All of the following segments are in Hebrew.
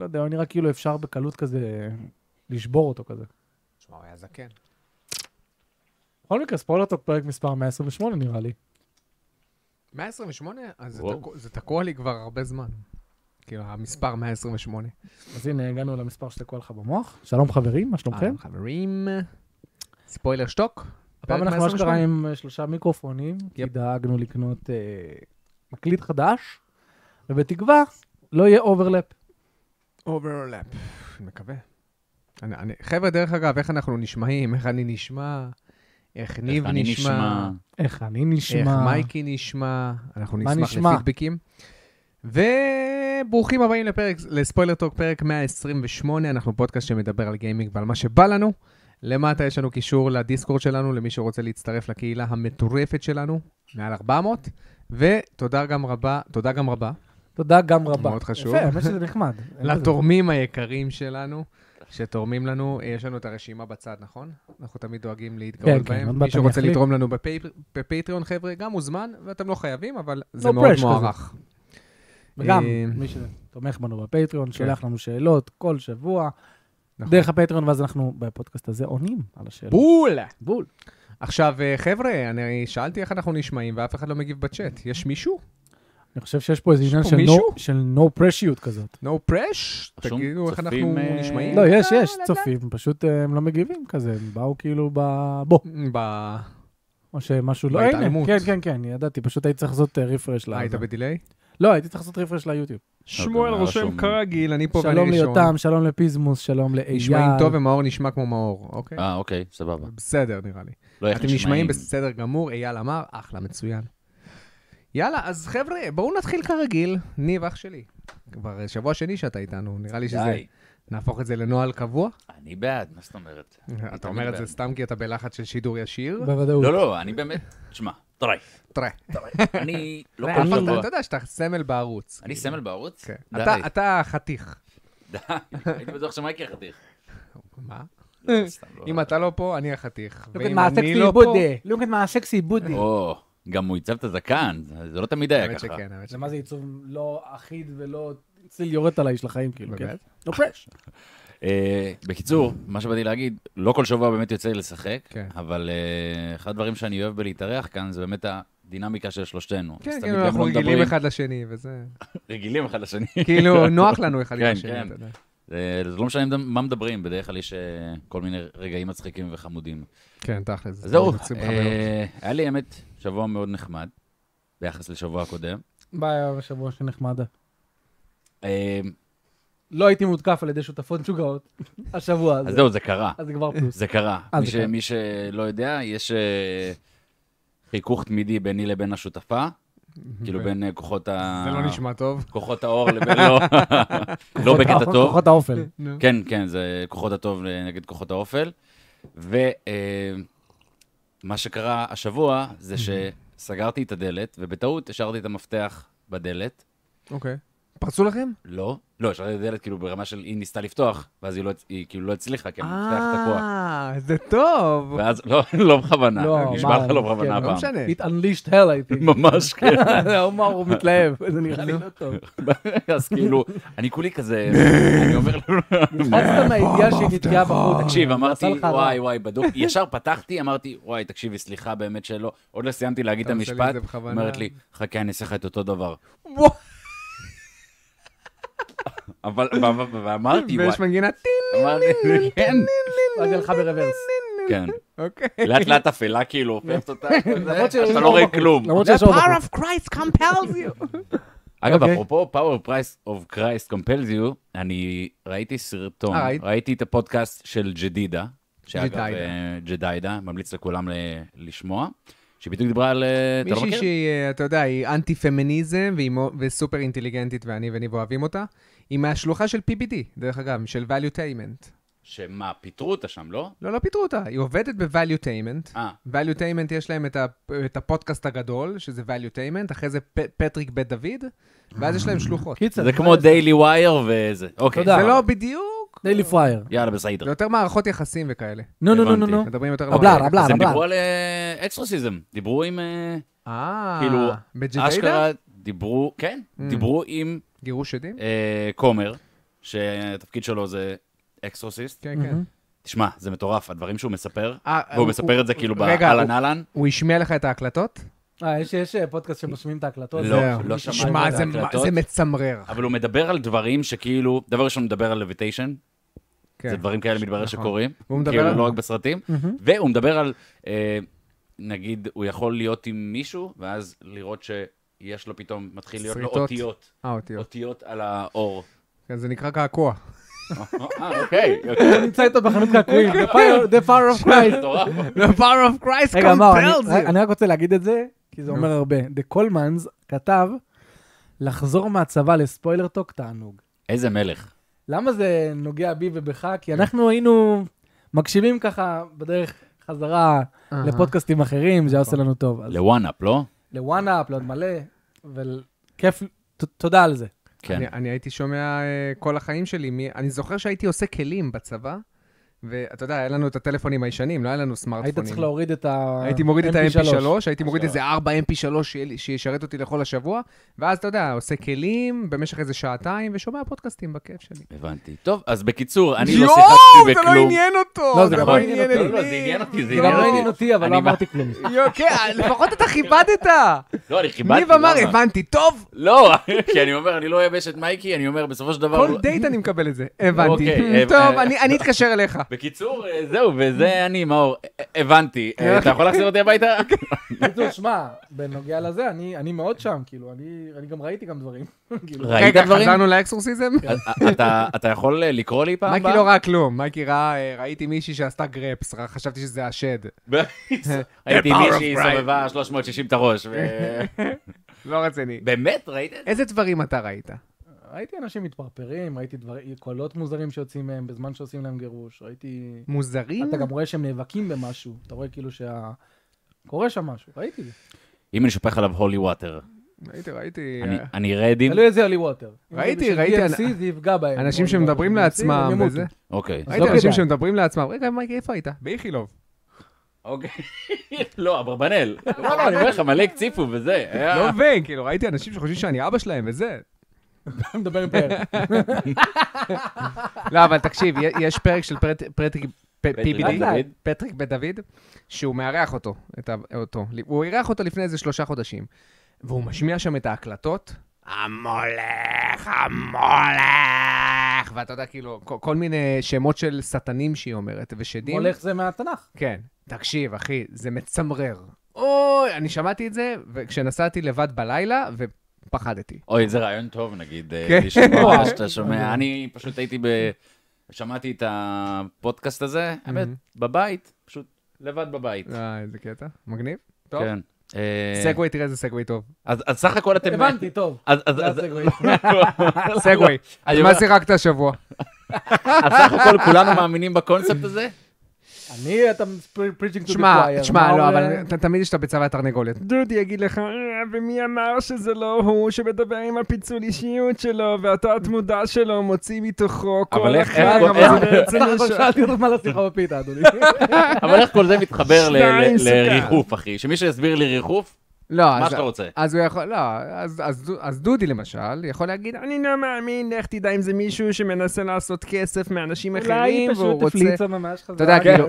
לא יודע, הוא נראה כאילו אפשר בקלות כזה לשבור אותו כזה. תשמע, הוא היה זקן. בכל מקרה, ספוילרטוק פרק מספר 128 נראה לי. 128? אז זה וואו. תקוע- זה תקוע לי כבר הרבה זמן. כאילו, המספר 128. אז הנה, הגענו למספר שתקוע לך במוח. שלום חברים, מה שלומכם? אהלן, אה, חברים, ספוילר שטוק. הפעם פרק אנחנו 128. אשכרה עם אה, שלושה מיקרופונים, כי דאגנו לקנות אה, מקליט חדש, ובתקווה לא יהיה אוברלאפ. אוברלאפ. מקווה. אני- אני- חבר'ה, דרך אגב, איך אנחנו נשמעים, איך אני נשמע, איך ניב אני נשמע... נשמע, איך אני איך נשמע? מייקי נשמע, אנחנו מה נשמח נשמע? לפידבקים. וברוכים הבאים לפרק, לספוילר טוק, פרק 128, אנחנו פודקאסט שמדבר על גיימינג ועל מה שבא לנו. למטה יש לנו קישור לדיסקורד שלנו, למי שרוצה להצטרף לקהילה המטורפת שלנו, מעל 400. ותודה גם רבה, תודה גם רבה תודה גם רבה. מאוד חשוב. יפה, האמת שזה נחמד. אין בזה. לתורמים היקרים שלנו, שתורמים לנו, אה, יש לנו את הרשימה בצד, נכון? אנחנו תמיד דואגים להתגאות כן, כן, עוד בהם. מעט מי אני שרוצה אחליט. לתרום לנו בפי- בפטריון, חבר'ה, גם מוזמן, ואתם לא חייבים, אבל זה No מאוד pressure כזה. מוערך. וגם אה, מי שתומך בנו בפטריון, שולח לנו שאלות כל שבוע, נכון. דרך הפטריון, ואז אנחנו בפודקאסט הזה עונים על השאלות. בול! בול. עכשיו, אה, חבר'ה, אני שאלתי איך אנחנו נשמעים, ואף אחד לא מגיב בצ'אט. יש מישהו? אני חושב שיש פה איזה עניין פה של מישהו? no- של no pressure כזאת. No press? רשום, תגידו איך צופים, אנחנו אה, נשמעים. לא, יש, יש, אה, צופים, פשוט אה, הם לא מגיבים כזה, הם באו כאילו ב... בוא, ב- או שמשהו לא... בהתעלמות. הנה, כן, כן, כן, ידעתי, פשוט הייתי צריך לעשות רפרש ל... אה, היית בדיליי? לא, הייתי צריך לעשות רפרש ליוטיוב. שמואל היה רשום. רושם כרגיל, אני פה שלום ואני ראשון. ליותם, שלום לפיזמוס, שלום לאייל. נשמעים טוב ומאור נשמע כמו מאור, אוקיי? אה, אוקיי, סבבה. בסדר, נראה לי. לא, איך אתם נשמעים בסדר גמור, אייל אמר, אחלה, מצוין. יאללה, אז חבר'ה, בואו נתחיל כרגיל. ניב, אח שלי. כבר שבוע שני שאתה איתנו, נראה לי שזה... די. נהפוך את זה לנוהל קבוע. אני בעד, מה זאת אומרת? אני אתה תמיד אומר את זה בעד. סתם כי אתה בלחץ של שידור ישיר. בוודאות. לא, לא, אני באמת... שמע, טרי. תראה, אני לא אתה כל אתה- שבוע. אה, אתה יודע שאתה סמל בערוץ. אני סמל בערוץ? כן. די, אתה- אתה חתיך. די. הייתי בטוח שמייקי חתיך. מה? אה, לא, סתם, לא. אם אתה לא פה, אני החתיך. לוק את ואם מה אני סקסי לא פה... אה, בודי. לוק את אה. מה סקסי בודי. או, גם הוא עיצב את הזקן, זה לא תמיד היה האמת ככה. שכן, האמת זה שכן. מה זה עיצוב לא אחיד ולא צליל יורדת עליי של החיים, כאילו, כן? באמת? לא פרש. אה, בקיצור, מה שבאתי להגיד, לא כל שבוע באמת יוצא לי לשחק, כן. אבל אה, אחד הדברים שאני אוהב בלהתארח כאן זה באמת הדינמיקה של שלושתנו. אז כן, תמיד כאילו, גם אנחנו לא רגילים מדברים- אחד לשני, וזה... רגילים אחד לשני. כאילו, נוח לנו אחד עם כן, השני, כן. אתה יודע. זה זה לא משנה מה מדברים, בדרך כלל יש אה, כל מיני רגעים מצחיקים וחמודים. כן, תכל'ס. אז זהו, מוצאים לך אה, מאוד. היה לי האמת שבוע מאוד נחמד ביחס לשבוע הקודם. ביי, בשבוע שנחמד. אה, לא הייתי מותקף על ידי שותפות משוגעות השבוע אז הזה. זהו, זה קרה. אז זה כבר פלוס. זה קרה. אה, מי זה ש- קרה. מי שלא יודע, יש אה, חיכוך תמידי ביני לבין השותפה, כאילו בין אה, כוחות ה... אוקיי. זה לא נשמע טוב. כוחות האור לבין לא, לא כוחות בקטע האופ- טוב. כוחות האופל. נו. כן, כן, זה כוחות הטוב נגד כוחות האופל. ומה שקרה השבוע זה שסגרתי את הדלת, ובטעות השארתי את המפתח בדלת. אוקיי. פרצו לכם? לא, לא, השארתי את הדלת כאילו ברמה של היא ניסתה לפתוח, ואז היא, לא, היא כאילו לא הצליחה, כי המפתח אה. תקוע. אה, זה טוב. ואז, לא, לא בכוונה, לא, נשבע מה, לך לא כן, בכוונה לא הפעם. לא משנה. It unleashed hell, הייתי. ממש כן. אומר, הוא מתלהב, זה נראה לי לא טוב. אז כאילו, אני כולי כזה, אני אומר לו, נלחצת מהידיעה שהיא נתקעה בחוץ. תקשיב, זה אמרתי, עשה לך רע. וואי, וואי, בדוק. ישר פתחתי, אמרתי, וואי, תקשיבי, סליחה, באמת שלא. עוד לא סיימתי להגיד את אתה עושה לי המשפט, את זה בכוונה. אומרת לי, חכה, אני אעשה לך את אותו דבר. וואו. אבל, ו- ו- ואמרתי, וואי, ויש מנגינה טין. אמרתי, כן, ואז הלכה ברוורס. כן. אוקיי. לאט לאט אפלה, כאילו, הופכת אותה, למרות כזה, שיש אתה עוד לא רואה בחוץ. כלום. אוקיי. למרות שיש עוד בחוץ. of Christ compels you. אגב, אוקיי. אפרופו Power Price of Christ Compels You, אני ראיתי סרטון, אה, ראית? ראיתי את הפודקאסט של ג'דידה, שאגב, ג'דיידה. אה, ג'דיידה, ממליץ לכולם ל- לשמוע, שהיא בדיוק דיברה על... אה, אתה לא מישהי מכיר? שהיא, אה, אתה יודע, היא אנטי-פמיניזם והיא מו- וסופר אינטליגנטית, ואני וניב אוהבים אותה. היא מהשלוחה של PBD, דרך אגב, של Valuetainment. שמה, פיטרו אותה שם, לא? לא, לא פיטרו אותה, היא עובדת ב-Valuetainment. אה, Valuetainment יש להם את, ה, את הפודקאסט הגדול, שזה Valuetainment, אחרי זה פ, פטריק בית דוד, ואז יש להם שלוחות. קיצר, אה, זה כמו דיילי ווייר וזה. אוקיי, תודה. זה סבבה. לא בדיוק, דיילי פרייר. יאללה, בסדר. זה יותר מערכות יחסים וכאלה. נו, נו, נו, נו, לא הבנתי. נו. מדברים יותר... על אה? רבלר, מערכות רבלר, אז הם רבלר. דיברו על אה, אקסורסיזם, דיברו עם... אה, אה, Mm. כאילו, בג'דיידה? אשכרה דיברו, כן, דיברו עם גירוש עדים? אה, כומר, שהתפקיד שלו זה אקסורסיסט. כן, כן. מהמם. תשמע, זה מטורף, הדברים שהוא מספר, אה, והוא מספר את זה כאילו רגע, באהלן הוא- אהלן. הוא השמיע לך את ההקלטות? אה, יש- יש אה, פודקאסט שמשמיעים את ההקלטות. לא, אה, לא שמעתי שמעתי שמע, את זה- זה. ההקלטות. זה מצמרר. אבל הוא מדבר על דברים שכאילו, דבר ראשון, הוא מדבר על לויטיישן, כן. זה דברים כאלה מתברר נכון. שקורים, והוא מדבר כאילו על- לא רק בסרטים, והוא מדבר על, אה, נגיד, הוא יכול להיות עם מישהו, ואז לראות שיש לו פתאום, מתחיל להיות לו שריטות. אותיות, אה, אותיות. אותיות על האור. כן, זה נקרא קעקוע. אה, אוקיי, אוקיי, הוא נמצא איתו בחנות קעקועים, The Fire- The Fire of Christ. מטורף. The power of Christ רגע, מאור, אני- compels רק- you. אני רק רוצה להגיד את זה, כי זה נו. אומר הרבה. דה קולמנס כתב, לחזור מהצבא לספוילר טוק תענוג. איזה מלך. למה זה נוגע בי ובך? אה. כי אנחנו היינו מקשיבים ככה בדרך חזרה אהה. נכון. לפודקאסטים אחרים, זה היה עושה לנו טוב. אז לוואנאפ, לא? לוואנאפ, לעוד מלא, וכיף, ת- תודה על זה. כן. אני, אני הייתי שומע אה, כל החיים שלי, מי, אני זוכר שהייתי עושה כלים בצבא, ואתה יודע, היה לנו את הטלפונים הישנים, לא היה לנו סמארטפונים. היית צריך להוריד את ה... הייתי מוריד את ה-MP3, הייתי מוריד איזה אשכרה. 4 MP3 שיהיה לי- שישרת אותי לכל השבוע, ואז אתה יודע, עושה כלים במשך איזה שעתיים, ושומע פודקאסטים בכיף שלי. הבנתי. טוב, אז בקיצור, אני לא שיחקתי זה לא בכלום. עניין אותו! לא, זה גם נכון. לא עניין אותי. לא, לא, זה עניין אותי, זה זה גם עניין לא עניין אותי. אותי, אבל אני לא בא- אמרתי כלום. יוקי, כן, לפחות אתה כיבדת! לא, אני כיבדתי. ניב אמר, למה? הבנתי, טוב, לא, כי אני אומר, אני לא אייבש את מייקי, אני אומר, בסופו של דבר... כל הוא- דייט אני מקבל את זה. הבנתי. לא, אוקיי, טוב, אה, אני- אני אתקשר אליך. בקיצור, אה, זהו, וזה אני, מאור. אה, הבנתי. אה, אתה יכול להחזיר אותי הביתה? בקיצור, שמע, בנוגע לזה, אני אני מאוד שם, כאילו, אני אני גם ראיתי גם דברים. כאילו, ראית רגע, דברים? חזרנו לאקסורסיזם? אה, אתה- אתה יכול אה, לקרוא לי פעם מייקי הבאה? לא ראה כלום, מייקי ראה, אה, ראיתי מישהי שעשתה גרפס, ראה- חשבתי שזה השד. הייתי The power of מישהי pride. סובבה 360 את הראש. ו- לא רציני. באמת, ראית את זה? איזה דברים אתה ראית? ראיתי אנשים מתפרפרים, ראיתי דבר- קולות מוזרים שיוצאים מהם בזמן שעושים להם גירוש, ראיתי... מוזרים? אתה גם רואה שהם נאבקים במשהו, אתה רואה כאילו שה... קורה שם משהו, ראיתי. זה. אם אני שופך עליו הולי וואטר, ראיתי, ראיתי. אני- אה, אני רדים. תלוי איזה הולי ווטר. ראיתי, ראיתי אם זה בשביל TLC, זה יפגע בהם. אנשים הולי ווטר. שמדברים אם זה לעצמם הם ימותו. וזה. אוקיי. אז ראיתי לא אנשים כדאי. שמדברים לעצמם, רגע, מייקי, איפה היית? באיכילוב. אוקיי. לא, אברבנאל. לא, לא, אני אומר לך, מלא הקציפו וזה. היה- לא מבין, כאילו, ראיתי אנשים שחושבים שאני אבא שלהם וזה. אתה מדבר עם פאר. לא, אבל תקשיב, יה- יש פרק של פרט- פרטיק פ- בן PBD, דוד. פטריק בן דוד, שהוא מארח אותו, את ה- אותו. הוא אירח אותו לפני איזה שלושה חודשים, והוא משמיע שם את ההקלטות. המולך, המולך, ואתה יודע, כאילו, כל- כל מיני שמות של שטנים שהיא אומרת, ושדים. מולך זה מהתנ"ך. כן. תקשיב, אחי, זה מצמרר. אוי, אני שמעתי את זה, וכשנסעתי לבד בלילה, ופחדתי. אוי, זה רעיון טוב, נגיד, אה, כן. לשמוע שאתה שומע. אני פשוט הייתי ב... שמעתי את הפודקאסט הזה, האמת, בבית, פשוט לבד בבית. אה, איזה קטע. מגניב. טוב. כן. אה, סגווי, תראה איזה סגווי טוב. אז אז סך הכל אתם... הבנתי, טוב. אז אז- זה אז- הסגווי. לא. סגווי. אני אומר- מה שיחקת השבוע? אז סך הכל כולנו מאמינים בקונספט הזה? אני, אתה פריצ'ינג טו דה שמע, פלייר. שמע, לא, אבל ת- תמיד יש את הביצה והתרנגולת. דודי יגיד לך, "אה, ומי אמר שזה לא הוא שמדבר עם הפיצול אישיות שלו, ואתה התמודה שלו מוציא מתוכו כל אבל איך- אחד, אה, איך- אה, אבל איך- זה בעצם יש- שאלתי אותו מה לשים לך בפיתה, אדוני. אבל איך כל זה מתחבר ל- שניים ל- סוכר. לריחוף, אחי? שמישהו יסביר לי ריחוף, לא, מה אז- שאתה רוצה. אז הוא יכול, לא, אז- אז דו- אז דודי למשל, יכול להגיד, אני לא מאמין, לך תדע אם זה מישהו שמנסה לעשות כסף מאנשים אחרים, והוא רוצה... ממש חזק. אתה יודע, כן. כאילו,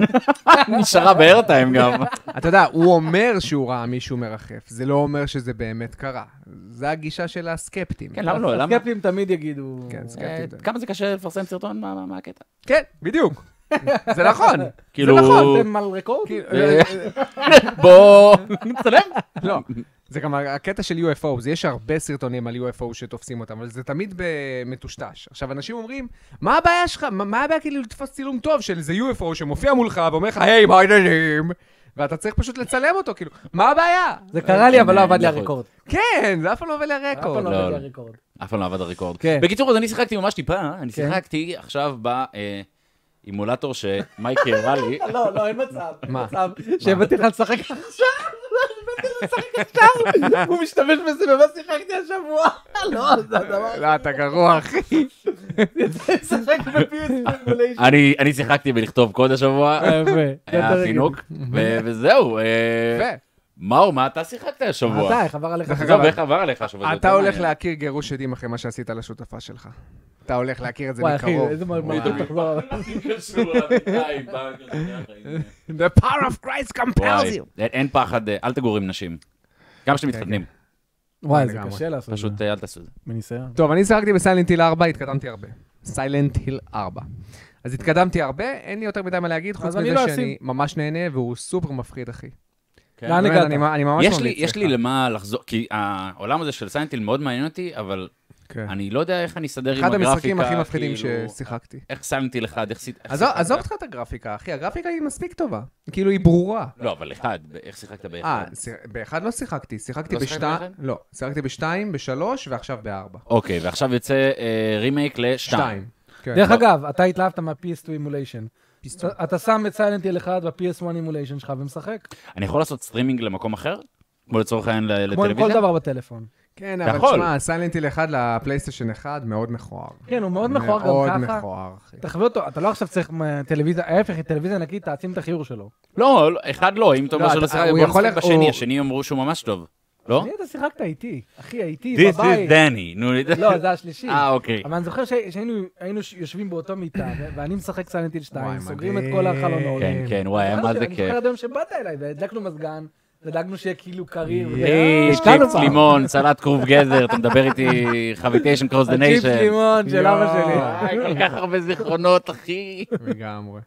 נשארה בארטיים גם. אתה יודע, הוא אומר שהוא ראה מישהו מרחף, זה לא אומר שזה באמת קרה. זה הגישה של הסקפטים. כן, למה לא? למה? הסקפטים תמיד יגידו... כן, סקפטים. אה, כמה זה קשה לפרסם סרטון? מה- מה מה הקטע? כן, בדיוק. זה נכון. כאילו, נכון, אתם על רקורד? כאילו, אה, בוא, נצלם. לא, זה גם הקטע של UFO, זה יש הרבה סרטונים על UFO שתופסים אותם, אבל זה תמיד ב- מטושטש. עכשיו, אנשים אומרים, מה הבעיה שלך, מה- מה הבעיה כאילו לתפוס צילום טוב של איזה UFO שמופיע מולך ואומר לך, היי, מה העניינים? ואתה צריך פשוט לצלם אותו, כאילו, מה הבעיה? זה קרה לי, אבל לא עבד לי נכון. הרקורד. כן, זה אף פעם לא עובר אף פעם לרקורד. לא לא, עבד לי לא. הרקורד. אף פעם לא עבד הרקורד. כן. בקיצור, אז אני שיחקתי ממש טיפה, אני כן. שיחקתי עכשיו באימולטור שמייקי הראה לי. לא, לא, אין מצב. אין מה? מצב שהבאתי לך לשחק עכשיו. לא, הבאתי לך לשחק עכשיו. הוא משתמש בזה במה שיחקתי השבוע. לא, זה הדבר. לא, אתה גרוע, אחי. כן, לשחק בפיוס רגוליישן. אני- אני אה, שיחקתי בלכתוב קוד השבוע, יפה. היה יותר רגיל. חינוק, ו- וזהו. אה, יפה. מתי? חבר עליך. דרך חזרה. אגב, עזוב, איך עבר עליך השבוע? זה אתה יותר הולך מעניין. להכיר גירוש עדים אחרי מה שעשית לשותפה שלך. אתה הולך להכיר את זה וואי, אחי, מקרוב. איזה וואי. מלמוד תחזור. עליו. The power of Christ compels וואי, you. אין- אין פחד, אה, אל תגורו עם נשים. גם כן, כשאתם מתחתנים, וואי, זה לגמרי. קשה לעשות את זה. פשוט Mm-hmm. אה, אל תעשו את זה. מניסיון. טוב, אני שיחקתי בסיילנט היל 4, התקדמתי הרבה. סיילנט היל 4. אז התקדמתי הרבה, אין לי יותר מדי מה להגיד, חוץ אז אני מזה לא שאני אשים. ממש נהנה, והוא סופר מפחיד, אחי. לאן באמת, הגעת? אני- אני ממש יש ממליץ לי, יש לך. לי למה לחזור, כי העולם הזה של סיינטיל מאוד מעניין אותי, אבל כן. אני לא יודע איך אני אסתדר עם אחד הגרפיקה. המשחקים הכי מפחידים כאילו, ששיחקתי. איך סיינטיל אחד, איך שיחקת? עזוב עזוב אותך את הגרפיקה, אחי, הגרפיקה היא מספיק טובה. כאילו, היא ברורה. לא, אבל אחד, ב- איך שיחקת אה, באחד? סי- באחד לא שיחקתי, שיחקתי לא שיחקת בשתיים, באחד? לא, שיחקתי בשתיים, בשלוש, ועכשיו בארבע. אוקיי, ועכשיו יוצא אה, רימייק לשתיים. שתיים. כן. דרך אגב, אתה התלהבת מה-PS2 אימוליישן. אתה שם את סיילנט היל 1 ב-PS1 אימוליישן שלך ומשחק. אני יכול לעשות סטרימינג למקום אחר? כמו לצורך העניין ל- כמו עם כל לטלוויזיה? דבר בטלפון. כן, אבל יכול. תשמע, סיילנטיל 1 לפלייסטיישן 1 מאוד מכוער. כן, הוא מאוד מכוער גם מאוד ככה. מכוער, אחי. תחווה אותו, אתה לא עכשיו צריך אה, טלוויזיה, ההפך, היא טלוויזיה נקית, תעצים את החיור שלו. לא, לא, אחד לא, אם אתה אומר לא, שלא אתה- שיחקת, הוא בוא יכול- נשחק הוא- בשני, השני אמרו שהוא ממש טוב. לא? מי אתה שיחקת איתי? אחי, איתי, This is בבית. Danny. נו, לא, זה השלישי. אה, אוקיי. אבל אני זוכר ש- שהיינו היינו ש- יושבים באותו מיטה, ו- ואני משחק סיילנט היל 2, וואי, סוגרים את מדהים. כל החלונות. כן, כן, וואי, היה מה זה אני כיף. זוכר עד היום שבאת אליי, והדלקנו מזגן, ודאגנו שיהיה כאילו קריר. וזה- אה, היי, השקענו צ'יפס בה. לימון, סלט כרוב גזר, אתה מדבר איתי חביטיישן קרוס דה הצ'יפס ניישן. לימון של יואו. אבא שלי. וואי, כן. כל כך הרבה זיכרונות, אחי. לגמרי.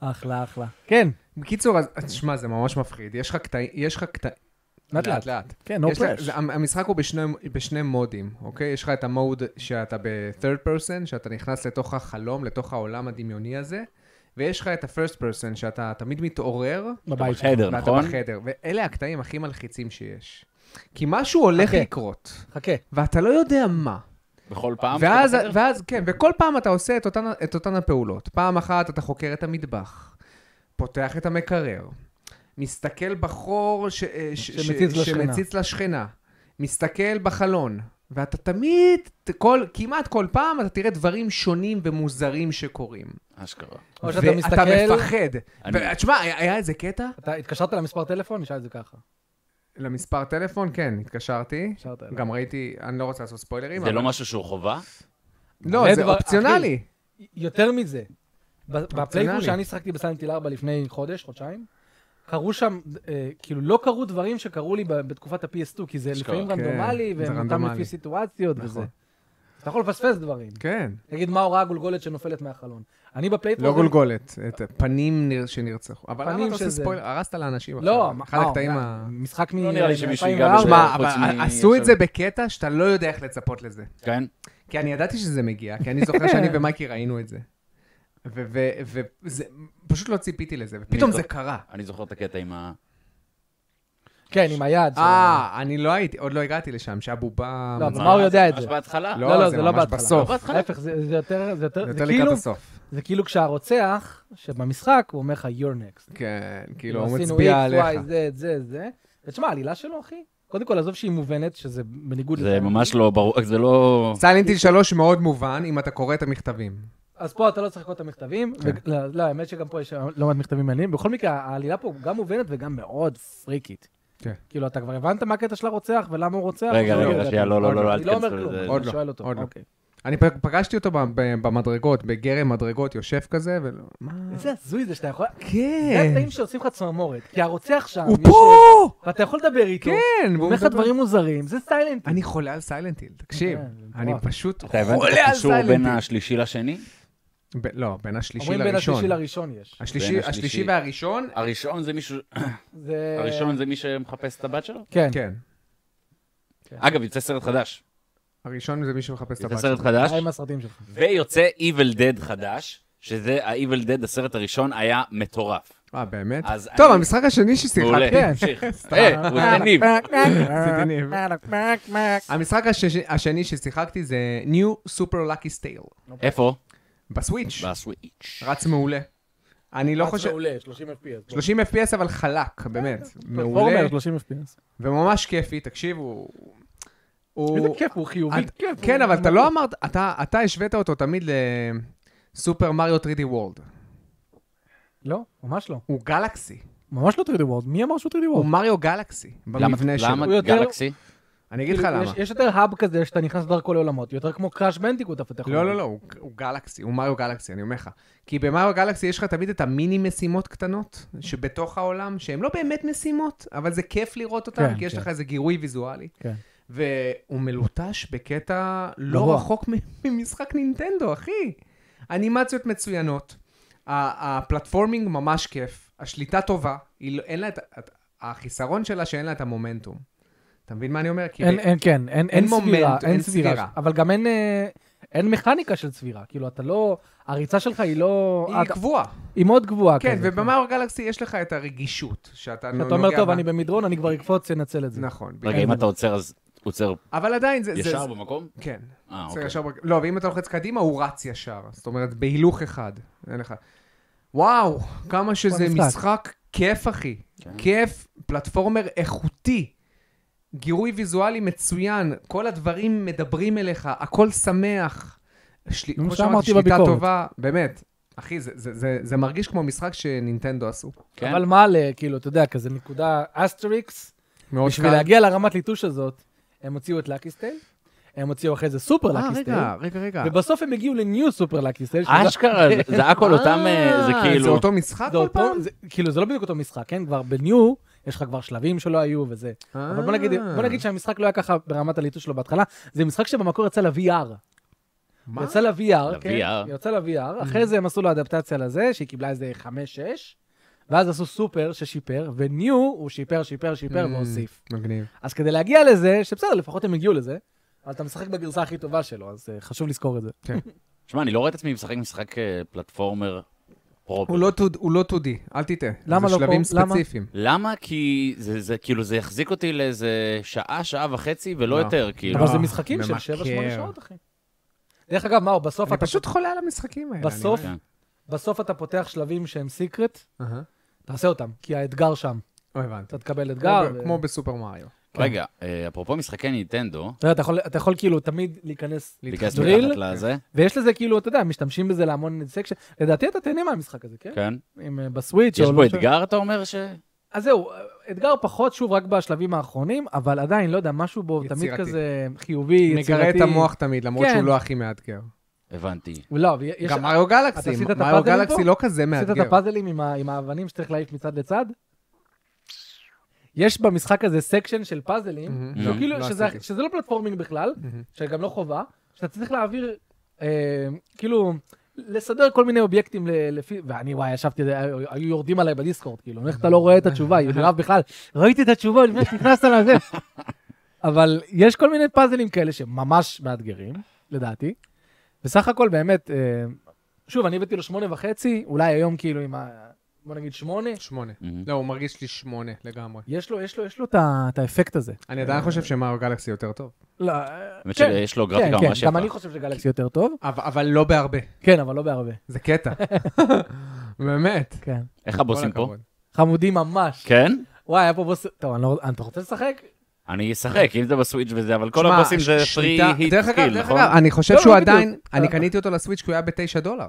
אחלה, אחלה. כן, בקיצור, אז- אז שמע, זה ממש מפחיד. יש לך קטעים, יש לך קטעים... לאט לאט. לאט. כן, no יש לך- זה- pressure. המשחק הוא בשני, בשני מודים, אוקיי? יש לך את המוד שאתה ב-third person, שאתה נכנס לתוך החלום, לתוך העולם הדמיוני הזה, ויש לך את ה-first person, שאתה תמיד מתעורר, בבית שלך. חדר, ואתה נכון? בחדר. ואלה הקטעים הכי מלחיצים שיש. כי משהו הולך אוקיי. לקרות, חכה. ואתה לא יודע מה. בכל פעם? ואז, שאתה בחדר? ואז, כן, וכל פעם אתה עושה את אותן, את אותן הפעולות. פעם אחת אתה חוקר את המטבח, פותח את המקרר, מסתכל בחור ש, אה, ש, שמציץ לשכנה. שמציץ לשכנה, מסתכל בחלון, ואתה תמיד, כל, כמעט כל פעם אתה תראה דברים שונים ומוזרים שקורים. אשכרה. או שאתה מסתכל, ואתה מפחד. אני- ו- תשמע, היה היה איזה קטע? אתה התקשרת למספר טלפון? נשאל את זה ככה. למספר טלפון, כן, התקשרתי. התקשרת אליי. גם ראיתי, אני לא רוצה לעשות ספוילרים. זה אבל- לא משהו שהוא חובה? לא, זה דבר- אופציונלי. אחי, יותר מזה, אוקיי. ב- בפלייגרום פרסונלי. שאני שחקתי בסיילנט היל 4 לפני חודש, חודשיים, קרו שם, אה, כאילו לא קרו דברים שקרו לי ב- בתקופת ה-PS2, כי זה אשכרה, לפעמים כן, רנדומלי, זה ומותם רנדומלי. נכון. לפי סיטואציות וזה. אתה יכול לפספס דברים. כן. נגיד, מה הוראה הגולגולת שנופלת מהחלון? אני לא בפלייגרום... גולגולת, את הפנים נר- שנרצחו. אבל למה פנים אתה עושה שזה- ספוילר? הרסת לאנשים עכשיו. לא, אחד מה, הקטעים מה, ה... משחק מ... לא נראה לי שמישהו ייגע מ- 2004. בזה. שמע, חוץ אבל מ- עשו את עכשיו- זה בקטע שאתה לא יודע איך לצפות לזה. כן? כי אני ידעתי שזה מגיע, כי אני זוכר שאני ומייקי ראינו את זה. ופשוט לא ציפיתי לזה, ופתאום אני זה זוכ- קרה. אני זוכר את הקטע עם ה... כן, עם היד. של- אה, אני לא הייתי, עוד לא הגעתי לשם, שהבובה... לא, אבל מצאה- מה הוא יודע את ממש זה? בהתחלה? לא, לא, לא, זה זה לא ממש בהתחלה. בסוף. לא בהתחלה. להפך, זה זה יותר, זה יותר, יותר זה לקראת כאילו, הסוף. זה כאילו כשהרוצח, שבמשחק, הוא אומר לך, you're next. כן, כאילו, הוא עשינו מצביע X, עליך. Y, זה, זה, זה. ותשמע, העלילה שלו, אחי, קודם כל, עזוב שהיא מובנת, שזה בניגוד... זה לזה. ממש לא ברור, זה לא... סיילנטיל 3 מאוד מובן, אם אתה קורא את המכתבים. אז פה אתה לא צריך לקרוא את המכתבים, כן. ו- לא, לא, האמת שגם פה יש לא מעט מכתבים מעניינים. בכל מקרה, העלילה פה גם מובנת וגם מאוד פריקית. כן. כאילו, אתה כבר הבנת מה הקטע של הרוצח ולמה הוא רוצח? רגע, לא, רגע, שנייה, לא, לא, לא, אל אני לא אומר תיכנסו לזה. כלום, עוד אני לא, שואל אותו. עוד לא. אוקיי. אני פ- פגשתי אותו ב- ב- במדרגות, בגרם מדרגות, יושב כזה, ולא... מה? איזה הזוי זה שאתה יכול... זה כן. הקטעים שעושים לך צמרמורת, כי הרוצח שם... הוא יש לו- פה! ואתה יכול לדבר איתו, כן, הוא אומר לך דברים מוזרים, זה סיילנט. אני חולה על סיילנטיל, תקשיב. כן, זה אני מטורף. פשוט אתה הבנת את חולה על הקישור בין סיילנטיל. השלישי לשני? ב- לא, בין השלישי אומרים בין לראשון. השלישי לראשון יש. השלישי- בין השלישי השלישי. והראשון, הראשון זה מישהו... זה- הראשון זה מי שמחפש את הבת שלו? כן. כן. אגב, יוצא סרט חדש. הראשון זה מי שמחפש את יוצא הבת סרט שלו. חדש, מה עם הסרטים שלך? ויוצא Evil Dead חדש, שזה ה-Evil Dead, הסרט הראשון, היה מטורף. אה, באמת? אז טוב, אני- המשחק השני מעולה, ששיחקתי... כן, תמשיך. אה, הוא יניב. המשחק השש- השני ששיחקתי זה New Super Lucky Stale. איפה? בסוויץ'. בסוויץ'. רץ מעולה. אני לא חושב... מעולה, 30 FPS. 30 FPS אבל חלק, באמת. מעולה. פלטפורמר 30 FPS. וממש כיפי, תקשיבו. הוא... איזה כיף, הוא חיובי. את- כן, אבל אתה לא אמרת, אתה, אתה השווית אותו תמיד לסופר מריו 3D וורלד. לא, ממש לא. הוא גלקסי. ממש לא 3D World, מי אמר שהוא 3D הוא World? מריו גלקסי למה- במבנה שלו. למה הוא יותר- גלקסי? אני אגיד לך כאילו, למה. יש- יש יותר האב כזה שאתה נכנס דרכו לעולמות, יותר כמו קראש בנדיקוט אתה פותח. לא, עולם. לא, לא, הוא, הוא גלקסי, הוא מריו גלקסי, אני אומר לך. כי במריו גלקסי יש לך תמיד את המיני משימות קטנות, שבתוך העולם, שהן לא באמת משימות, אבל זה כיף לראות אותן, כן, כי יש כן. לך איזה גירוי ויזואלי. כן. והוא מלוטש בקטע לא גרוע. רחוק מ- ממשחק נינטנדו, אחי. אנימציות מצוינות, ה- הפלטפורמינג ממש כיף, השליטה טובה, היא לא- אין לה את... את- החיסרון שלה שאין לה את המומנטום. אתה מבין מה אני אומר? כי אין, ב- אין, כן, אין, אין סבירה, מומנט, אין אין סבירה. סבירה. אבל גם אין, אה, אין מכניקה של סבירה, כאילו אתה לא, הריצה שלך היא לא, היא אתה- קבועה. היא מאוד גבוהה. כן, כזה. ובמריו גלקסי יש לך את הרגישות, שאתה לא אתה אומר, טוב, אני במדרון, אני כבר אקפוץ, אנצל את זה. נכון. רגע, בדיוק. אם אתה עוצר, אז עוצר אבל עדיין זה... זה- ישר זה- במקום? כן. אה, זה אוקיי. ישר ב- לא, ואם אתה לוחץ קדימה, הוא רץ ישר. זאת אומרת, בהילוך אחד. אין לך... וואו, כמה שזה משחק. משחק כיף, אחי. כן. כיף, פלטפורמר איכותי. גירוי ויזואלי מצוין, כל הדברים מדברים אליך, הכל שמח. של... נו, כמו שאמרתי שאמרתי, שליטה בביקורת. טובה, באמת. אחי, זה, זה, זה, זה מרגיש כמו משחק שנינטנדו עשו. כן. אבל מה, ל- כאילו, אתה יודע, כזה נקודה אסטריקס, מאוד בשביל קל. להגיע לרמת ליטוש הזאת, הם הוציאו את לאקיסטייל, הם הוציאו אחרי זה סופר לאקיסטייל, אה, רגע, רגע, רגע. ובסוף הם הגיעו לניו סופר לאקיסטייל. שזה- אשכרה, זה- זה הכל אותם, אה, זה אה, כאילו... זה אותו משחק זה כל אותו, פעם? זה- כאילו, זה לא בדיוק אותו משחק, כן? כבר בניו, יש לך כבר שלבים שלא היו וזה. אבל בוא נגיד, אה. בוא נגיד שהמשחק לא היה ככה ברמת הליטוש שלו בהתחלה, זה משחק שבמקור יצא ל-VR. מה? Mm. יצא ל-VR, כן? ל-VR. יצא ל-VR, אחרי זה הם עשו לו אדפטציה לזה, שהיא קיבלה איזה 5-6, ואז עשו סופר ששיפר, וניו הוא שיפר, שיפר, שיפר Mm, והוסיף. מגניב. אז כדי להגיע לזה, שבסדר, לפחות הם הגיעו לזה, אבל אתה משחק בגרסה הכי טובה שלו, אז אה, חשוב לזכור את זה. שמע, אני לא רואה את עצמי משחק משחק אה, פלטפורמר פרופר. הוא לא תוד- הוא לא 2D, אל תטעה. למה זה לא שלבים פה? למה? ספציפיים. למה? כי זה, זה כאילו, זה יחזיק אותי לאיזה שעה, שעה וחצי, ולא לא. יותר, כאילו. אבל לא, זה משחקים של ממכר. 7-8 שעות, אחי. דרך אגב, מאור, בסוף אני אתה פשוט חולה על המשחקים האלה. בסוף, אני כן. בסוף אתה פותח שלבים שהם סיקרט, אומר. אהה. תעשה אותם, כי האתגר שם. לא הבנתי. אתה תקבל כמו אתגר. ב- ו- לא, כמו בסופר מריו. רגע, אה, אפרופו משחקי ניטנדו, אתה יודע, אתה יכול- אתה יכול כאילו תמיד להיכנס, להיכנס דריל? מתחת לזה, ויש לזה כאילו, אתה יודע, משתמשים בזה להמון סקשן. לדעתי אתה תהנה מהמשחק הזה, כן? כן. אם, אה, בסוויץ' יש או בו לא משנה. אתגר, אתה אומר ש... אז זהו, אה, אתגר פחות, שוב, רק בשלבים האחרונים, אבל עדיין, לא יודע, משהו בו תמיד יצירתי. כזה חיובי, יצירתי. מגרה את המוח תמיד, למרות כן. שהוא לא הכי מאתגר. הבנתי. לא, ויש... גם מריו גלקסי, אתה עשית את מריו הפאזלים גלקסי פה? לא כזה עשית מאתגר. את הפאזלים עם ה- עם האבנים שצריך להעיף מצד לצד? יש במשחק הזה סקשן של פאזלים, מהמם. שהוא לא, כאילו, לא שזה- עשיתי. שזה לא פלטפורמינג בכלל, מהמם. שגם לא חובה, שאתה צריך להעביר, אה, כאילו, לסדר כל מיני אובייקטים ל- לפי, ואני וואי, ישבתי, היו היו יורדים עליי בדיסקורד, כאילו, איך אתה לא רואה את התשובה, יואב בכלל, ראיתי את התשובה לפני שנכנסת לזה. אבל יש כל מיני פאזלים כאלה שממש מאתגרים, לדעתי. בסך הכל באמת, אה, שוב, אני הבאתי לו שמונה וחצי, אולי היום כאילו עם ה... בוא נגיד שמונה. שמונה. מהמם. לא, הוא מרגיש לי שמונה לגמרי. יש לו, יש לו, יש לו את ה- את האפקט הזה. אני עדיין חושב שמריו גלקסי יותר טוב. לא, האמת כן, שיש לו כן, גרפיקה כן, ממש גם אני יפה. חושב שגלקסי יותר טוב. אבל אבל לא בהרבה. כן, אבל לא בהרבה. זה קטע. באמת. כן. איך הבוסים כל פה? הכבוד. חמודים ממש. כן? וואי, היה פה בוס... טוב, אני לא... אתה רוצה לשחק? אני אשחק, אם זה בסוויץ' וזה, אבל כל שמע, הבוסים זה ש- פרי שליטה- היט דרך אגב, סקיל, דרך נכון? אגב, אני חושב לא, שהוא לא בדיוק. עדיין, אני אה. קניתי אותו לסוויץ' כי הוא היה בתשע דולר.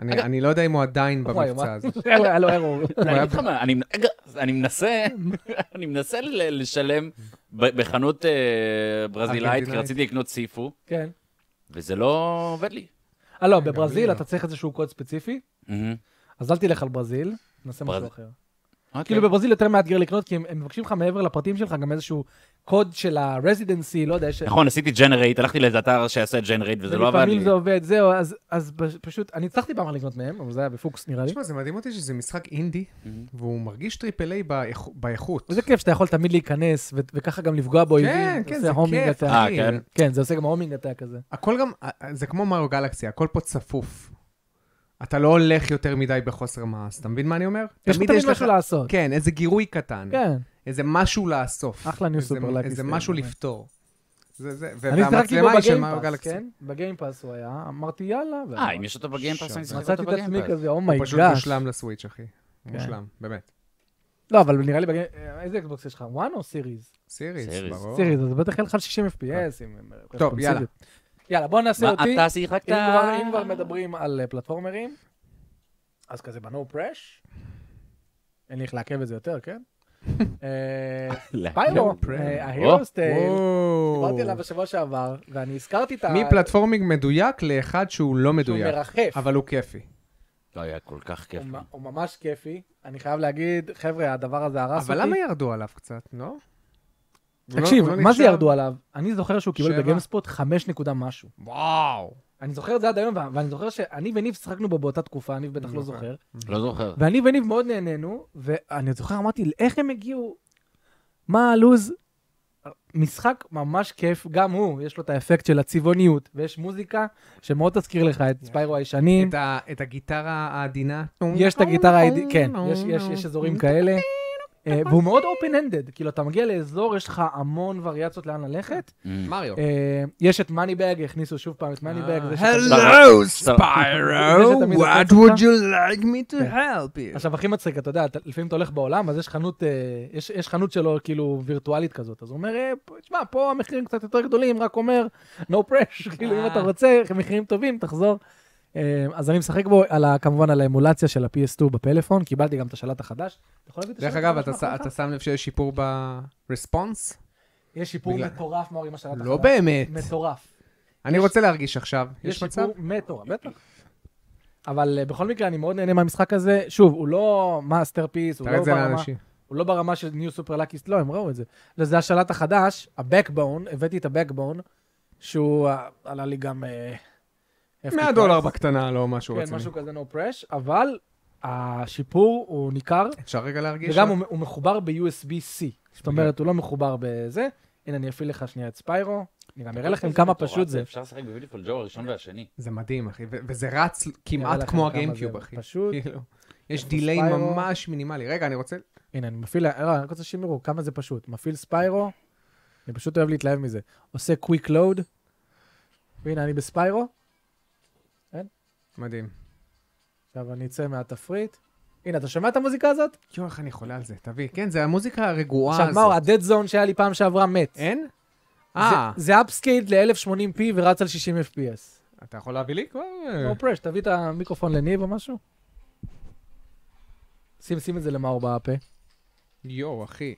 אני- אגב- אני לא יודע אם הוא עדיין וואי, במבצע הזה. מה- היה לו- היה לו ארור. אני אגיד לך מה, אני- רגע, אני מנסה, אני מנסה ל- לשלם ב- בחנות אה, ברזילאית, כי ארגנטינאית. רציתי לקנות סיפו, כן. וזה לא עובד לי. אה, לא, גם לי בברזיל לא. אתה צריך איזשהו קוד ספציפי, מהמם. אז אל תלך על ברזיל, נעשה משהו ברז- אחר. אוקיי. כאילו בברזיל יותר מאתגר לקנות, כי הם הם מבקשים לך מעבר לפרטים שלך גם איזשהו קוד של ה-residency, לא יודע, יש... נכון, עשיתי ג'נרייט, הלכתי לאיזה אתר שיעשה ג'נרייט, וזה לא עבד לי. ולפעמים זה עובד, זהו, אז- אז פש- פשוט, אני הצלחתי פעם לקנות מהם, אבל זה היה בפוקס נראה לי. תשמע, זה מדהים אותי שזה משחק אינדי, והוא מרגיש טריפל איי באיכ- באיכות. וזה Mm-hmm. כיף שאתה יכול תמיד להיכנס, ו- וככה גם לפגוע באויבים. כן, כן, עושה זה homing כיף, attack. אה, אחי. כן. כן, זה עושה גם הומינג אתה כזה. הכל גם, אה, זה כמו מריו גלקסי, הכל פה צפוף. אתה לא הולך יותר מדי בחוסר מעש, אתה מבין מה אני אומר? יש לך תמיד משהו לעשות. כן, איזה גירוי קטן. כן. איזה משהו לאסוף. אחלה ניו איזה- סופר לאקיס, איזה כן, משהו באמת. לפתור. זה זה, אני שיחקתי בו כן, והמצלמה היא של מריו בגיימפאס, גלקסי. כן? בגיימפאס הוא היה, אמרתי יאללה. אה, אם יש אותו בגיימפאס, אני אשחק מצאתי אותו את עצמי בגיימפאס. כזה, "Oh הוא אומייגאס. פשוט מושלם לסוויץ', אחי. כן. מושלם, באמת. לא, אבל נראה לי, בגי- אה, איזה אקסבוקס יש לך? וואן או סיריס? סיריס, סיריס. ברור. סיריס, אז בטח יהיה לך על 60 FPS. עם- עם- עם- נכון. אה. טוב, יאללה. יאללה, בוא נעשה מה אותי. אתה שיחקת? אם כבר- אם כבר מדברים על אה, פלטפורמרים, אז כזה בנו פרש. אין לי איך לעכב את זה יותר, כן? אה, לעכב. ספיירו, Prey. ההירוס טייל, וואו. אה, דיברתי עליו בשבוע שעבר, ואני הזכרתי את ה... מפלטפורמינג מדויק לאחד שהוא לא שהוא מדויק, מרחף. אבל הוא כיפי. לא היה כל כך כיף. הוא מ- הוא ממש כיפי. אני חייב להגיד, חבר'ה, הדבר הזה הרס אותי. אבל למה ירדו עליו קצת, לא? הוא לא- תקשיב, הוא לא מה זה נחשב? ירדו עליו? אני זוכר שהוא קיבל שבע. בגיימספוט 5 נקודה משהו. וואו. אני זוכר את זה עד היום, ו- ואני זוכר שאני וניב שחקנו בו באותה תקופה, ניב בטח לא זוכר. לא זוכר. ואני וניב מאוד נהנינו, ואני זוכר, אמרתי, איך הם הגיעו? מה הלו"ז? משחק ממש כיף, גם הוא, יש לו את האפקט של הצבעוניות, ויש מוזיקה שמאוד תזכיר לך את ספיירו הישנים, את ה- את הגיטרה העדינה. יש את הגיטרה, היד- כן, יש- יש יש אזורים כאלה, אה, והוא מאוד open-ended, כאילו, אתה מגיע לאזור, יש לך המון וריאציות לאן ללכת, Mm. מריו. אה, אה, יש את מאניבאג, הכניסו שוב פעם את מאניבאג, ויש את Hello. זה תמיד what עושה would אותך. you like me to help you? כן. עכשיו, הכי מצחיק, אתה יודע, אתה- לפעמים אתה הולך בעולם, אז יש חנות, אה, יש, יש חנות שלו כאילו וירטואלית כזאת, אז הוא אומר, אה, פ- תשמע, פה המחירים קצת יותר גדולים, רק אומר, no pressure, כאילו, אם אה. אתה רוצה, מחירים טובים, תחזור. אה, אז אני משחק בו, על ה, כמובן, על האמולציה של ה-PS2 בפלאפון, קיבלתי גם את השלט החדש. אתה יכול להביא את השלט דרך אגב, החדש אתה ש- מאחוריך? אתה שם לב שיש שיפור ברספונס? יש שיפור בגלל- מטורף, מאור, עם השלט החדש. לא באמת. מטורף. אני רוצה להרגיש עכשיו. יש יש מצב? שיפור מטורף, בטח. אבל אה, בכל מקרה, אני מאוד נהנה מהמשחק הזה. שוב, הוא לא מאסטרפיס, הוא תראה לא את זה ברמה... לאנשים. הוא לא ברמה של ניו סופר לקיסט, לא, הם ראו את זה. לא, זה השלט החדש, הבקבון, הבאתי את הבקבון, שהוא אה, עלה לי גם... אה, 100 דולר FT בקטנה, לא משהו כן, רציני. משהו כזה no press, אבל השיפור הוא ניכר, אפשר רגע להרגיש? וגם הוא- הוא מחובר ב-USB-C. זאת אומרת, הוא לא מחובר בזה. הנה, אני אפעיל לך שנייה את ספיירו, אני גם אראה לכם כמה פשוט זה. אפשר לשחק בביוטיפול ג'ו הראשון והשני. זה מדהים, אחי, ו- וזה רץ אראה כמעט לכם כמו כמה הגיימקיוב, זה אחי. פשוט. כאילו, יש איפה דיליי ספיירו? ממש מינימלי. רגע, אני רוצה... הנה, אני מפעיל, אה, אני רק רוצה שהם יראו כמה זה פשוט. מפעיל ספיירו, אני פשוט אוהב להתלהב מזה. עושה קוויק לואוד, והנה, אני בספיירו. מדהים. עכשיו אני אצא מהתפריט. הנה, אתה שומע את המוזיקה הזאת? יואו, איך אני חולה על זה, תביא. כן, זה המוזיקה הרגועה עכשיו, הזאת. מאור, ה-dead zone שהיה לי פעם שעברה מת. אין? זה- אה, זה אפסקייד ל-1080p ורץ על 60 fps. אתה יכול להביא לי כבר? נו פרש, תביא את המיקרופון לניב או משהו. שים, שים את זה למאור בפה. יואו, אחי.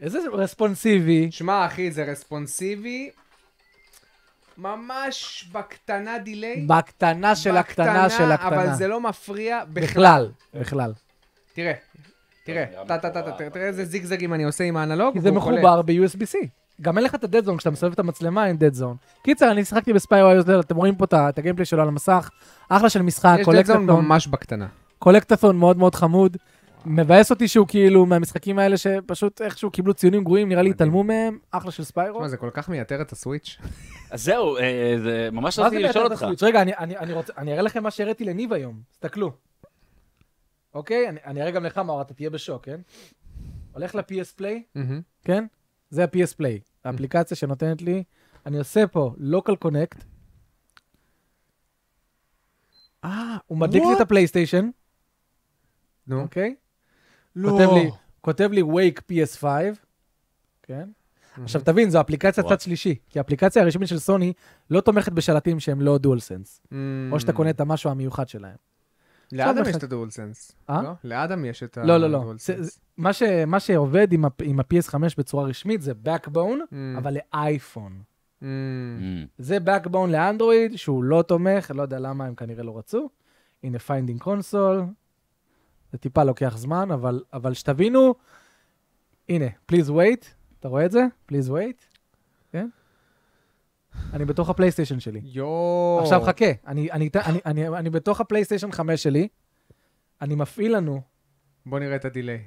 איזה רספונסיבי. שמע, אחי, זה רספונסיבי. ממש בקטנה דיליי. בקטנה של הקטנה של הקטנה. אבל זה לא מפריע בכלל. בכלל, בכלל. תראה, תראה, טה טה טה טה, תראה איזה זיגזגים אני עושה עם האנלוג. כי זה והוא קולט. מחובר ב-USB-C. גם אין לך את ה-dead zone, כשאתה מסובב את המצלמה אין dead zone. קיצר, אני שיחקתי בספיירו היוזלר, אתם רואים פה את ה- את הגיימפליי שלו על המסך. אחלה של משחק, יש דדזון קולקטפון. ממש בקטנה. קולקטתון מאוד מאוד חמוד. מבאס אותי שהוא כאילו מהמשחקים האלה שפשוט איכשהו קיבלו ציונים גרועים, נראה לי מדהים. התעלמו מהם, אחלה של ספיירו. תשמע, זה כל כך מייתר את הסוויץ'. אז זהו, אה, זה ממש מה זה רציתי מייתר לשאול את אותך. הסוויץ'? רגע, אני- אני אני רוצה- אני אראה לכם מה שהראיתי לניב היום, תסתכלו. אוקיי? אני- אני אראה גם לך, מאור, אתה תהיה בשוק, כן? הולך ל-PS פליי, מהמם. כן? זה ה-PS פליי, האפליקציה שנותנת לי. אני עושה פה local connect, אה, הוא מדליק לי את הפלייסטיישן, נו. אוקיי? לא. כותב לי, כותב לי wake PS5, כן? עכשיו תבין, זו אפליקציה וואו. צד שלישי, כי האפליקציה הרשמית של סוני לא תומכת בשלטים שהם לא דואל סנס, Mm. או שאתה קונה את המשהו המיוחד שלהם. לאדם עכשיו יש בכלל- את הדואלסנס. אה? לא? לאדם יש את לא, לא, לא. זה- הדואלסנס. זה- מה ש- מה שעובד עם הפ- עם ה-PS5 בצורה רשמית זה Backbone, Mm. אבל לאייפון. Mm. אמ, זה Backbone לאנדרואיד, שהוא לא תומך, לא יודע למה, הם כנראה לא רצו. הנה Finding Console, זה טיפה לוקח זמן, אבל אבל שתבינו, הנה, Please wait, אתה רואה את זה? Please wait, כן? אני בתוך הפלייסטיישן שלי. יואו. עכשיו חכה, אני, אני, אני, אני, אני בתוך הפלייסטיישן 5 שלי, אני מפעיל לנו, בוא נראה את הדיליי.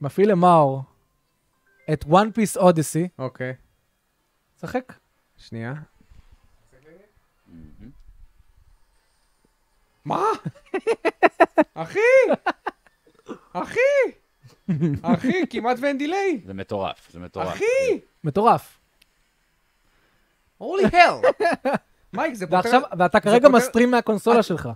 מפעיל למאור את One Piece Odyssey, אוקיי, שחק. שנייה. אמ, מה? אחי! אחי! אחי, כמעט ואין דיליי! זה מטורף, זה מטורף. אחי! מטורף. הולי הל! מייק, זה פותר... ועכשיו, ואתה כרגע פותר- מסטרים מהקונסולה שלך.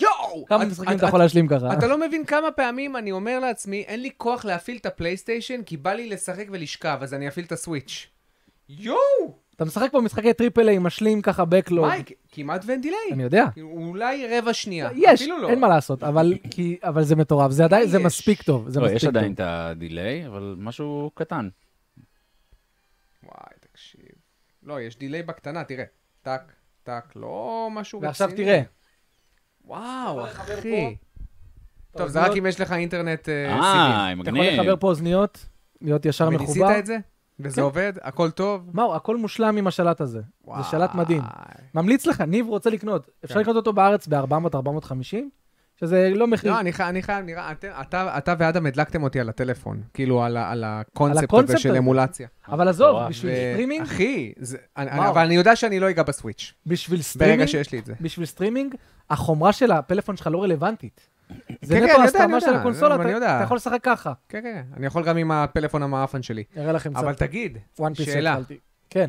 יואו! כמה את- משחקים את- אתה יכול להשלים ככה? אתה לא מבין כמה פעמים אני אומר לעצמי, אין לי כוח להפעיל את הפלייסטיישן, כי בא לי לשחק ולשכב, אז אני אפעיל את הסוויץ'. יואו! אתה משחק פה משחקי טריפל איי, משלים ככה בקלוג. מייק, כמעט ואין לא. אני דיליי. יודע. כאילו, אולי רבע שנייה. יש, אפילו לא. אין מה לעשות, אבל כי- אבל זה מטורף, זה עדיין, זה יש. מספיק טוב. זה לא, מספיק יש עדיין טוב. את הדיליי, אבל משהו קטן. וואי, תקשיב. לא, יש דיליי בקטנה, תראה. טק, טק, לא משהו רציני. ועכשיו תראה, וואו, אתה יכול לחבר אחי. פה? טוב, זה רק אם יש לך אינטרנט אה, סיבים. אתה אה, יכול מגניב. לחבר פה אוזניות, להיות ישר מחובר. וניסית את זה? וזה כן. עובד? הכל טוב? מאור, הכל מושלם עם השלט הזה. זה שלט מדהים. וואי. ממליץ לך, ניב רוצה לקנות. אפשר כן. לקנות אותו בארץ ב-400-450, שזה לא מחיר. לא, אני חי- אני חייב, נראה, אתם- אתה אתה ואדם הדלקתם אותי על הטלפון, כאילו על ה- על על הקונספט הקונספט הזה של הזה. אמולציה. אבל עזוב, מטורף. בשביל ו- סטרימינג, אחי, זה- אני- אני- וואו. אבל אני יודע שאני לא אגע בסוויץ', בשביל ברגע סטרימינג, שיש לי את זה. בשביל סטרימינג, החומרה של הפלאפון שלך לא רלוונטית. זה כן, נטו כן, אני יודע, אני הסתמה של יודע, הקונסולה, אני אתה- יודע. אתה יכול לשחק ככה. כן, כן, כן, אני יכול גם עם הפלאפון המאפן שלי. אראה לכם קצת. אבל תגיד, One Piece שאלה. התחלתי. כן,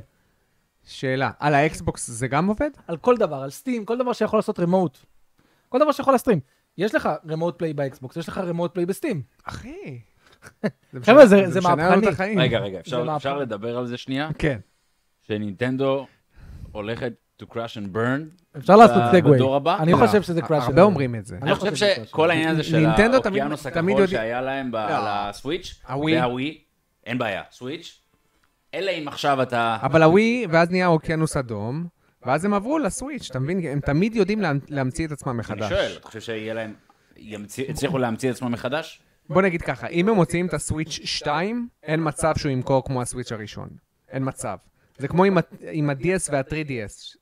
שאלה, על האקסבוקס זה גם עובד? על כל דבר, על סטים, כל דבר שיכול לעשות רמוט. כל דבר שיכול להסטרים. יש לך רמוט פליי באקסבוקס, יש לך רמוט פליי בסטים. אחי. חבר'ה, זה- זה משנה לנו את מהפכני. החיים. רגע, רגע, אפשר- מהפכני. אפשר לדבר על זה שנייה? כן. שנינטנדו הולכת to crash and burn? אפשר לעשות סגווי. בדור הבא? אני לא. חושב שזה קראש. הרבה אומרים את זה. אני אני לא חושב חושב שזה שכל קראש. העניין הזה של נינטנדו תמיד- האוקיינוס תמיד הכחול יודעים- שהיה להם ב- על הסוויץ', הווי. והווי, אין בעיה, סוויץ', אלא אם עכשיו אתה... אבל הווי, ואז נהיה אוקיינוס אדום, ואז הם עברו לסוויץ', אתה מבין? הם תמיד יודעים לה- להמציא את עצמם אני מחדש. שואל, אתה חושב שיהיה להם... ימציא- יצליחו להמציא את עצמם מחדש? בוא נגיד ככה, אם הם מוציאים את הסוויץ' 2, אין מצב שהוא ימכור כמו הסוויץ' הראשון. אין מצב. זה כמו עם, ה- עם ה-DS וה-3DS.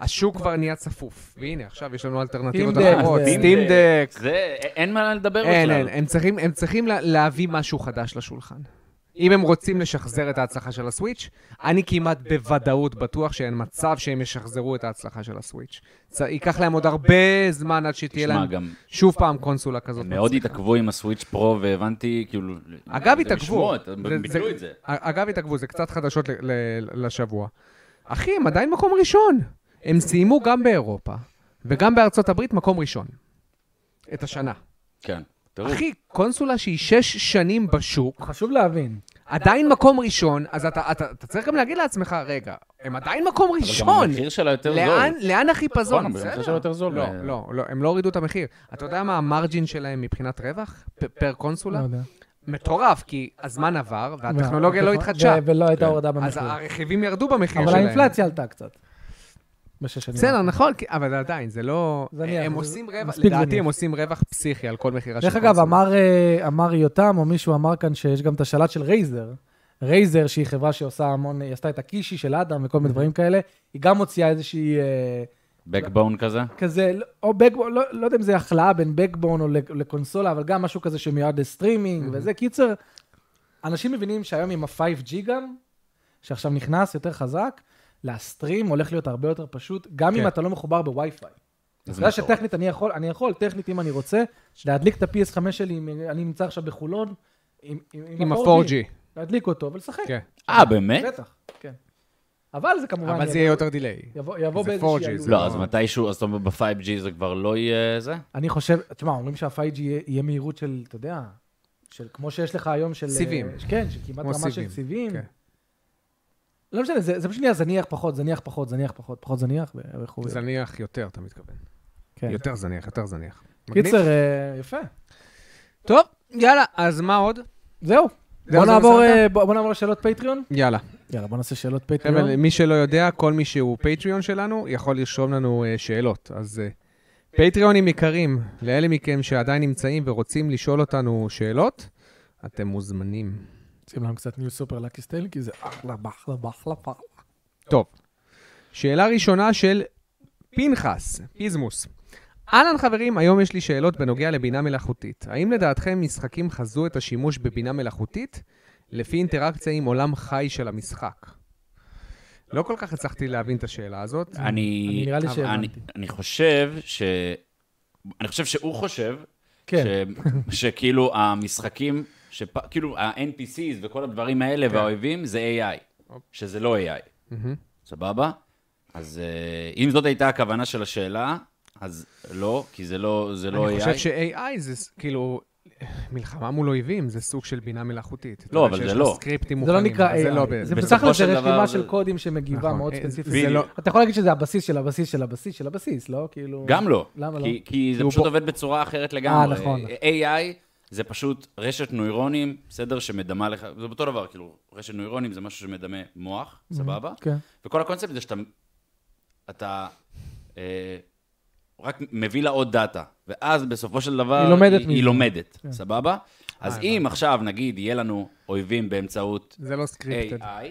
השוק כבר נהיה צפוף. והנה, עכשיו יש לנו אלטרנטיבות Steam Deck, אחרות. זה- סטים דק. אה, זה, א- אין מה לדבר בכלל. אה, אין, אין, הם צריכים, הם צריכים לה, להביא משהו חדש לשולחן. אם הם רוצים לשחזר את ההצלחה של הסוויץ', אני כמעט בוודאות בטוח שאין מצב שהם ישחזרו את ההצלחה של הסוויץ'. צ- ייקח להם עוד הרבה זמן עד שתהיה תשמע, להם גם שוב פעם קונסולה כזאת. מאוד התעכבו עם הסוויץ' פרו, והבנתי, כאילו... אגב, זה התעכבו. משמועות, הם ביטלו את זה. אגב, התעכבו, זה קצת חדשות ל- ל- לשבוע. אחי, הם עדיין מקום ראשון. הם סיימו גם באירופה, וגם בארצות הברית מקום ראשון. את השנה. כן. תראו, אחי, קונסולה שהיא שש שנים בשוק, חשוב להבין. עדיין מקום ראשון, אז אתה, אתה, אתה צריך גם להגיד לעצמך, רגע, הם עדיין מקום אבל גם ראשון. המחיר שלה יותר לאן, זול. לאן נכון, החיפזון? אבל המחיר שלה יותר זול. לא, אה, לא, לא, הם לא הורידו את המחיר. אתה יודע מה המרג'ין שלהם מבחינת רווח? פ- פר לא קונסולה? יודע. מטורף, כי הזמן עבר והטכנולוגיה לא ו- התחדשה. ולא הייתה כן. הורדה אז במחיר. הרכיבים ירדו במחיר אבל שלהם. האינפלציה עלתה קצת. בשש שנים. בסדר, נכון, כי- אבל עדיין, זה לא... זניח, הם זה- עושים רווח, מספיק לדעתי זניח. הם עושים רווח פסיכי על כל מכירה של דרך אגב, קונסולה. אמר, אה, אמר יותם, או מישהו אמר כאן שיש גם את השלט של רייזר. רייזר, שהיא חברה שעושה המון, היא עשתה את הקישי של אדם וכל מיני דברים כאלה, היא גם מוציאה איזושהי, אה, בקבון כזה? כזה, או בקבון, לא, לא יודע אם זה הכלאה בין בקבון או לק- לקונסולה, אבל גם משהו כזה שמיועד לסטרימינג וזה. קיצר, אנשים מבינים שהיום עם ה-5G גם, שעכשיו נכנס יותר חזק, להסטרים הולך להיות הרבה יותר פשוט, גם כן. אם אתה לא מחובר בווי-פיי. אתה זה יודע מטורף. שטכנית אני יכול, אני יכול, טכנית אם אני רוצה, להדליק את ה-PS5 שלי, אם אני נמצא עכשיו בחולון, עם, עם, עם ה-4G. להדליק אותו ולשחק. כן. אה, באמת? בטח, כן. אבל זה כמובן אבל זה יבוא, יהיה יותר דיליי. יבוא, יבוא זה באיזושהי 4G, עלות. זה לא, אז מתישהו, אז אתה אומר ב-5G זה כבר לא יהיה זה? אני חושב, תשמע, אומרים שה-5G יהיה, יהיה מהירות של, אתה יודע, של כמו שיש לך היום של... סיבים. אה, כן, של כמעט כמו רמה סיבים, של סיבים. כן. לא משנה, זה, זה פשוט נהיה זניח פחות, זניח פחות, זניח פחות, פחות זניח, וכו'. זניח יותר, אתה מתכוון. כן. יותר זניח, יותר זניח. מגניב. קיצר, אה, יפה. טוב, יאללה, אז מה עוד? זהו. זה בוא נעבור, בסדר? אה, בוא בוא נעבור לשאלות פטריון. יאללה. יאללה, בוא נעשה שאלות פטריון. חבר'ה, מי שלא יודע, כל מי שהוא פטריון שלנו, יכול לרשום לנו אה, שאלות. אז אה, פטריונים יקרים, לאלה מכם שעדיין נמצאים ורוצים לשאול אותנו שאלות, אתם מוזמנים. שים להם קצת ניו סופר לקי סטייל, כי זה אחלה, באחלה, באחלה, באחלה. טוב, שאלה ראשונה של פנחס, פיזמוס. אהלן חברים, היום יש לי שאלות בנוגע לבינה מלאכותית. האם לדעתכם משחקים חזו את השימוש בבינה מלאכותית לפי אינטראקציה עם עולם חי של המשחק? לא כל כך הצלחתי להבין את השאלה הזאת. אני... נראה לי אבל שהבנתי. אני- אני חושב ש... אני חושב שהוא חושב, כן. ש- שכאילו המשחקים, שפ- כאילו ה-NPCs וכל הדברים האלה והאויבים זה AI, שזה לא AI. סבבה? אז אה, אם זאת הייתה הכוונה של השאלה, אז לא, כי זה לא זה לא AI. אני חושב ש-AI זה ס- כאילו, מלחמה מול אויבים זה סוג של בינה מלאכותית. אתה לא, יודע אבל שיש זה לו לא. סקריפטים זה לא מוכנים, נקרא אבל זה לא AI, ב- זה בסופו בסך הכל זה של דבר רשימה זה- של קודים שמגיבה נכון. מאוד אה, ספציפית. זה זה- לא- אתה יכול להגיד שזה הבסיס של הבסיס של הבסיס של הבסיס, לא? כאילו... גם לא. למה לא? כי, כי זה הוא פשוט בו- עובד בצורה אחרת לגמרי. אה, נכון. AI זה פשוט רשת נוירונים, בסדר, שמדמה לך, זה אותו דבר, כאילו, רשת נוירונים זה משהו שמדמה מוח, סבבה? כן. וכל הקונספט זה שאתה אתה, אה, רק מביא לה עוד דאטה, ואז בסופו של דבר היא לומדת היא מזה. כן. אה, לומדת, סבבה? אז אם עכשיו, נגיד, יהיה לנו אויבים באמצעות זה לא סקריפטד. AI,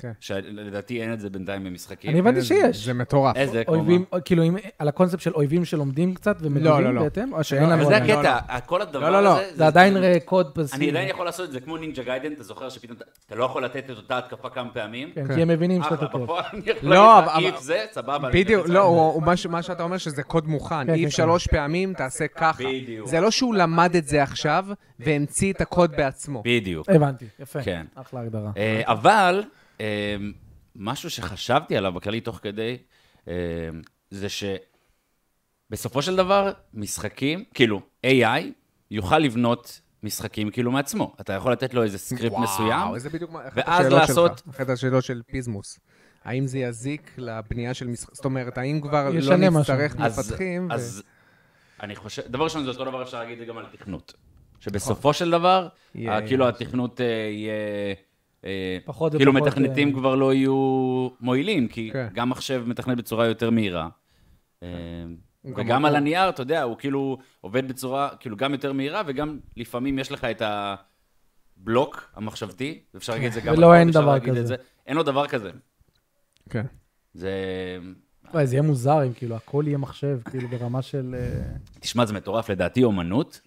כן. שלדעתי אין את זה בינתיים במשחקים. אני הבנתי זה- שיש. זה מטורף. איזה, כמו מה? אויבים, כאילו, אם- על הקונספט של אויבים שלומדים קצת לא, ומגיבים לא. בהתאם? או שאין אבל לנו... אבל זה עדיין? לא, הקטע, כל הדבר לא, לא, לא. הזה... זה עדיין אה, קוד פסיבי. אני עדיין יכול לעשות את זה כמו נינג'ה גיידן, אתה זוכר שפתאום אתה- אתה לא יכול לתת את אותה התקפה כמה פעמים? כן, כי הם מבינים שאתה אחלה, תוקף. בפועל אני יכול לא, להגיד אבל- לך, איף זה, סבבה. אני בדיוק, אתן לא, את זה." הוא- הוא מה ש- מה שאתה אומר שזה קוד מוכן. כן, אם כן, שלוש פעמים תעשה ככה. בדיוק. זה לא שהוא למד את זה עכשיו והמציא את הקוד בעצמו. בדיוק. הבנתי, יפה. כן. אחלה הגדרה. אה, אבל אה, משהו שחשבתי עליו בכללי תוך כדי, אה, זה שבסופו של דבר, משחקים, כאילו, AI יוכל לבנות משחקים כאילו מעצמו. אתה יכול לתת לו איזה סקריפט וואו, מסוים, זה בדיוק מה- אחת ואז השאלות לעשות- שלך, אחת השאלות של פיזמוס. האם זה יזיק לבנייה של משחק? זאת אומרת, האם כבר לא ישנה משהו. נצטרך אז- מפתחים? ו- אז אני חושב, דבר ראשון, זה אותו דבר אפשר להגיד את זה גם על תכנות. נכון. שבסופו של דבר, יהיה- ה- כאילו התכנות אה, יהיה... אה, פחות כאילו ופחות, מתכנתים אה, כבר לא יהיו מועילים, כי כן. גם מחשב מתכנת בצורה יותר מהירה. אה, הוא גם- וגם על הנייר, אתה יודע, הוא כאילו עובד בצורה, כאילו גם יותר מהירה, וגם לפעמים יש לך את הבלוק המחשבתי, אפשר להגיד את זה גם... על ולא, קוד, אין אפשר דבר להגיד את כזה. זה. אין לו דבר כזה. כן. זה... וואי, זה יהיה מוזר אם כאילו הכל יהיה מחשב, כאילו ברמה של... אה, תשמע, זה מטורף, לדעתי אומנות.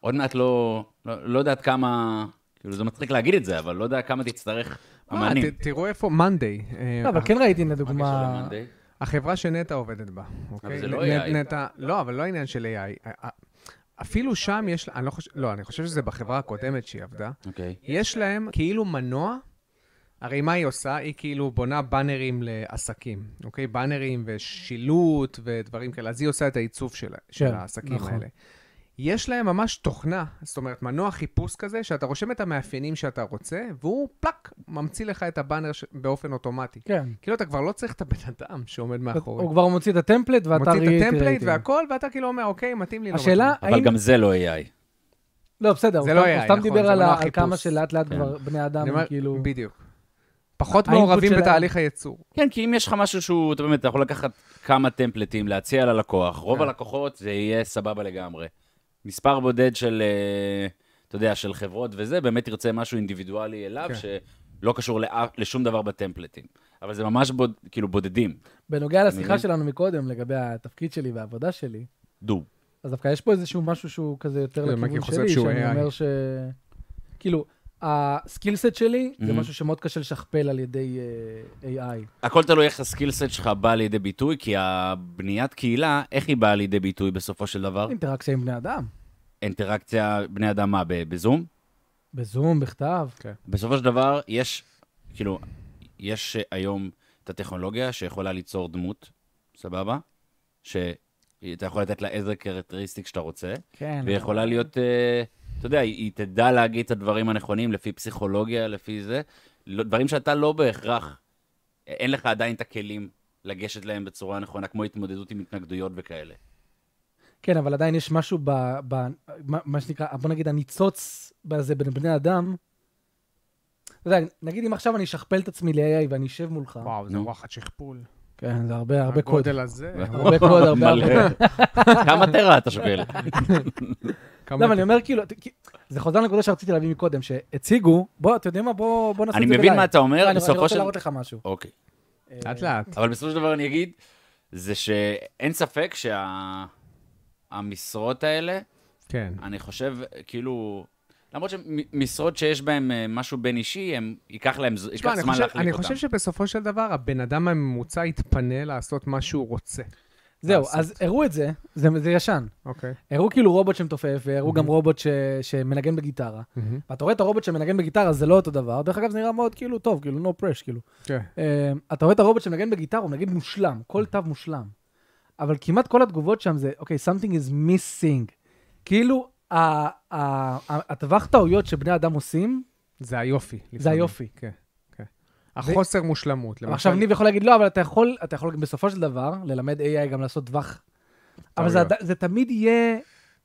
עוד מעט לא, לא, לא יודעת כמה, כאילו זה מצחיק להגיד את זה, אבל לא יודע כמה תצטרך מה, אמנים. אה, ת- תראו איפה מאנדיי. לא, אה. אבל כן ראיתי לדוגמה... למאנדיי? החברה שנטע עובדת בה, אוקיי? זה לא נ- AI. נטע, לא, אבל לא עניין של AI. אה, אפילו שם יש, אני לא חושב, לא, אני חושב שזה בחברה הקודמת שהיא עבדה. אוקיי. יש להם כאילו מנוע, הרי מה היא עושה? היא כאילו בונה באנרים לעסקים, אוקיי? באנרים ושילוט ודברים כאלה, אז היא עושה את העיצוב של, של כן, העסקים נכון. האלה. יש להם ממש תוכנה, זאת אומרת, מנוע חיפוש כזה, שאתה רושם את המאפיינים שאתה רוצה, והוא פלאק, ממציא לך את הבאנר ש... באופן אוטומטי. כן. כאילו, אתה כבר לא צריך את הבן אדם שעומד מאחורי. הוא כבר מוציא את הטמפלט ואתה מוציא את הטמפלייט reiterating. והכל, ואתה כאילו אומר, אוקיי, מתאים לי, לא מתאים לי. השאלה, אבל האם... גם זה לא AI. לא, בסדר, זה הוא לא סתם- AI, הוא סתם נכון, דיבר זה על ה- מונח על כמה חיפוש. שלאט לאט כן. כבר בני אדם, אני אומר, כאילו... בדיוק. פחות האינפוט מעורבים שלהם. בתהליך הייצור. כן, כי אם יש לך משהו שהוא, אתה באמת, אתה יכול לקחת כמה טמפלטים, להציע ללקוח, רוב הלקוחות זה יהיה סבבה לגמרי. מספר בודד של, אה, אתה יודע, של חברות וזה, באמת תרצה משהו אינדיבידואלי אליו, כן. שלא קשור לאף- לשום דבר בטמפלטים. אבל זה ממש בוד- כאילו בודדים. בנוגע לשיחה מבין? שלנו מקודם, לגבי התפקיד שלי והעבודה שלי, דו. אז דווקא יש פה איזשהו משהו שהוא כזה יותר זה מה, לכיוון כי חושב שלי, כן, שהוא שאני AI. אומר ש... כאילו, הסקילסט שלי זה Mhm. משהו שמאוד קשה לשכפל על ידי אה, AI. הכל תלוי איך הסקילסט שלך בא לידי ביטוי, כי הבניית קהילה, איך היא באה לידי ביטוי בסופו של דבר? אינטראקציה עם בני אדם, אינטראקציה בני אדם מה, ב- בזום? בזום, בכתב. כן. בסופו של דבר, יש, כאילו, יש אה, היום את הטכנולוגיה שיכולה ליצור דמות, סבבה? שאתה יכול לתת לה איזה קרקטריסטיק שאתה רוצה, כן. והיא יכולה להיות, אה, אתה יודע, היא היא תדע להגיד את הדברים הנכונים לפי פסיכולוגיה, לפי זה, לא- דברים שאתה לא בהכרח, אין לך עדיין את הכלים לגשת להם בצורה נכונה, כמו התמודדות עם התנגדויות וכאלה. כן, אבל עדיין יש משהו ב... ב מה, מה שנקרא, בוא נגיד הניצוץ הזה בין בני אדם. אתה יודע, נגיד אם עכשיו אני אשכפל את עצמי ל-AI ואני אשב מולך. וואו, זה נו. וואחד שכפול. כן, זה הרבה, הרבה קוד. הגודל הזה. הרבה קוד, הרבה מלא. הרבה. כמה טרה אתה שוקל? כמה לא, אבל אני אומר כאילו, כי- זה חוזר לנקודה שרציתי להביא מקודם, שהציגו, בוא, אתה יודע מה, בוא בוא נעשה את אני זה בלייב. מבין מה אתה אומר, לא, אני- אני בסופו רוצה של... להראות לך משהו. אוקיי. לאט לאט. אבל בסופו של דבר אני אגיד, זה שאין ספק שהמשרות האלה, כן. אני חושב, כאילו... למרות שמשרות שיש בהן אה, משהו בין אישי, הם- ייקח להם, ז- ייקח תשמע, אני זמן חושב- להחליף אותם. אני חושב שבסופו של דבר, הבן אדם הממוצע יתפנה לעשות מה שהוא רוצה. זהו, לעשות. אז הראו את זה, זה זה ישן. אוקיי. הראו כאילו רובוט שמתופף, והראו Mhm. גם רובוט ש- שמנגן בגיטרה. ואתה רואה את הרובוט שמנגן בגיטרה, זה לא אותו דבר. דרך אגב, זה נראה מאוד כאילו טוב, כאילו no pressure, כאילו. כן. אה, אתה רואה את הרובוט שמנגן בגיטרה, הוא מנגן מושלם, Mm-hmm. כל תו מושלם. אבל כמעט כל התגובות שם זה, אוקיי, something is missing. כאילו, ה- ה- ה- הטווח טעויות שבני אדם עושים, זה היופי. לפעמים. זה היופי. כן, כן. החוסר מושלמות. למשל, עכשיו ניב יכול להגיד, לא, אבל אתה יכול, אתה יכול בסופו של דבר ללמד AI גם לעשות טווח. אבל זה, טעויות. עדי- זה תמיד יהיה,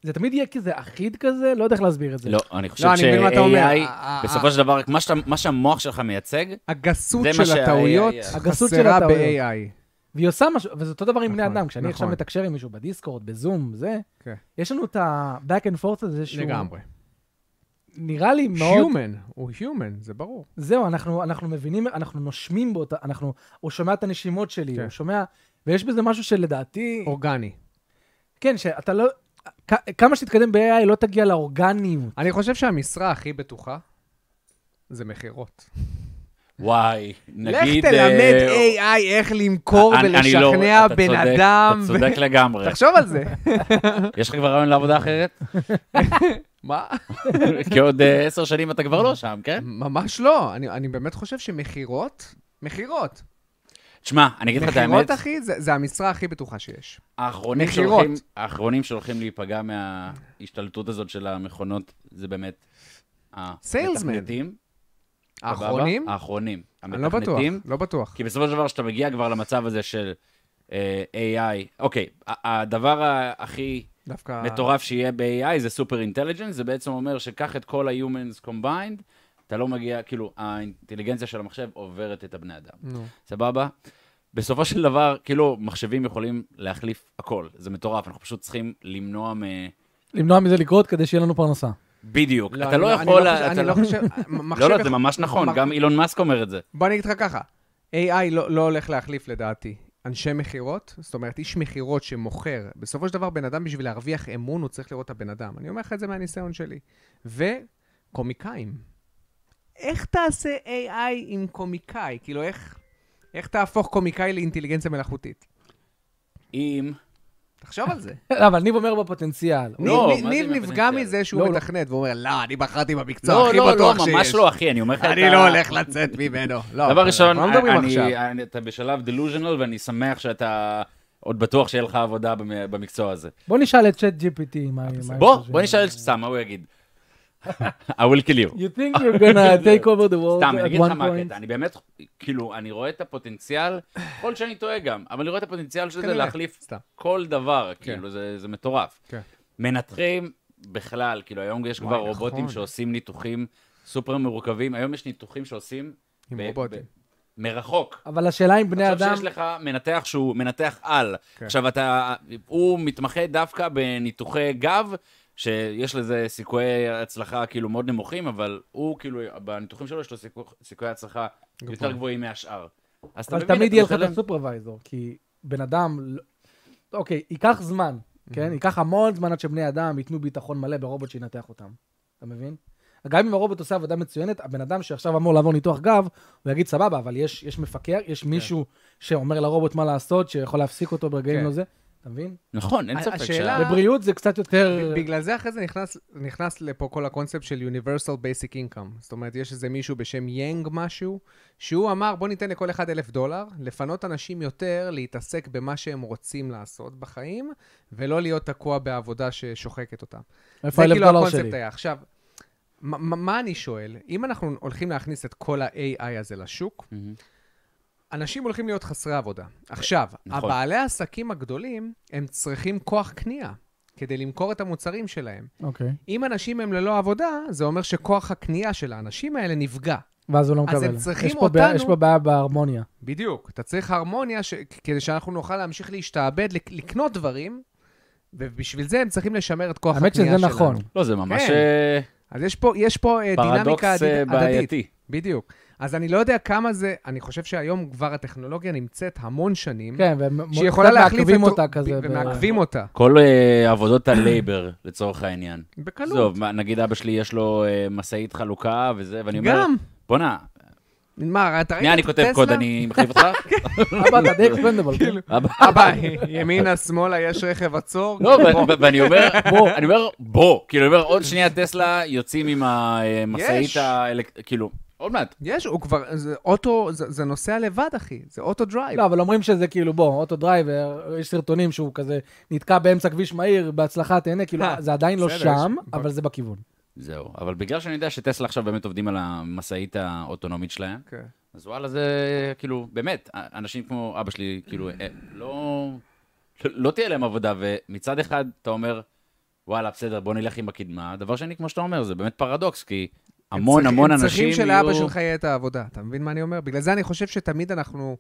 זה תמיד יהיה כזה אחיד כזה, לא יודע איך להסביר את זה. לא, אני חושב לא, אני מבין מה אתה אומר. ש-AI, ה- ה- בסופו של דבר, מה שאתה- מה שהמוח שלך מייצג, הגסות זה מה של שה- הטעויות AI. הגסות של חסרה הטעויות. ב-AI. והיא עושה משהו, וזה אותו דבר עם בני נכון, אדם, כשאני עכשיו נכון. מתקשר עם מישהו בדיסקורד, בזום, זה, כן. יש לנו את ה-back and forth הזה שהוא... לגמרי. נראה לי מאוד... Human, הוא Human, זה ברור. זהו, אנחנו, אנחנו מבינים, אנחנו נושמים באותה, אנחנו, הוא שומע את הנשימות שלי, כן. הוא שומע, ויש בזה משהו שלדעתי, אורגני. כן, שאתה לא, כ- כמה שתתקדם ב-AI לא תגיע לאורגניות. אני חושב שהמשרה הכי בטוחה זה מכירות. וואי, לך נגיד... תלמד אה, AI איך למכור אני- אני לא- ולשכנע אתה בן צודק, אדם. אתה ו- צודק לגמרי. תחשוב על זה. יש לך כבר רעיון לעבודה אחרת? מה? כי עוד אה, עשר שנים אתה כבר לא שם, כן? ממש לא. אני- אני באמת חושב שמכירות, מכירות. תשמע, אני אגיד לך את האמת, מכירות, אחי, זה זה המשרה הכי בטוחה שיש. האחרונים מכירות. שהולכים- האחרונים שהולכים להיפגע מההשתלטות הזאת של המכונות, זה באמת... Salesman. המתכנתים, סבבה? האחרונים? האחרונים. אני לא בטוח, המתכנתים, לא בטוח. כי בסופו של דבר, כשאתה מגיע כבר למצב הזה של אה, AI, אוקיי, ה- הדבר ה- הכי דווקא... מטורף שיהיה ב-AI זה סופר אינטליג'נס, זה בעצם אומר שקח את כל ה-humans combined, אתה לא מגיע, כאילו, האינטליגנציה של המחשב עוברת את הבני אדם. נו. סבבה? בסופו של דבר, כאילו, מחשבים יכולים להחליף הכל. זה מטורף, אנחנו פשוט צריכים למנוע מ... למנוע מזה לקרות כדי שיהיה לנו פרנסה. בדיוק. לא, אתה אני לא אני יכול... חושב- אתה אני לא חושב... מחשב לא, לא, זה יכול- ממש נכון, מח- גם אילון מאסק אומר את זה. בוא אני אגיד לך ככה, AI לא, לא הולך להחליף לדעתי אנשי מכירות, זאת אומרת איש מכירות שמוכר, בסופו של דבר בן אדם בשביל להרוויח אמון הוא צריך לראות את הבן אדם. אני אומר לך את זה מהניסיון שלי. וקומיקאים. איך תעשה AI עם קומיקאי? כאילו איך, איך תהפוך קומיקאי לאינטליגנציה מלאכותית? אם... תחשוב על זה. לא, אבל ניב אומר בפוטנציאל. ניב, לא, ניב, מה זה ניב עם נפגע הפוטנציאל? מזה שהוא לא, לא. מתכנת, והוא אומר, לא, אני בחרתי במקצוע לא, הכי לא, לא, בטוח שיש. ממש לא, אחי, אני אומר לך... אני אתה- לא הולך לצאת ממנו. לא, דבר ראשון, אנחנו לא מדברים אני- עכשיו. אני- אתה בשלב דלוז'נל, ואני שמח שאתה עוד בטוח שיהיה לך עבודה במ- במקצוע הזה. בוא נשאל את צ'אט GPT מה... מה בוא, הם חושבים. בוא נשאל את סתם, מה הוא יגיד? I will kill you. You think you're gonna take over the world סתם, אני at אגיד לך one מה point? הקטע, אני באמת, כאילו, אני רואה את הפוטנציאל, יכול להיות שאני טועה גם, אבל אני רואה את הפוטנציאל של זה כנראה, להחליף כן, סתם. כל דבר, כאילו, זה זה מטורף. כן. מנתחים בכלל, כאילו, היום יש וואי, כבר נכון. רובוטים שעושים ניתוחים סופר מורכבים, היום יש ניתוחים שעושים... עם ב- רובוטים. ב- מרחוק. אבל השאלה אם בני עכשיו אדם... שיש לך מנתח שהוא מנתח על. כן. עכשיו אתה, הוא מתמחה דווקא בניתוחי גב, שיש לזה סיכויי הצלחה כאילו מאוד נמוכים, אבל הוא כאילו, בניתוחים שלו יש לו סיכוי, סיכויי הצלחה גבוה. יותר גבוהים מהשאר. אז אתה אבל מבין, תמיד אתה יהיה לך את משלם- הסופרוויזור, כי בן אדם, לא- אוקיי, ייקח זמן, Mm-hmm. כן? ייקח המון זמן עד שבני אדם ייתנו ביטחון מלא ברובוט שינתח אותם. אתה מבין? גם אם הרובוט עושה עבודה מצוינת, הבן אדם שעכשיו אמור לעבור ניתוח גב, הוא יגיד, סבבה, אבל יש, יש מפקח, יש כן. מישהו שאומר לרובוט מה לעשות, שיכול להפסיק אותו ברגעים כן. לא. לא זה. אתה מבין? נכון, אין ה- ספק. השאלה- שה- בבריאות זה קצת יותר... בגלל זה אחרי זה נכנס, נכנס לפה כל הקונספט של Universal Basic Income. זאת אומרת, יש איזה מישהו בשם יאנג משהו, שהוא אמר, בוא ניתן לכל אחד אלף דולר, לפנות אנשים יותר להתעסק במה שהם רוצים לעשות בחיים, ולא להיות תקוע בעבודה ששוחקת אותם. איפה אלף דולר שלי? כאילו הקונספט היה. עכשיו, מה, מה- מה אני שואל? אם אנחנו הולכים להכניס את כל ה-AI הזה לשוק, מהמם. אנשים הולכים להיות חסרי עבודה. עכשיו, נכון. נכון. הבעלי העסקים הגדולים, הם צריכים כוח קנייה כדי למכור את המוצרים שלהם. אוקיי. אם אנשים הם ללא עבודה, זה אומר שכוח הקנייה של האנשים האלה נפגע. ואז הוא לא אז מקבל. הם צריכים יש פה בעיה- אותנו- יש פה בעיה בהרמוניה. בדיוק. אתה צריך הרמוניה ש... כדי שאנחנו נוכל להמשיך להשתעבד, לק- לקנות דברים, ובשביל זה הם צריכים לשמר את כוח האמת הקנייה שלנו. שזה נכון. לא, זה ממש כן. אה, אז יש פה, יש פה אה, פרדוקס דינמיקה אה, הדד- הדדית. בעייתי. בדיוק. אז אני לא יודע כמה זה, אני חושב שהיום כבר הטכנולוגיה נמצאת המון שנים, כן, והם שהיא יכולה להחליף מעכבים את- אותה כזה. ב- ומעכבים אותה. כל אה, עבודות הלייבר, לצורך העניין. בקלות. עזוב, מה, נגיד אבא שלי יש לו אה, משאית חלוקה וזה, ואני אומר, גם. בואנה, מה, אתה ראית שנייה אני את כותב טסלה? קוד, אני מחליף אותך? אבא, אתה די אקספנדבל. כאילו. אבא, אבא, ימינה, שמאלה, יש רכב עצור. לא, ו- ו- ואני אומר, בוא, אני אומר, בוא, כאילו, אני אומר, עוד שנייה טסלה יוצאים עם המשאית, יש. האלק- כאילו, עוד מעט. יש, הוא כבר, זה אוטו, זה, זה נוסע לבד, אחי. זה אוטו דרייב. לא, אבל אומרים שזה כאילו, בוא, אוטו דרייבר, יש סרטונים שהוא כזה נתקע באמצע כביש מהיר, בהצלחה תהנה, כאילו, אה, זה עדיין לא בסדר, שם, יש- לא, אבל זה בכיוון. זהו. אבל בגלל שאני יודע שטסלה עכשיו באמת עובדים על המשאית האוטונומית שלהם, כן. אז וואלה, זה כאילו, באמת, אנשים כמו אבא שלי, כאילו, אה, לא, לא תהיה להם עבודה, ומצד אחד אתה אומר, וואלה, בסדר, בוא נלך עם הקדמה. דבר שני, כמו שאתה אומר, זה באמת פרדוקס, כי המון הם המון צריכים- אנשים הם יהיו... צריכים שלאבא שלך יהיה את העבודה, אתה מבין מה אני אומר? בגלל זה אני חושב שתמיד אנחנו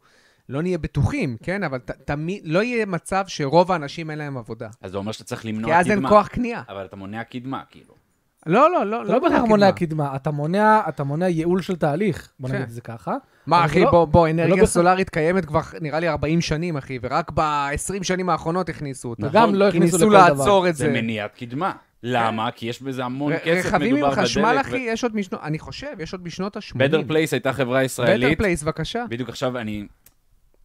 לא נהיה בטוחים, כן? אבל ת- תמיד, לא יהיה מצב שרוב האנשים אין להם עבודה. אז זה אומר שאתה צריך למנוע כי קדמה. אז אין כוח קנייה. אבל אתה מונע קדמה, כאילו. לא, לא, לא, אתה לא מונע בהכרח קדמה. מונע קדמה, אתה מונע, אתה מונע ייעול של תהליך, בוא נגיד כן. את זה ככה. מה, אבל אחי, זה לא- בוא, בוא, בהכרח. אנרגיה סולארית קיימת כבר, נראה לי, 40 שנים, אחי, ורק ב-20 שנים האחרונות הכניסו אותה. נכון, גם לא כי הכניסו ניסו לכל דבר. לעצור את זה זה. כן. מניעת קדמה. למה? כי יש בזה המון ר- כסף, רכבים מדובר עם בדלק. חשמל, אחי, יש עוד משנות, אני חושב, יש עוד משנות ה-80. בטר פלייס הייתה חברה ישראלית. פלייס, בבקשה. בדיוק עכשיו אני...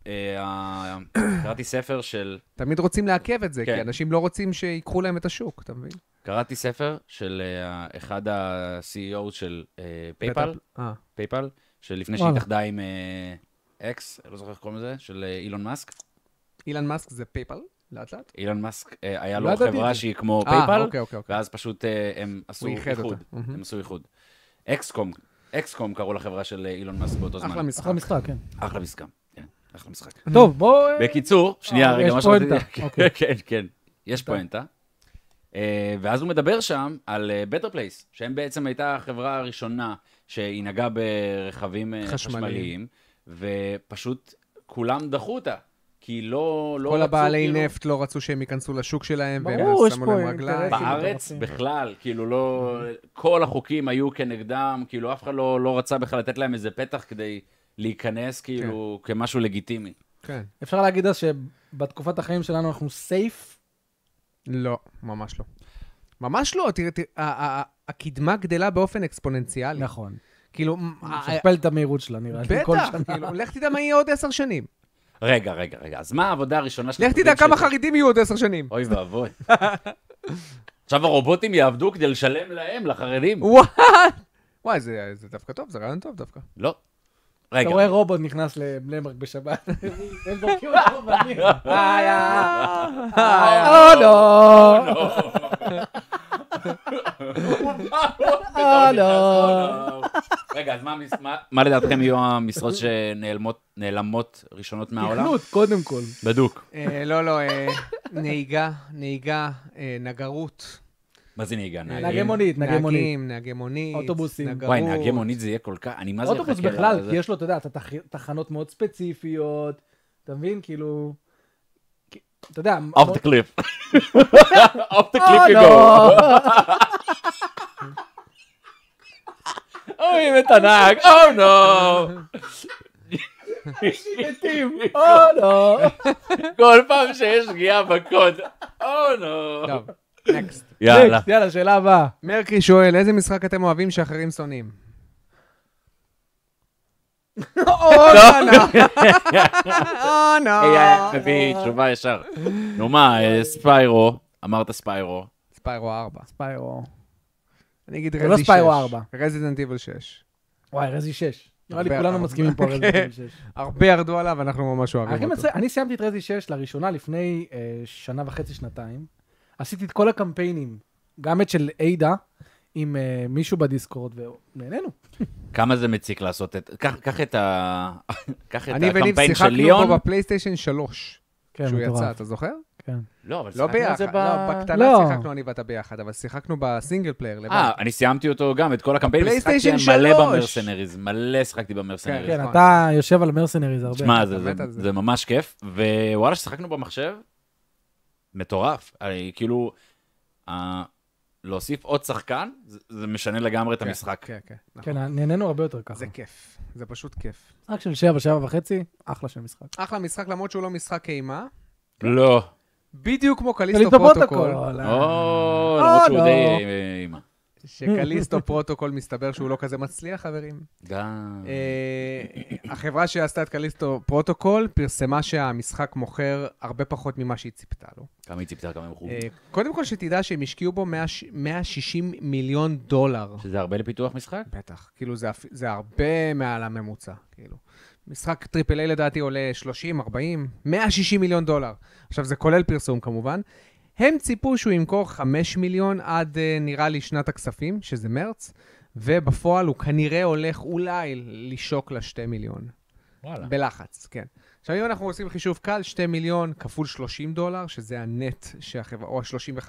אה, ה- קראתי ספר של... תמיד רוצים לעכב את זה, כן. כי אנשים לא רוצים שיקחו להם את השוק, אתה מבין? קראתי ספר של אה, אחד ה-CEO של אה, פייפל, אה, פייפל, שלפני שהיא וואלה. התאחדה עם אה, אקס, לא זוכר איך קוראים לזה, של אה, אילון מאסק. אילן מאסק זה פייפל, לאט לאט. אילון מאסק, אה, היה לא לו ידעתי את חברה זה. שהיא כמו אה, פייפל, אוקיי, אוקיי, אוקיי. ואז פשוט אה, הם עשו איחד איחוד. אותה. מהמם. הם עשו איחוד. אקסקום, אקסקום קראו לחברה של אה, אילון מאסק באותו זמן. אחלה משחק. אחלה משחק, כן. אחלה משחק. כן, אחלה משחק. טוב, בוא... אה, בקיצור, שנייה, אה, רגע, יש מה שרציתי- פואנטה, כן, אוקיי. כן, כן, יש פואנטה. אה, ואז הוא מדבר שם על בטר פלייס, שהם בעצם הייתה החברה הראשונה שהיא נגעה ברכבים אה, חשמליים. חשמליים, ופשוט כולם דחו אותה, כי לא... לא כל רצו, הבעלי כאילו- נפט לא רצו שהם ייכנסו לשוק שלהם, והם ברור, יש שמו פה להם אינטרסים. רגליים. בארץ אוקיי. מטורפים. בכלל, כאילו לא... כל החוקים היו כנגדם, כאילו אף אחד לא לא רצה בכלל לתת להם איזה פתח כדי להיכנס כאילו כמשהו לגיטימי. כן. אפשר להגיד אז שבתקופת החיים שלנו אנחנו סייף. לא, ממש לא. ממש לא, תראה, תראה, ה- ה- ה- הקדמה גדלה באופן אקספוננציאלי. נכון. כאילו, ה- שכפל את המהירות שלה, נראה לי. כל בטח, שנה. כאילו, לך תדע מה יהיה עוד עשר שנים. רגע, רגע, רגע, אז מה העבודה הראשונה שאתם לך חושבים תדע כמה ש- חרדים יהיו עוד עשר שנים. אוי ואבוי. עכשיו הרובוטים יעבדו כדי לשלם להם, לחרדים? וואי, וואי, זה זה דווקא טוב, זה רעיון טוב דווקא. לא. אתה רגע, רואה רובוט נכנס לבני ברק בשבת. אין בו כאילו רובנים. איי, אה, לא. אה, לא. רגע, אז מה המש- מה- מה לדעתכם יהיו המשרות שנעלמות ראשונות מהעולם? תכנות, קודם כל. בדוק. אה, לא, לא, אה, נהיגה, נהיגה, אה, נגרות. מה זה אה, נהיגה? נהגי נהגים? מונית, נהגי מונית. נהגים, נהגי מונית. אוטובוסים. נגרות. וואי, נהגי מונית זה יהיה כל כך... אני מה זה אוטובוס מחכה בכלל, לזה? כי יש לו, אתה יודע, אתה תח- תחנות מאוד ספציפיות, אתה מבין? כאילו... כי- אתה יודע... אוף מ- דה קליף. אוף דה Oh, אה, קליף לא. יגו. אוי, Oh, את הנהג, Oh, או נו. מתים, או לא. כל פעם שיש שגיאה בקוד, Oh, או נו. טוב, נקסט. יאללה. נקסט, יאללה, שאלה הבאה. מרקרי שואל, איזה משחק אתם אוהבים שאחרים שונאים? לא. אה, נו. אה, מביא תשובה ישר. נו מה, אה, ספיירו, אמרת ספיירו. ספיירו 4. ספיירו. אני אגיד זה רזי לא 6. ספיירו ארבע. רזידנט איבל 6. וואי, רזי 6. נראה לי הרבה, כולנו הרבה. מסכימים פה על רזי אוקיי. 6. הרבה ירדו עליו, אנחנו ממש הכי אוהבים אותו. מצחיק, אני סיימתי את רזי 6 לראשונה לפני אה, שנה וחצי, שנתיים. עשיתי את כל הקמפיינים, גם את של עידה, עם אה, מישהו בדיסקורד, ונהנינו. כמה זה מציק לעשות את... קח- קח את ה... קח את אני וניב הקמפיין של שיחקנו ליון. פה בפלייסטיישן 3, כן, שהוא יצא, מטורף. אתה זוכר? כן. לא, אבל לא שיחקנו את ביחד, זה ב... לא, בקטנה לא. שיחקנו אני ואתה ביחד, אבל שיחקנו בסינגל פלייר לבד. אה, אני סיימתי אותו גם, את כל הקמפיין, ושיחקתי בפלייסטיישן מלא לא. שלוש. במרסנריז, מלא שיחקתי במרסנריז. כן, נכון. אתה יושב על מרסנריז הרבה. תשמע, זה, אתה זה, מת על זה. זה. זה ממש כיף, ווואלה, ששיחקנו במחשב, מטורף. אני, כאילו, אה, להוסיף עוד שחקן, זה, זה משנה לגמרי את כן, המשחק. כן, כן. נכון. כן, נהנינו הרבה יותר ככה. זה כיף, זה פשוט כיף. רק של שבע, שבע וחצי, אחלה של משחק. אחלה משחק, למרות שהוא לא משחק אימה. לא. בדיוק כמו קליסטו קליסטו פרוטוקול. פרוטוקול. או, למרות שהוא אה. לא. די אה, אימא. שקליסטו פרוטוקול מסתבר שהוא לא כזה מצליח, חברים. גם. אה, החברה שעשתה את קליסטו פרוטוקול פרסמה שהמשחק מוכר הרבה פחות ממה שהיא ציפתה לו. כמה היא ציפתה, כמה הם חורים. אה, קודם כל שתדע שהם השקיעו בו 100 160 מיליון דולר. שזה הרבה לפיתוח משחק? בטח, כאילו זה, אפ- זה הרבה מעל הממוצע, כאילו. משחק טריפל איי לדעתי עולה 30, 40, 160 מיליון דולר. עכשיו, זה כולל פרסום כמובן. הם ציפו שהוא ימכור 5 מיליון עד אה, נראה לי שנת הכספים, שזה מרץ, ובפועל הוא כנראה הולך אולי לשוק ל-2 מיליון. וואלה. בלחץ, כן. עכשיו, אם אנחנו עושים חישוב קל, 2 מיליון כפול 30 דולר, שזה הנט שהחברה, או ה-35,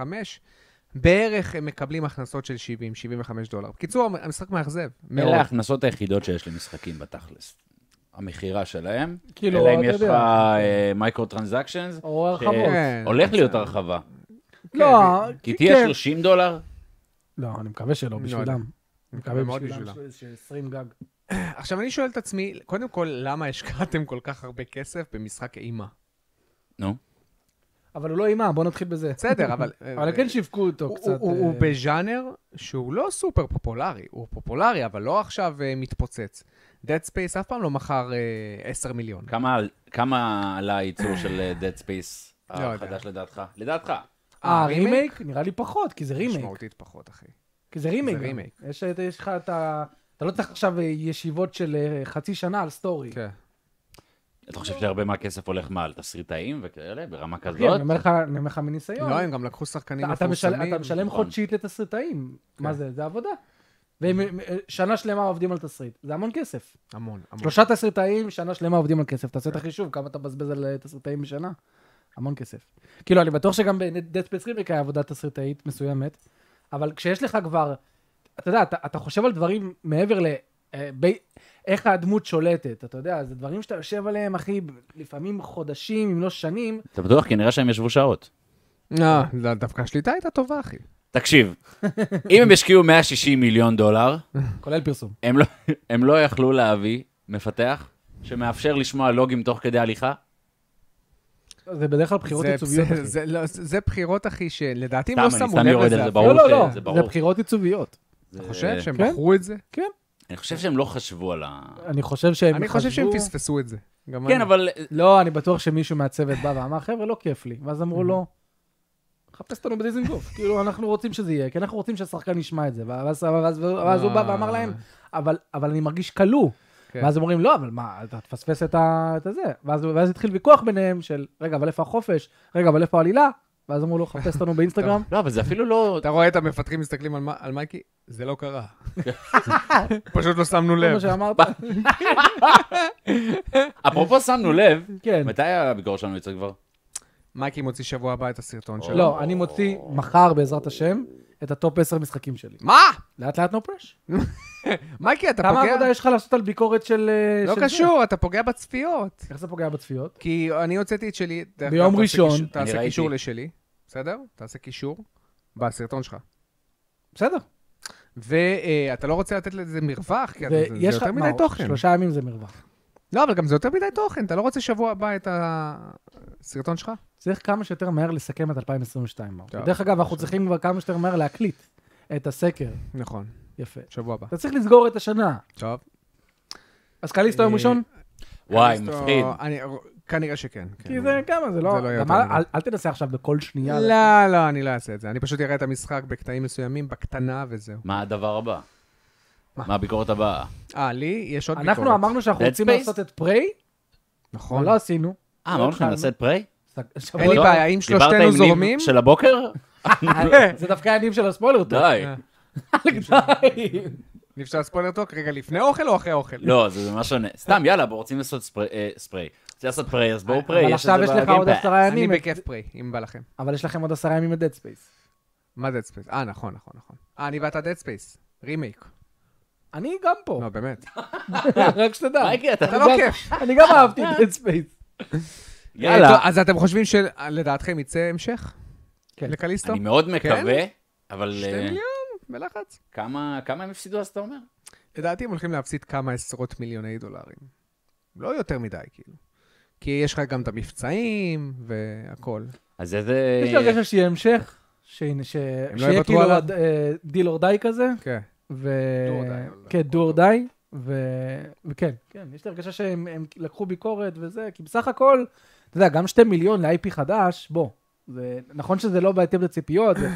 בערך הם מקבלים הכנסות של 70, 75 דולר. בקיצור, המ- המשחק מאכזב. מאוד. אלה ההכנסות היחידות שיש למשחקים בתכלס. המכירה שלהם, כאילו, אלא אם אתה יש יודע. לך מייקרו טרנזקשיינס, או הרחבות. כן. הולך להיות הרחבה. לא, כי כן. תהיה 30 דולר, לא, אני מקווה שלא, בשבילם. אני מקווה מאוד בשבילם. של 20 גג. עכשיו, אני שואל את עצמי, קודם כל, למה השקעתם כל כך הרבה כסף במשחק אימה? נו, אבל הוא לא אימה, בוא נתחיל בזה. בסדר, אבל... אה, אבל כן שיווקו אותו הוא- קצת. הוא- הוא אה, הוא בז'אנר שהוא לא סופר פופולרי, הוא פופולרי, אבל לא עכשיו אה, מתפוצץ. Dead Space אף פעם לא מכר אה, 10 מיליון. כמה על- כמה עלה הייצור של אה, Dead Space לא יודע. החדש לדעתך? לדעתך. אה, רימייק? נראה לי פחות, כי זה רימייק. משמעותית פחות, אחי. כי זה רימייק. גם. רימייק. יש יש לך את ה... אתה לא צריך עכשיו אה, ישיבות של אה, חצי שנה על סטורי. כן. אתה חושב שהרבה מהכסף הולך מה, על תסריטאים וכאלה, ברמה אחי, כן, אני כזאת? אומר לך- אני אומר לך מניסיון. לא, הם גם לקחו שחקנים אתה- אתה משל- מפורסמים. כן. אתה משלם נכון. חודשית לתסריטאים. מה זה? זה עבודה. Mm-hmm. והם אה, שנה שלמה עובדים על תסריט. זה המון כסף. המון, המון. שלושה תסריטאים, שנה שלמה עובדים על כסף. כן. תעשה את החישוב, כמה אתה מבזבז על אה, תסריטאים בשנה? המון כסף. כאילו, אני בטוח שגם ב-Dead Space Remake היה עבודה תסריטאית מסוימת, אבל כשיש לך כבר, אתה יודע, אתה, אתה חושב על דברים מעבר ל... אה, ב... איך הדמות שולטת, אתה יודע, זה דברים שאתה יושב עליהם, אחי, ב- לפעמים חודשים, אם לא שנים. אתה בטוח? כי נראה שהם ישבו שעות. אה, לא, דווקא השליטה הייתה טובה, אחי. תקשיב, אם הם ישקיעו 160 מיליון דולר, כולל פרסום. הם לא, הם לא יכלו להביא מפתח שמאפשר לשמוע לוגים תוך כדי הליכה? זה בדרך כלל בחירות זה- עיצוביות, זה- אחי. זה לא- זה זה בחירות, אחי, שלדעתי הם סתם, לא אני שמו סתם לב יורד לזה. על זה, אפילו. ברור. לא, לא, לא, זה זה ברור. בחירות עיצוביות. אתה חושב שהם כן. בחרו את זה? כן. אני חושב שהם לא חשבו על ה... אני חושב שהם אני חושב שהם חשבו- פספסו את זה. גם כן, אני. אבל... לא, אני בטוח שמישהו מהצוות בא ואמר, חבר'ה, לא כיף לי. ואז אמרו לו, חפש אותנו בדיזינגוף. כאילו, אנחנו רוצים שזה יהיה, כי אנחנו רוצים שהשחקן ישמע את זה. ואז ואז- ואז הוא בא ואמר להם, אבל אבל אני מרגיש כלוא. כן. ואז הם אומרים, לא, אבל מה, אתה תפספס את ה- את הזה. ואז ואז התחיל ויכוח ביניהם של, רגע, אבל איפה החופש? רגע, אבל איפה העלילה? ואז אמרו לו, חפש אותנו באינסטגרם. לא, אבל זה אפילו לא... אתה רואה את המפתחים מסתכלים על מ- על מייקי? זה לא קרה. פשוט לא שמנו זה לב. מה שאמרת. אפרופו שמנו לב, כן. מתי הביקור שלנו יצא כבר? מייקי מוציא שבוע הבא את הסרטון שלו. לא, אני מוציא מחר, בעזרת השם, את הטופ 10 משחקים שלי. מה? לאט לאט נו פרש. מייקי, אתה כמה פוגע? עבודה יש לך לעשות על ביקורת של... אה, לא של זה? קשור, אתה פוגע בצפיות. איך זה פוגע בצפיות? כי אני הוצאתי את שלי. דרך ביום אגב, תעשה ראשון. קישור- אני תעשה ראיתי. קישור לשלי, בסדר? תעשה קישור בסרטון שלך. בסדר. ואתה לא רוצה לתת לזה מרווח, כי אתה- כן, זה זה ויש לך- יותר מה, מדי תוכן. שלושה ימים זה מרווח. לא, אבל גם זה יותר מדי תוכן, אתה לא רוצה שבוע הבא את הסרטון שלך? צריך כמה שיותר מהר לסכם את 2022. מאור. טוב. דרך אגב, כן. אנחנו צריכים כבר כמה שיותר מהר להקליט את הסקר. נכון, יפה. שבוע הבא. אתה צריך לסגור את השנה. טוב. אז קליסטו יום אה, ראשון? וואי, אז, מפחיד. או, אני- כנראה שכן. כן. כי זה כמה, זה לא... זה לא יהיה גם יותר אל- מדי. אל- אל תנסה עכשיו בכל שנייה. לא, לא, אני לא אעשה את זה. אני פשוט אראה את המשחק בקטעים מסוימים, בקטנה וזהו. מה הדבר הבא? מה? מה הביקורת הבאה? אה, לי יש עוד ביקורת. אנחנו אמרנו שאנחנו Dead רוצים Space? לעשות את פריי, אבל נכון. לא עשינו. אה, אמרנו שנעשה את פריי? ס- שבוע- אין לי בעיה, אם לא? דיברת שלושתנו עם ניב זורמים... של הבוקר? זה דווקא הימים של הספוילר. טוב. די. אה. די. נפשט ספוילר טוק, רגע לפני אוכל או אחרי אוכל? לא, זה ממש שונה. סתם, יאללה, בואו, רוצים לעשות ספרי- אה, ספרי. רוצים לעשות פריי, אז אה, בואו פריי. אבל עכשיו יש לך עוד עשרה אני ימים. בכיף פרי, אם בא לכם. אבל יש לכם עוד עשרה ימים את דד ספייס. מה דד ספייס? אה, נכון, נכון, נכון. אה, אני ואתה דד ספייס. רימייק. אני גם פה. לא, באמת. אוקיי. רק שתדע. מייקי, אתה אתה לא גם- כיף. אני גם אהבתי את דד ספייס. יאללה. אה, טוב, אז אתם חושבים שלדעתכם יצא המשך? כן. לקליסטו? אני מאוד מקווה, אבל שתי אה, מיליון? בלחץ. כמה כמה הם הפסידו אז אתה אומר? לדעתי הם הולכים להפסיד כמה עשרות מיליוני דולרים. לא יותר מדי, כאילו. כי יש לך גם את המבצעים והכל. אז איזה... יש לי הרגשה שיהיה המשך, שהנה, ש- אה. לא שיהיה יוותרו כאילו עליו? הד- אה, דיל אור די כזה, כן. ו... do or die, לא, לא. כן, דו אור די, ו- וכן, כן, יש לי הרגשה שהם הם לקחו ביקורת וזה, כי בסך הכל, אתה יודע, גם שתי מיליון ל-IP חדש, בוא, זה, נכון שזה לא בהתאם לציפיות, זה,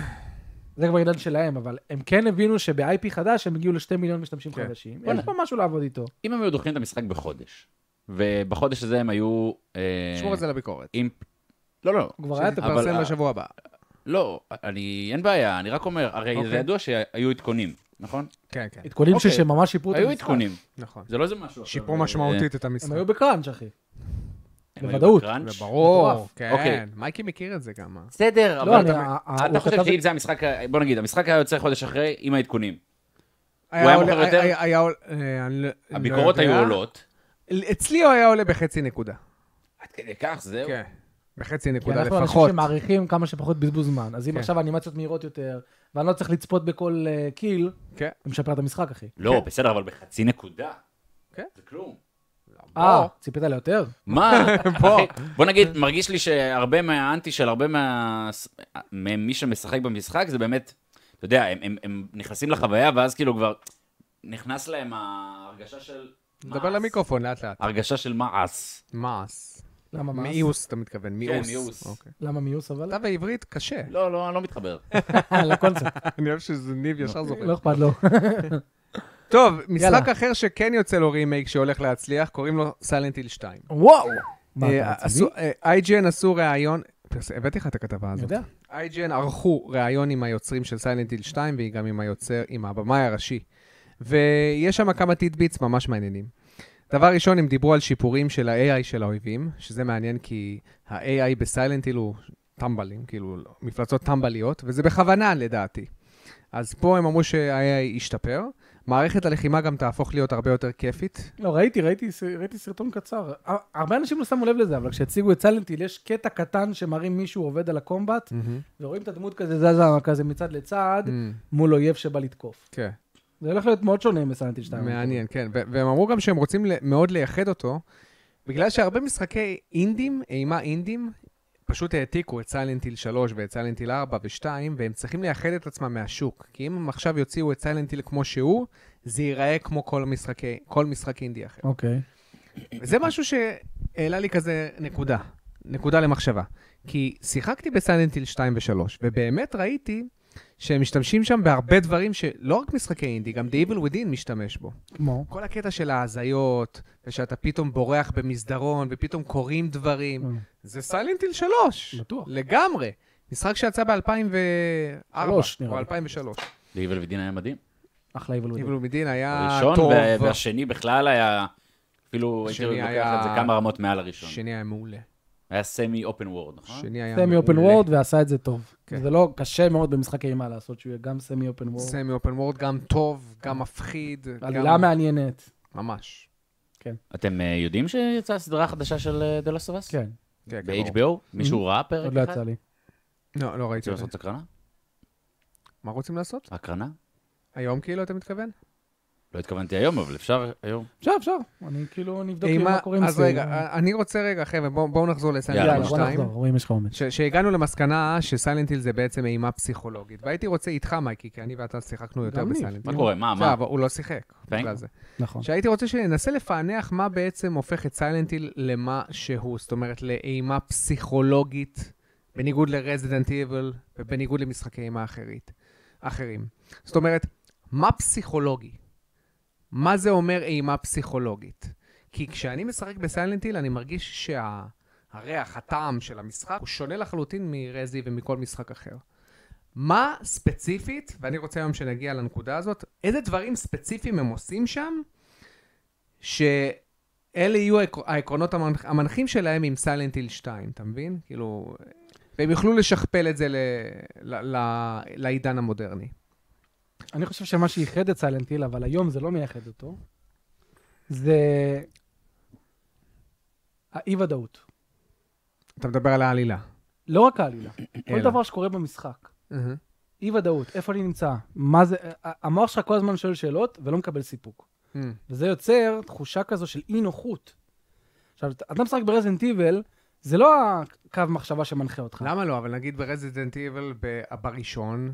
זה כבר עניין שלהם, אבל הם כן הבינו שב-IP חדש הם הגיעו לשתי מיליון משתמשים כן. חדשים. יש וואלה. פה משהו לעבוד איתו. אם הם היו דוחים את המשחק בחודש, ובחודש הזה הם היו... אה, שמור את זה לביקורת. עם... לא, לא, כבר היה את אבל- שתתפרסם בשבוע הבא. לא, אני, אין בעיה, אני רק אומר, הרי אוקיי. זה ידוע שהיו עדכונים, נכון? כן, כן, עדכונים ש- אוקיי. שממש שיפרו את היו המשחק. עדכונים, נכון. זה לא איזה משהו. עכשיו, שיפרו אה, משמעותית את הם המשחק. היו בקראנץ', אחי. הם היו בוודאות. בקראנץ'. ברור, מטורף. כן. אוקיי. מייקי מכיר את זה גם. אה. בסדר, לא, אבל אני- אתה- ה- ה- הוא אתה חושב כתב- שאם זה המשחק, ה- בוא נגיד, המשחק היה יוצא חודש אחרי עם העדכונים. היה היה עולה- מוכר יותר? היה- היה עול- אה, אני לא- לא הביקורות יודע. היו עולות. אצלי הוא היה עולה בחצי נקודה. עד כדי כך, זהו. כן. בחצי כי נקודה אנחנו אנשים לפחות. שמעריכים כמה שפחות בזבוז זמן. אז אם כן. עכשיו האנימציות מהירות יותר, ואני לא צריך לצפות בכל אה, קיל, כן. זה משפר את המשחק, אחי. לא, בסדר, אבל בחצי נקודה. כן. זה כלום. אה, ציפית ליותר? מה? בוא. אחי, בוא נגיד, מרגיש לי שהרבה מהאנטי של הרבה מה... ממי שמשחק במשחק, זה באמת, אתה יודע, הם, הם, הם נכנסים לחוויה, ואז כאילו כבר נכנס להם ההרגשה של... דבר מעש. למיקרופון לאט לאט. הרגשה של מעש. מעש. למה מיוס? מיאוס אתה מתכוון, מיאוס. כן, מיאוס. אוקיי. למה מיוס אבל? אה, אתה בעברית קשה. לא, לא, אני לא מתחבר. לקונספט, אני אוהב שזה ניב ישר זוכר. לא אכפת לו. טוב, יאללה. משחק אחר שכן יוצא לו רימייק שהולך להצליח, קוראים לו סלנטיל 2. וואו! מה אה, אתה רציני? עשו- אה, IGN עשו ראיון, פרס- הבאתי לך את הכתבה אני הזאת. יודע. IGN ערכו ראיון עם היוצרים של סיילנט היל 2, והיא גם עם היוצר, עם הבמאי הראשי. ויש שם כמה טיטביטס ממש מעניינים. דבר ראשון, הם דיברו על שיפורים של ה-AI של האויבים, שזה מעניין כי ה-AI בסיילנט היל הוא טמבלים, כאילו מפלצות טמבליות, וזה בכוונה לדעתי. אז פה הם אמרו שה-AI השתפר. מערכת הלחימה גם תהפוך להיות הרבה יותר כיפית. לא, ראיתי, ראיתי ס- ראיתי סרטון קצר. הר- הרבה אנשים לא שמו לב לזה, אבל כשהציגו את סלנטיל, יש קטע קטן שמראים מישהו עובד על הקומבט, Mm. ורואים את הדמות כזה זזה כזה מצד לצד, מול אויב שבא לתקוף. Mm, כן. זה הולך להיות מאוד שונה מסלנטיל 2. מעניין, כן. ו- והם אמרו גם שהם רוצים ל- מאוד לייחד אותו, בגלל שהרבה משחקי אינדים, אימה אינדים, פשוט העתיקו את סיילנט היל 3 ואת סיילנט היל 4 ו-2, והם צריכים לייחד את עצמם מהשוק. כי אם הם עכשיו יוציאו את סיילנט היל כמו שהוא, זה ייראה כמו כל, משחקי, כל משחק אינדי אחר. אוקיי. וזה משהו שהעלה לי כזה נקודה, נקודה למחשבה. כי שיחקתי בסיילנטיל 2 ו-3, ובאמת ראיתי שהם משתמשים שם בהרבה דברים שלא רק משחקי אינדי, גם The Evil Within משתמש בו. כמו? כל הקטע של ההזיות, ושאתה פתאום בורח במסדרון, ופתאום קורים דברים, זה סיילנטיל 3. אה. בטוח. לגמרי. משחק שיצא ב-2004, שלוש, נראה או לי. 2003. ואיבל ודין היה מדהים. אחלה איבל וודין. איבלו מדין היה הראשון טוב, וה- והשני בכלל היה, אפילו הייתי השני לוקח היה- את זה כמה רמות מעל הראשון. השני היה אה? מעולה. היה סמי אופן וורד, נכון? השני היה סמי אופן מעולה. וורד ועשה את זה טוב. כן. זה לא קשה מאוד במשחק אימה לעשות שהוא יהיה גם סמי אופן וורד. סמי אופן וורד גם טוב, גם מפחיד. עלילה גם- מעניינת. ממש. אתם אה, יודעים שיצאה סדרה חדשה של אה, דלוס אבס? כן, כן, כן, ברור. ב-HBO? מישהו ראה פרק אחד? עוד לא יצא לי. לא, לא ראיתי רוצים את זה. לעשות הקרנה? מה רוצים לעשות? הקרנה? היום כאילו, אתה מתכוון? לא התכוונתי היום, אבל אפשר היום. אפשר, אפשר. אני כאילו נבדוק לי אימה- מה קורה עם אז זה. רגע, אני רוצה רגע, חבר'ה, בואו בואו נחזור יאללה, לסיילנט יאללה, 2. בוא נחזור, רואים יש לך אומץ. ש- שהגענו למסקנה שסיילנטיל זה בעצם אימה פסיכולוגית. והייתי רוצה איתך, מייקי, כי אני ואתה שיחקנו יותר אני. בסיילנטיל. מה קורה? מה, עכשיו, מה? אבל הוא לא שיחק, בגלל זה. נכון. שהייתי רוצה שננסה לפענח מה בעצם הופך את סיילנטיל למה שהוא, זאת אומרת, לאימה פסיכולוגית, בניגוד לרזידנט איבל ובניגוד למשחקי אימה אחרית, אחרים. זאת אומרת, מה פסיכולוגי? מה זה אומר אימה פסיכולוגית? כי כשאני משחק בסיילנטיל, אני מרגיש שהריח, הטעם של המשחק, הוא שונה לחלוטין מרזי ומכל משחק אחר. מה ספציפית, ואני רוצה היום שנגיע לנקודה הזאת, איזה דברים ספציפיים הם עושים שם, שאלה יהיו העק- העקרונות המנח- המנחים שלהם עם סיילנט היל 2, אתה מבין? כאילו, והם יוכלו לשכפל את זה ל... ל... ל... לעידן המודרני. אני חושב שמה שאיחד את סיילנט היל, אבל היום זה לא מייחד אותו, זה האי-ודאות. אתה מדבר על העלילה. לא רק העלילה, כל אלא. דבר שקורה במשחק. אהה. אי-ודאות, איפה אני נמצא, מה זה, המוח שלך כל הזמן שואל שאלות ולא מקבל סיפוק. אמ, וזה יוצר תחושה כזו של אי-נוחות. עכשיו, אתה משחק ברזנט איבל, זה לא הקו מחשבה שמנחה אותך. למה לא? אבל נגיד ברזידנט איבל בראשון,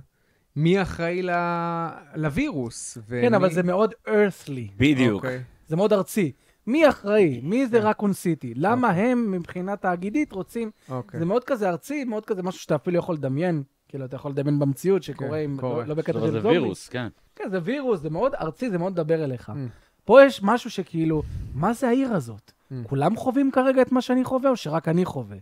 מי אחראי ל- לווירוס? כן, ומי- אבל זה מאוד earthly, בדיוק. אוקיי. זה מאוד ארצי. מי אחראי? מי כן. זה רקון סיטי? למה הם מבחינה תאגידית רוצים... אוקיי. זה מאוד כזה ארצי, מאוד כזה משהו שאתה אפילו יכול לדמיין. כאילו, אתה יכול לדמיין במציאות שקורה עם... כן, קורה. לא- לא בקטע אבל של זה זומבי. וירוס, כן. כן, זה וירוס, זה מאוד ארצי, זה מאוד מדבר אליך. Mm. פה יש משהו שכאילו, מה זה העיר הזאת? Mm. כולם חווים כרגע את מה שאני חווה, או שרק אני חווה?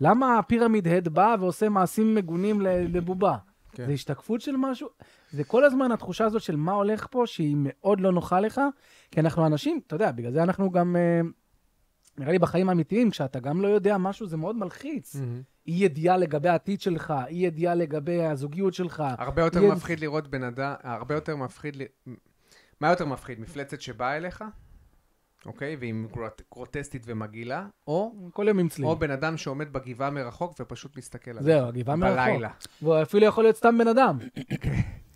למה הפירמיד הד בא ועושה מעשים מגונים ל- לבובה? כן. זה השתקפות של משהו? זה כל הזמן התחושה הזאת של מה הולך פה, שהיא מאוד לא נוחה לך, כי אנחנו אנשים, אתה יודע, בגלל זה אנחנו גם, אה, נראה לי בחיים האמיתיים, כשאתה גם לא יודע משהו, זה מאוד מלחיץ. מהמם. אי ידיעה לגבי העתיד שלך, אי ידיעה לגבי הזוגיות שלך. הרבה יותר יהיה- מפחיד לראות בן אדם, הרבה יותר מפחיד, ל- מה יותר מפחיד, מפלצת שבאה אליך, אוקיי, והיא גרוט- גרוטסטית ומגעילה, או כל יום עם צליל. או בן אדם שעומד בגבעה מרחוק ופשוט מסתכל עליך. זהו, הגבעה מרחוק. בלילה. והוא אפילו יכול להיות סתם בן אדם.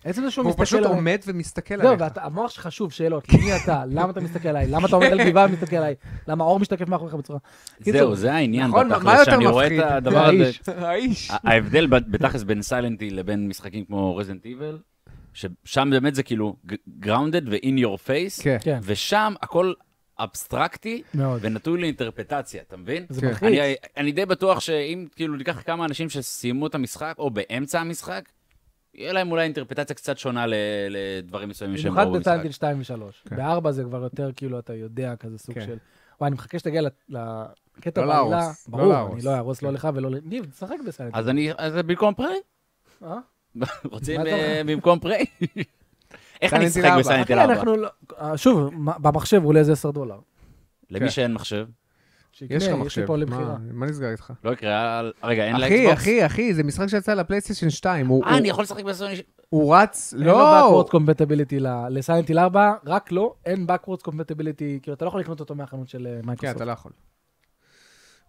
עצם זה שהוא והוא מסתכל לא, פשוט עליי- עומד ומסתכל זהו, עליך. והמוח שלך שוב שאלות, מי אתה? למה אתה מסתכל עליי? למה אתה עומד על גבעה ומסתכל עליי? למה האור משתקף מאחוריך בצורה? קיצור, זהו, זה העניין נכון, מה- מה בתכלס, יותר שאני רואה מפחיד? את הדבר הזה. האיש. האיש. אה, ה- ההבדל ב- בתכלס בין סיילנטי לבין משחקים כמו רזנט איבל, ששם באמת זה כאילו גראונדד ו-in your face, כן. כן, ושם הכל אבסטרקטי מאוד. ונתון לאינטרפטציה, אתה מבין? זה כן. מלחיץ. אני, אני די בטוח שאם כאילו ניקח כמה אנשים שסיימו את המשחק, או באמצע המשחק, יהיה להם אולי אינטרפטציה קצת שונה ל- לדברים מסוימים שהם במיוחד ראו במשחק. בסיילנטים 2 ו-3. כן. ב-4 זה כבר יותר כאילו, אתה יודע, כזה סוג כן. של... וואי, אני מחכה שתגיע ל- לקטע לא בעלילה. להרוס, לא ברור, להרוס. אני לא אהרוס לא כן. לך ולא ל... ניב, תשחק בסיילנטים. אז אני, אז במקום פריי? אה? רוצים מה אתה אה, במקום פריי? איך אני סיילנט אשחק היל ארבע. בסיילנט היל אחי, 4? אנחנו לא... אה, שוב, מה- במחשב הוא עולה איזה 10 דולר. למי כן. שאין מחשב, שיקנה, יש לך כן, יש לי מחשב, פה מה- למכירה. מה נסגר איתך? לא יקרה, רגע, אין לאקסבוקס? אחי, אחי, אחי, זה משחק שיצא לפלייסטיישן 2, הוא- אה, הוא- אני יכול לשחק בסוני? ש- הוא רץ, אין לו לא, backwards compatibility ל- לסיילנטיל 4, רק לא, אין backwards compatibility, כאילו אתה לא יכול לקנות אותו מהחנות של אה, כן, מייקרוסופט. אתה לא יכול.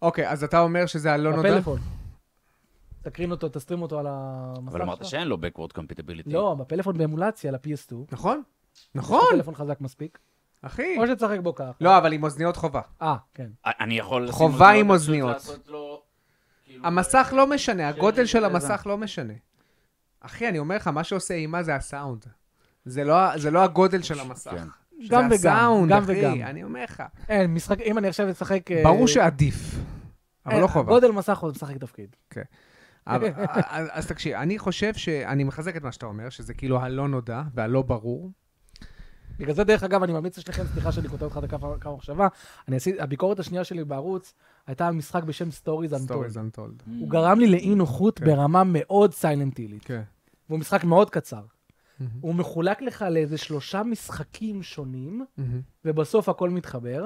אוקיי, אז אתה אומר שזה הלא נודע? בפלאפון. תקרין אותו, תסטרים אותו על המסך אבל אמרת שלך. שאין לו backward compatibility. לא, בפלאפון באמולציה, ל-PS2. נכון? יש נכון, לך טלפון חזק מספיק. אחי. או שתשחק בו כך. לא, אבל עם אוזניות חובה. אה, כן. אני יכול... לשים חובה אוזניות, עם פשוט אוזניות. לעשות לו, כאילו, המסך לא משנה, הגודל של הבנתי. המסך לא משנה. אחי, אני אומר לך, מה שעושה אימה זה הסאונד. זה לא, ה- זה לא הגודל של המסך. כן. זה גם וגם, הסאונד, גם אחי, וגם. אני אומר לך. אין, משחק, אם אני עכשיו אשחק... אה, ברור שעדיף, אבל אה, לא חובה. גודל מסך הוא משחק תפקיד. אבל- אז אה, אז תקשיב, אני חושב שאני מחזק את מה שאתה אומר, שזה כאילו הלא נודע והלא ברור. בגלל זה, דרך אגב, אני ממליץ לשניכם, סליחה שאני כותב אותך את הקו הקו המחשבה, אני עשיתי, הביקורת השנייה שלי בערוץ הייתה על משחק בשם סטוריז אנטול. Stories Untold. הוא גרם לי לאי נוחות כן. ברמה מאוד סיילנטילית. כן. והוא משחק מאוד קצר. מהמם. הוא מחולק לך לאיזה שלושה משחקים שונים, mhm, ובסוף הכל מתחבר.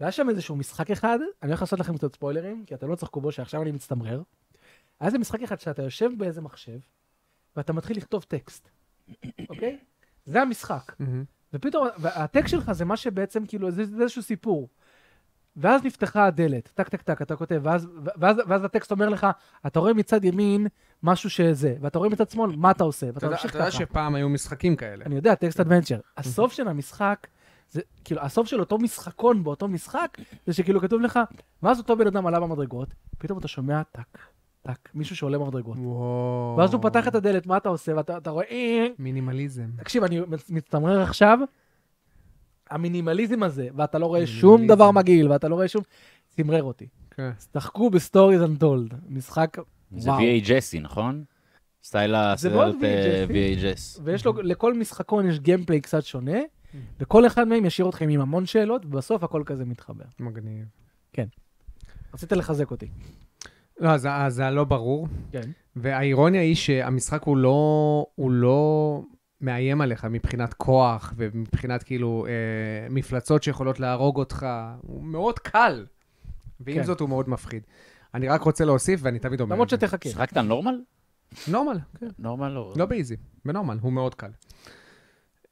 והיה שם איזשהו משחק אחד, אני הולך לעשות לכם קצת ספוילרים, כי אתם לא תשחקו בו, שעכשיו אני מצטמרר. היה איזה משחק אחד שאתה יושב באיזה מחשב, ואתה מתחיל לכתוב טקסט, אוקיי? זה המשחק. מהמם. ופתאום, והטקסט שלך זה מה שבעצם, כאילו, זה, זה איזשהו סיפור. ואז נפתחה הדלת, טק טק טק, אתה כותב, ואז, ו- ואז, ואז הטקסט אומר לך, אתה רואה מצד ימין משהו שזה, ואתה רואה מצד שמאל מה אתה עושה, אתה ואתה יודע- ממשיך אתה יודע כן. ככה. שפעם היו משחקים כאלה. אני יודע, טקסט אדוונצ'ר. הסוף של המשחק, זה כאילו, הסוף של אותו משחקון באותו משחק, זה שכאילו כתוב לך, ואז אותו בן אדם עלה במדרגות, פתאום אתה שומע טק, טק, מישהו שעולה במדרגות. וואו. ואז הוא פתח את הדלת, מה אתה עושה? ואתה אתה רואה, "אה, מינימליזם. תקשיב, אני מצ- מצטמרר עכשיו, המינימליזם הזה, ואתה לא רואה מינימליזם. שום דבר מגעיל, ואתה לא רואה שום... צמרר אותי. כן. אז תחקו בסטוריז אנטולד, משחק, זה וואו. VHSי, נכון? סטייל הסרט מאוד אה, VHS. VHS. ויש לו, לכל משחקון יש גיימפליי קצת שונה, וכל אחד מהם ישאיר אתכם עם המון שאלות, ובסוף הכל כזה מתחבר. מגניב. רצית לחזק אותי. לא, אז ה- זה הלא ברור. כן. והאירוניה היא שהמשחק הוא לא, הוא לא מאיים עליך מבחינת כוח ומבחינת כאילו אה, מפלצות שיכולות להרוג אותך. הוא מאוד קל. ועם כן. כן. זאת הוא מאוד מפחיד. אני רק רוצה להוסיף, ואני תמיד אומר למרות את זה. שתחכה. שיחקת נורמל? נורמל, כן. נורמל לא. לא באיזי, בנורמל, הוא מאוד קל.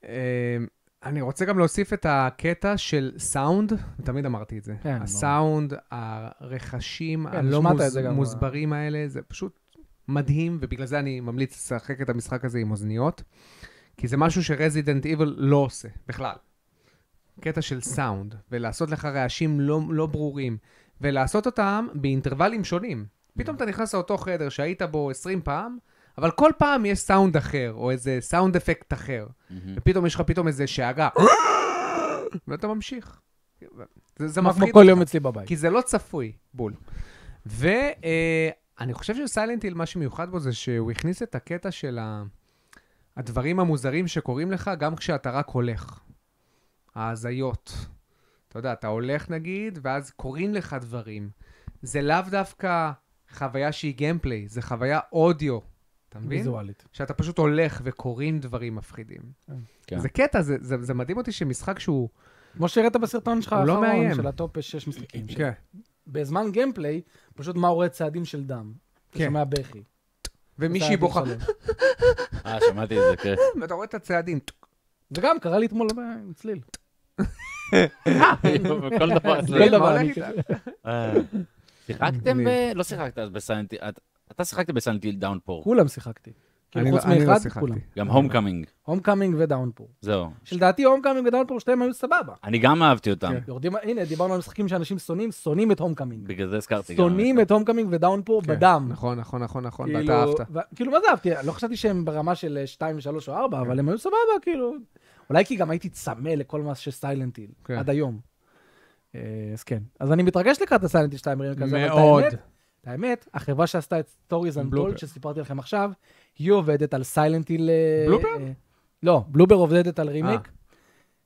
אה, אני רוצה גם להוסיף את הקטע של סאונד, תמיד אמרתי את זה. כן, הסאונד, הרחשים כן, הלא השמעת מוס- את זה גם. מוסברים לא האלה, זה פשוט מדהים, ובגלל זה אני ממליץ לשחק את המשחק הזה עם אוזניות, כי זה משהו שרזידנט איבל לא עושה, בכלל. קטע של סאונד, ולעשות לך רעשים לא, לא ברורים, ולעשות אותם באינטרוולים שונים. פתאום אתה נכנס לאותו חדר שהיית בו 20 פעם, אבל כל פעם יש סאונד אחר, או איזה סאונד אפקט אחר. ופתאום יש לך פתאום איזה שאגה, ואתה ממשיך. זה, זה כמו מפחיד כל אותך. יום אצלי בבית. כי זה לא צפוי, בול. ואני חושב שסיילנטיל, מה שמיוחד בו זה שהוא הכניס את הקטע של ה... הדברים המוזרים שקורים לך גם כשאתה רק הולך. ההזיות. אתה יודע, אתה הולך נגיד, ואז קורים לך דברים. זה לאו דווקא חוויה שהיא גיימפליי, זה חוויה אודיו. אתה מבין? ויזואלית. שאתה פשוט הולך וקוראים דברים מפחידים. כן. זה קטע, זה, זה, זה מדהים אותי שמשחק שהוא... כמו שהראית בסרטון שלך הוא לא האחרון, מאיים. כן. של הטופ 6 משחקים. ש- בזמן גיימפליי, פשוט מה רואה צעדים של דם. אתה כן. שומע בכי. ומישהי בוכה, צעדים שלו. אה, שמעתי את זה, כן. ואתה רואה את הצעדים, וגם קרה לי אתמול עם צליל. כל דבר. כל לא, זה- מה דבר הולך אני איתך? כזה. אה, שיחקתם ב... לא שיחקת אז בסיינטיל... אתה שיחקת בסיינטיל דאונפור. כולם שיחקתי. כאילו, אני לא- חוץ אני לא מאחד, שיחקתי. כולם. גם הום קאמינג. הום קאמינג ודאונפור. זהו. שלדעתי הום קאמינג ודאונפור שתיהם היו סבבה. אני גם אהבתי אותם. כן. יורדים, הנה, דיברנו על משחקים שאנשים שונאים, שונאים את הום קאמינג. בגלל זה הזכרתי גם. שונאים את הום קאמינג ודאונפור כן, בדם. נכון, נכון, נכון, נכון, כאילו, ואתה אהבת. ו- כאילו, מה זה אהבתי? לא חשבתי שהם ברמה של 2, 3 או 4, אבל הם היו סבבה, כאילו. אולי כי גם הייתי צמא לכל מה שסיילנט היל, כן. עד היום. אה, אז כן. אז אני מתרגש לקראת הסיילנט היל 2 רימק הזה, אבל את מאוד. האמת- את האמת, החברה שעשתה את סטוריז בלובר. אנדולד שסיפרתי לכם עכשיו, היא עובדת על סיילנט היל... בלובר? לא, בלובר עובדת על רימק.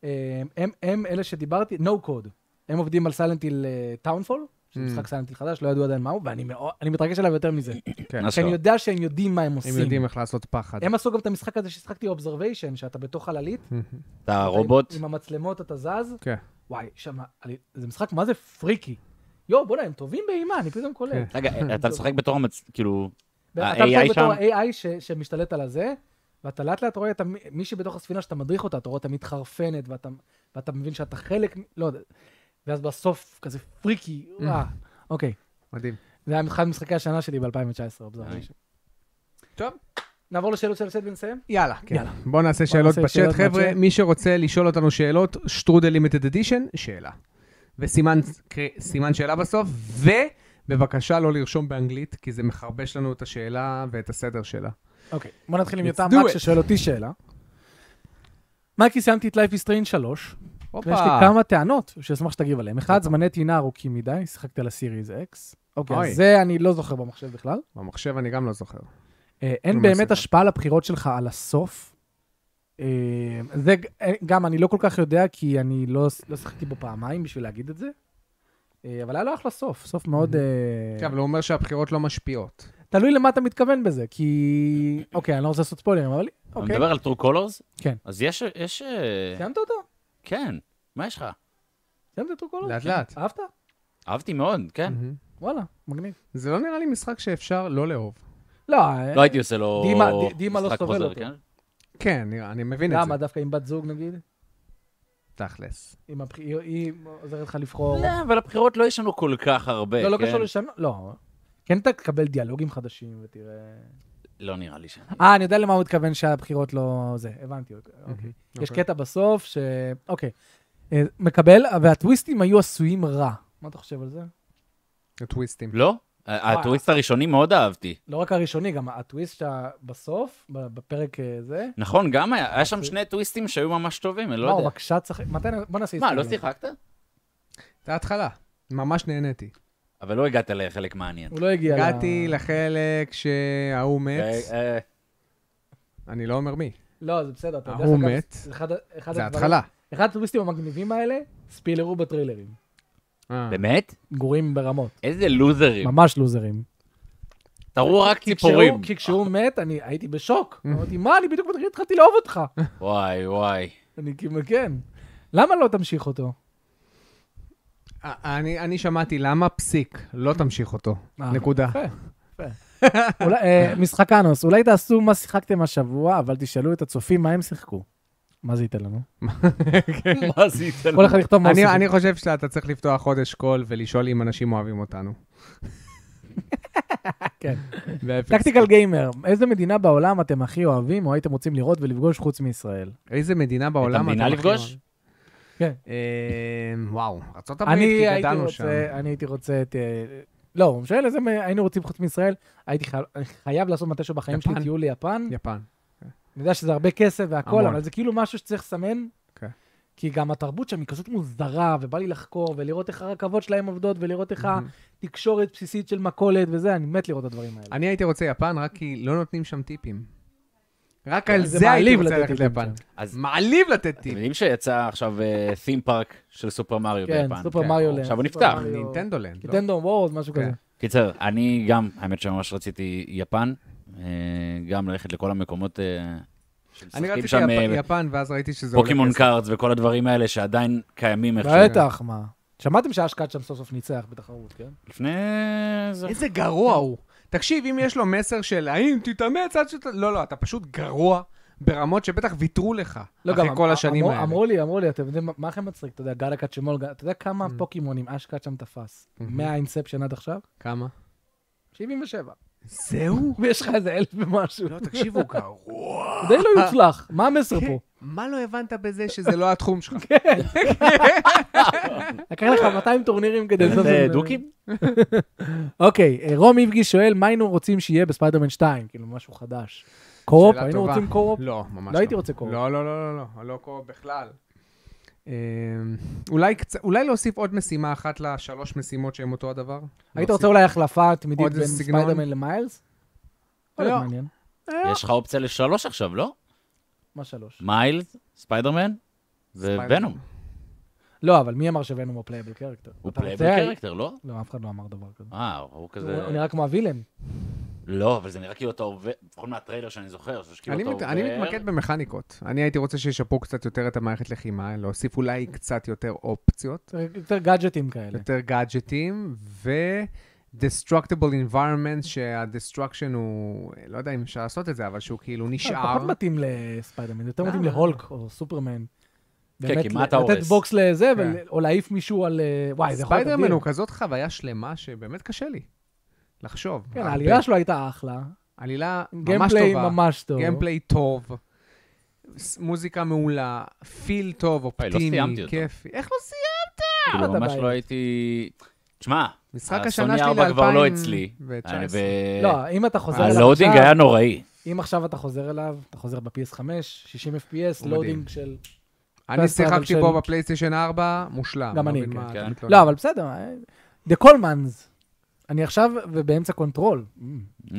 אה, הם- הם אלה שדיברתי, no code. הם עובדים על סיילנט היל טאונפול, שזה Mm. משחק סיילנט היל חדש, לא ידעו עדיין מהו, ואני מאוד- אני מתרגש עליו יותר מזה. כן. אשכרה. כי אני יודע שהם יודעים מה הם הם עושים. יודעים איך לעשות פחד. הם עשו גם את המשחק הזה ששחקתי אובזרוויישן, שאתה בתוך חללית. אתה רובוט? עם- עם המצלמות אתה זז. כן. וואי, שמה, אני- זה משחק מה זה פריקי. יואו, בוא'נה, הם טובים באימה, אני פתאום קולט. רגע, אה, אתה משחק בתור המצ... כאילו... ואתה ה- AI משחק בתור כן. שם? ה-AI ש- שמשתלט על הזה, ואתה לאט לאט רואה את המ- מישהי בתוך הספינה שאתה מדריך אותה, אתה רואה אותה מתחרפנת, ואתה- ואתה מבין שאתה חלק, מ- לא יודע. ואז בסוף, כזה פריקי, וואה. אוקיי, מדהים. זה היה אחד ממשחקי השנה שלי ב-2019, אובזרוויישן. טוב. נעבור לשאלות של הסט ונסיים? יאללה, כן. יאללה. בואו נעשה שאלות נעשה בצ'אט, שאלות חבר'ה. בצ'אט. מי שרוצה לשאול אותנו שאלות, שטרודל לימטד אדישן, שאלה. וסימן קרי- סימן שאלה בסוף, ובבקשה לא לרשום באנגלית, כי זה מחרבש לנו את השאלה ואת הסדר שלה. אוקיי, בוא נתחיל עם Let's יותם do רק it. ששואל אותי שאלה. מייקי, סיימתי את Life is Strange 3, הופה. ויש לי כמה טענות שאשמח שתגיב עליהן. אחד, זמני טעינה ארוכים מדי, שיחקתי על הסיריז X. אוקיי, אוי. אז זה אני לא זוכר במחשב בכלל. במחשב אני גם לא זוכר. אה, אין ממש באמת סבבה. השפעה לבחירות שלך על הסוף. אה, זה ג- אה, גם, אני לא כל כך יודע, כי אני לא לא שיחקתי בו פעמיים בשביל להגיד את זה. אה, אבל היה לו אחלה סוף, סוף מאוד... אה, כן, אבל הוא אומר שהבחירות לא משפיעות. תלוי למה אתה מתכוון בזה, כי... אוקיי, אני לא רוצה לעשות ספוילרים, אבל... אתה אוקיי, מדבר על טרו קולורס? כן. אז יש... יש... אה, סיימת אותו? כן. מה יש לך? סיימת את הקולות? לאט לאט. אהבת? אהבתי מאוד, כן. מהמם. וואלה, מגניב. זה לא נראה לי משחק שאפשר לא לאהוב. לא, לא הייתי עושה לו... דימה- ד- דימה לא משחק סובל חוזר, אותו. כן? כן, נראה, אני מבין את זה. למה? דווקא עם בת זוג נגיד? תכלס. עם הבח- היא- היא עוזרת לך לבחור. לא, אבל הבחירות לא יש לנו כל כך הרבה. לא, לא כן? קשור לשנות, לא. כן אתה תקבל דיאלוגים חדשים ותראה... לא נראה לי שאני... אה, אני יודע למה הוא התכוון שהבחירות לא... זה, הבנתי. אוקיי. יש אוקיי. קטע בסוף ש... אוקיי. אה, מקבל, והטוויסטים היו עשויים רע. מה אתה חושב על זה? הטוויסטים. לא? הטוויסט הראשוני מאוד אהבתי. לא רק הראשוני, גם הטוויסט שאתה בסוף, ב- בפרק אה, זה, נכון, גם היה, היה אוקיי. שם שני טוויסטים שהיו ממש טובים, אני לא מה, הוא יודע. מקשה צחק... מתי... בוא נעשה... מה, לא הסתייגות. שיחקת? זה ההתחלה. ממש נהניתי. אבל לא הגעת לחלק מעניין. הוא לא הגיע ל- הגעתי לחלק שההוא מת. אה, אה, אני לא אומר מי. לא, זה בסדר, אתה יודע. ההוא דרך אגב, מת. זה אחד ה- אחד זה הדברים- ההתחלה. אחד הטוויסטים המגניבים האלה, ספילרו בטריילרים. אה. באמת? גרועים ברמות. איזה לוזרים. ממש לוזרים. תראו רק כי כשהוא- ציפורים. כי כשהוא מת, אני הייתי Mm. בשוק. אמרתי, מה, אני בדיוק מתחיל- התחלתי לאהוב אותך. וואי, וואי. אני כאילו, כן. למה לא תמשיך אותו? אה, אני אני שמעתי למה פסיק, לא תמשיך אותו. אה, נקודה. יפה, יפה. אולי, אה, משחק אנוס, אולי תעשו מה שיחקתם השבוע, אבל תשאלו את הצופים מה הם שיחקו. מה זה ייתן לנו? מה זה ייתן? כן. כל אחד יכתוב מה הוא אני- שיחק. אני חושב שאתה צריך לפתוח חודש קול ולשאול אם אנשים אוהבים אותנו. כן. באפס. טקטיקל גיימר, איזה מדינה בעולם אתם הכי אוהבים או הייתם רוצים לראות ולפגוש חוץ מישראל? איזה מדינה בעולם... המדינה אתה מכיר? לפגוש? כן. אה, וואו, ארה"ב, אני כי הייתי גדלנו שם. רוצה, אני הייתי רוצה את... אה, לא, הוא שואל איזה מ- היינו רוצים חוץ מישראל, הייתי חי- אני חייב לעשות מתישהו בחיים שלי יפן. טיול ליפן. יפן. אני יודע שזה הרבה כסף והכל, המון. אבל זה כאילו משהו שצריך לסמן. כן. כי גם התרבות שם היא כזאת מוזרה, ובא לי לחקור, ולראות איך הרכבות שלהם עובדות, ולראות איך מהמם. התקשורת בסיסית של מכולת וזה, אני מת לראות את הדברים האלה. אני הייתי רוצה יפן רק כי לא נותנים שם טיפים. רק כן, על זה זה הייתי מעליב רוצה לתת ללכת טיפים ליפן. שם. אז- מעליב לתת אתם טיפים. יודעים שיצא עכשיו תים פארק של סופר מריו כן, ביפן. סופר כן, מריו. עכשיו הוא סופר נפתח. מריו- נינטנדו לנד. לא? נינטנדו וורד, משהו כן. כזה. קיצר, אני גם, האמת שממש רציתי יפן, אה, גם ללכת לכל המקומות אה, אני שמשחקים רציתי שם, אה, יפ- יפן, ואז ראיתי שזה עולה פוקימון כסף. קארדס וכל הדברים האלה שעדיין קיימים כן. איכשהו. בטח, מה. שמעתם שאשקד שם סוף סוף ניצח בתחרות, כן? לפני... איזה- איזה גרוע הוא. תקשיב, אם יש לו מסר של האם תתאמץ עד שאתה... לא, לא, אתה פשוט גרוע ברמות שבטח ויתרו לך. לא, אחרי גם כל אמ- השנים אמרו- האלה. אמרו לי, אמרו לי, אתם יודעים מה- מה הכי מצחיק? אתה יודע, גלקת שמאל, גל- אתה יודע כמה Mm. פוקימונים אשקד שם תפס? מהאינספשן עד עכשיו? כמה? 77. זהו? ויש לך איזה אלף ומשהו. לא, תקשיב, הוא גרוע. די לא יוצלח, מה המסר כן. פה? מה לא הבנת בזה שזה לא התחום שלך? לקח לך 200 טורנירים כדי... לזוז אה, עם- דוקים? אוקיי, אה, רום איבגי שואל, מה היינו רוצים שיהיה בספיידרמן 2? כאילו, משהו חדש. קורופ, שאלה היינו טובה. רוצים קורופ? לא, ממש לא. לא הייתי רוצה קורופ. לא, לא, לא, לא, לא, לא קורופ בכלל. אמ, אולי קצת- אולי להוסיף עוד משימה אחת לשלוש משימות שהן אותו הדבר? היית להוסיף- רוצה אולי החלפה תמידית עוד בין סגנון? ספיידרמן למיילס? לא. לא. מעניין. יש לך אופציה לשלוש עכשיו, לא? מה שלוש? מיילס, ספיידרמן ספיידרמן. וונום. לא, אבל מי אמר שוונום הוא פלייבל קרקטר? הוא אתה פלייבל רוצה- קרקטר, לא? לא, אף אחד לא אמר דבר כזה. אה, הוא כזה... הוא נראה כמו הווילן. לא, אבל זה נראה כאילו אתה עובר, לפחות מהטריילר שאני זוכר, זה כאילו שכאילו אני, אתה מת, עובר... אני מתמקד במכניקות. אני הייתי רוצה שישפרו קצת יותר את המערכת לחימה, להוסיף אולי קצת יותר אופציות, יותר גאדג'טים כן. כאלה. יותר גאדג'טים, ו-destructible environment, שה-destruction הוא, לא יודע אם אפשר לעשות את זה, אבל שהוא כאילו אה, נשאר. פחות מתאים לספיידרמן, יותר למה? מתאים להולק או סופרמן. כן, באמת, כי מה אתה לתת הורס? בוקס לזה, כן. ול- או להעיף מישהו על... אה, וואי, זה יכול להיות ספיידרמן אדיר. הוא כזאת חוויה שלמה שבאמת קשה לי לחשוב. כן, הרבה. העלילה שלו הייתה אחלה. עלילה ממש גיימפליי טובה. ממש טוב. גיימפליי טוב, ס- מוזיקה מעולה, פיל טוב, לא סיימתי אופטימי, אותו. כיפי. איך לא סיימת? כאילו, אתה ממש בעיה. לא הייתי... תשמע, משחק השנה הסוני שלי ל-2019. 4 אה, כבר לא אצלי. אני ב- לא, אם אתה חוזר אליו אה, הלואודינג היה עכשיו, נוראי. אם עכשיו אתה חוזר אליו, אתה חוזר ב-PS5, 60 FPS, הוא מדהים. לואודינג של... אני פסטה, אבל שיחקתי של- בו בפלייסטיישן 4, מושלם. גם לא אני, מבין כן. מה אתה כן. מתלונן. לא, אבל בסדר, אה, The Callmans. אני עכשיו ובאמצע קונטרול. Mm. Hmm.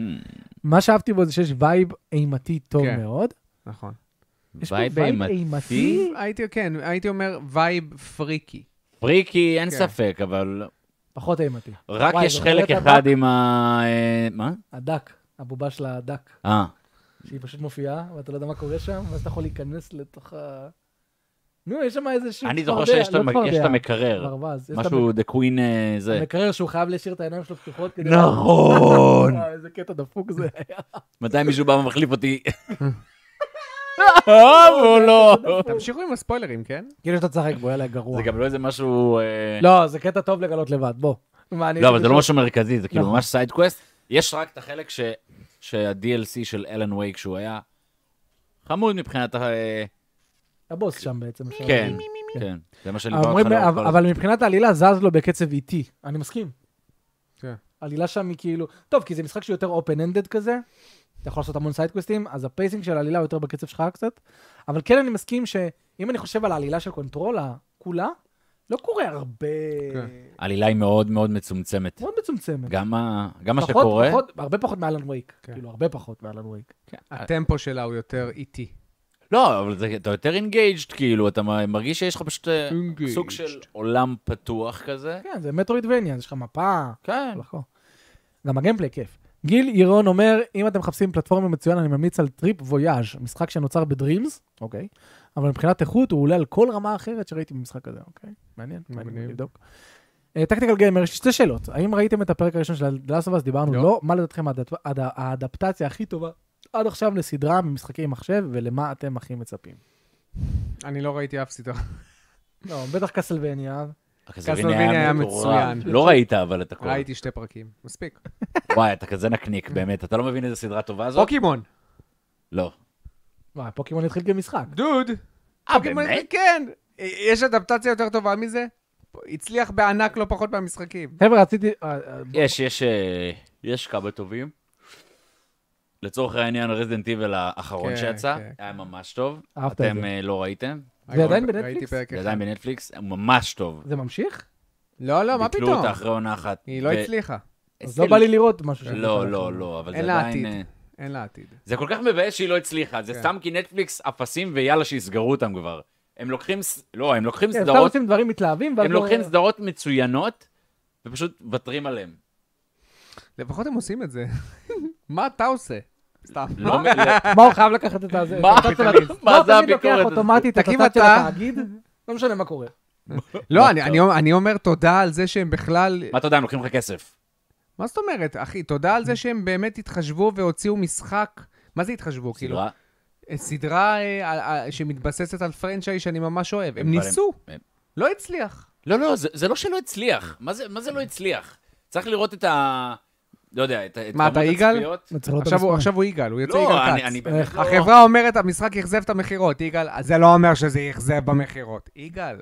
מה שאהבתי בו זה שיש וייב אימתי טוב כן. מאוד. נכון. יש פה וייב וייב אימתי? אימתי הייתי, כן, הייתי אומר וייב פריקי. פריקי, אין כן. ספק, אבל פחות אימתי. רק וואי, יש זוכר חלק את אחד הדק? עם ה... אה, מה? הדק, הבובה של הדק, אה, שהיא פשוט מופיעה, ואתה לא יודע מה קורה שם, ואז אתה יכול להיכנס לתוך ה... נו, יש שם איזה שהוא אני זוכר צפרדע, שיש את לא המק- יש את צפרדע, המקרר. ברווז. יש את משהו, The Queen אה, זה. המקרר שהוא חייב להשאיר את העיניים שלו פתוחות כדי... נכון. וואי, איזה קטע דפוק זה היה. מתי מישהו בא ומחליף אותי? אה, או לא. תמשיכו עם הספוילרים, כן? כאילו שאתה צחק בו, יאללה, גרוע. זה גם לא איזה משהו... אה, לא, זה קטע טוב לגלות לבד, בוא. מה, אני- לא, אבל זה לא משהו מרכזי, זה כאילו נכון. ממש סייד קווסט. יש רק את החלק ש- שה-DLC של אלן וייק, שהוא היה חמוד מבחינת ה... אה, הבוס שם בעצם. אפשר כן, להגיד. כן. זה מה שליווה אותך אה, אומרים, לאורך אבל כל הזמן. אבל מבחינת העלילה זז לו בקצב איטי, אני מסכים. כן. העלילה שם היא כאילו, טוב, כי זה משחק שהוא יותר open-ended כזה, אתה יכול לעשות המון סיידקוויסטים, אז הפייסינג של העלילה הוא יותר בקצב שלך קצת, אבל כן אני מסכים שאם אני חושב על העלילה של קונטרולה כולה, לא קורה הרבה, כן. העלילה היא מאוד מאוד מצומצמת. מאוד מצומצמת. גם ה- גם מה פחות- שקורה, פחות- הרבה פחות מאלן וייק, כן. כאילו, הרבה פחות מאלן וייק. אה, הטמפו שלה הוא יותר איטי. לא, אבל זה- אתה יותר אינגייג'ד, כאילו, אתה מ- מרגיש שיש לך פשוט אה, Engaged. סוג של עולם פתוח כזה. כן, זה מטרואידבניה, יש לך מפה, כן. לחקור. גם הגיימפליי כיף. גיל ירון אומר, אם אתם מחפשים פלטפורמה מצוין, אני ממליץ על טריפ וויאז', משחק שנוצר בדרימס, אוקיי, אבל מבחינת איכות הוא עולה על כל רמה אחרת שראיתי במשחק הזה, אוקיי? מעניין, מעניין מגניב. לבדוק. טקטיקל גיימר, יש לי שתי שאלות. האם ראיתם את הפרק הראשון של הלאסובס? דיברנו לא. לא. מה לדעתכם האדפ- האד- האדפטציה הכי טובה עד עכשיו לסדרה ממשחקי מחשב, ולמה אתם הכי מצפים? אני לא ראיתי אף סדרה. לא, בטח קסלבניה. הקזלוויניה אה, היה מצוין. לא ראית אבל את הכל. ראיתי שתי פרקים. מספיק. וואי, אתה כזה נקניק, באמת. אתה לא מבין איזה סדרה טובה זאת? פוקימון. לא. וואי, פוקימון התחיל כמשחק. דוד. אה, פוקימון- באמת? כן. יש אדפטציה יותר טובה מזה? הצליח בענק לא פחות מהמשחקים. חבר'ה, רציתי... אה, אה, יש, יש, אה, יש כמה טובים. לצורך העניין, רזדנט איבל האחרון כן, שיצא, כן, היה ממש טוב. אהבת את אתם זה. אה, לא ראיתם, זה עדיין ראיתי בנטפליקס? פרק זה אחד. עדיין בנטפליקס, הוא ממש טוב. זה ממשיך? כן. לא, לא, מה ביטלו פתאום? אותה אחרי עונה אחת. היא לא ו- הצליחה. אז לא בא לי לראות משהו ש... לא, לא, לא, אבל זה אין לה עדיין... עתיד. אה, אין לה עתיד. זה כל כך מבאס שהיא לא הצליחה, זה כן. סתם כי נטפליקס אפסים ויאללה שיסגרו אותם כבר. הם לוקחים, ס- לא, הם לוקחים כן, סתם סדרות, עושים דברים מתלהבים, ואז הם לא- לוקחים סדרות מצוינות, ופשוט מוותרים עליהם. לפחות הם עושים את זה. מה אתה עושה? סתם. לא מ- לא- מה הוא חייב לקחת את הזה? מה? את הצד של ה- מה מה הוא זה תמיד לוקח הביקורת הזאת? אוטומטית את תקים הצד של אתה. התאגיד? לא משנה מה קורה. לא, אני- אני אומר- אני אומר תודה על זה שהם בכלל... מה אתה יודע, הם לוקחים לך כסף. מה זאת אומרת, אחי? תודה על זה שהם באמת התחשבו והוציאו משחק. מה זה התחשבו? כאילו, סדרה, אה, סדרה אה, על- על- שמתבססת על פרנצ'ייז שאני ממש אוהב. הם אבל הם- ניסו, הם- לא הצליח. לא, לא, זה, זה לא שלא הצליח. מה זה, מה זה לא הצליח? צריך לראות את ה... לא יודע, את, ה- את מה, אתה יגאל? הצפיות. צריך לראות את עכשיו הוא- המספרים. עכשיו הוא יגאל, הוא יוצא לא, יגאל אני, אני כץ. אה, באמת לא... החברה אומרת, המשחק אכזב את המכירות, יגאל. אז זה לא אומר שזה אכזב במכירות. יגאל,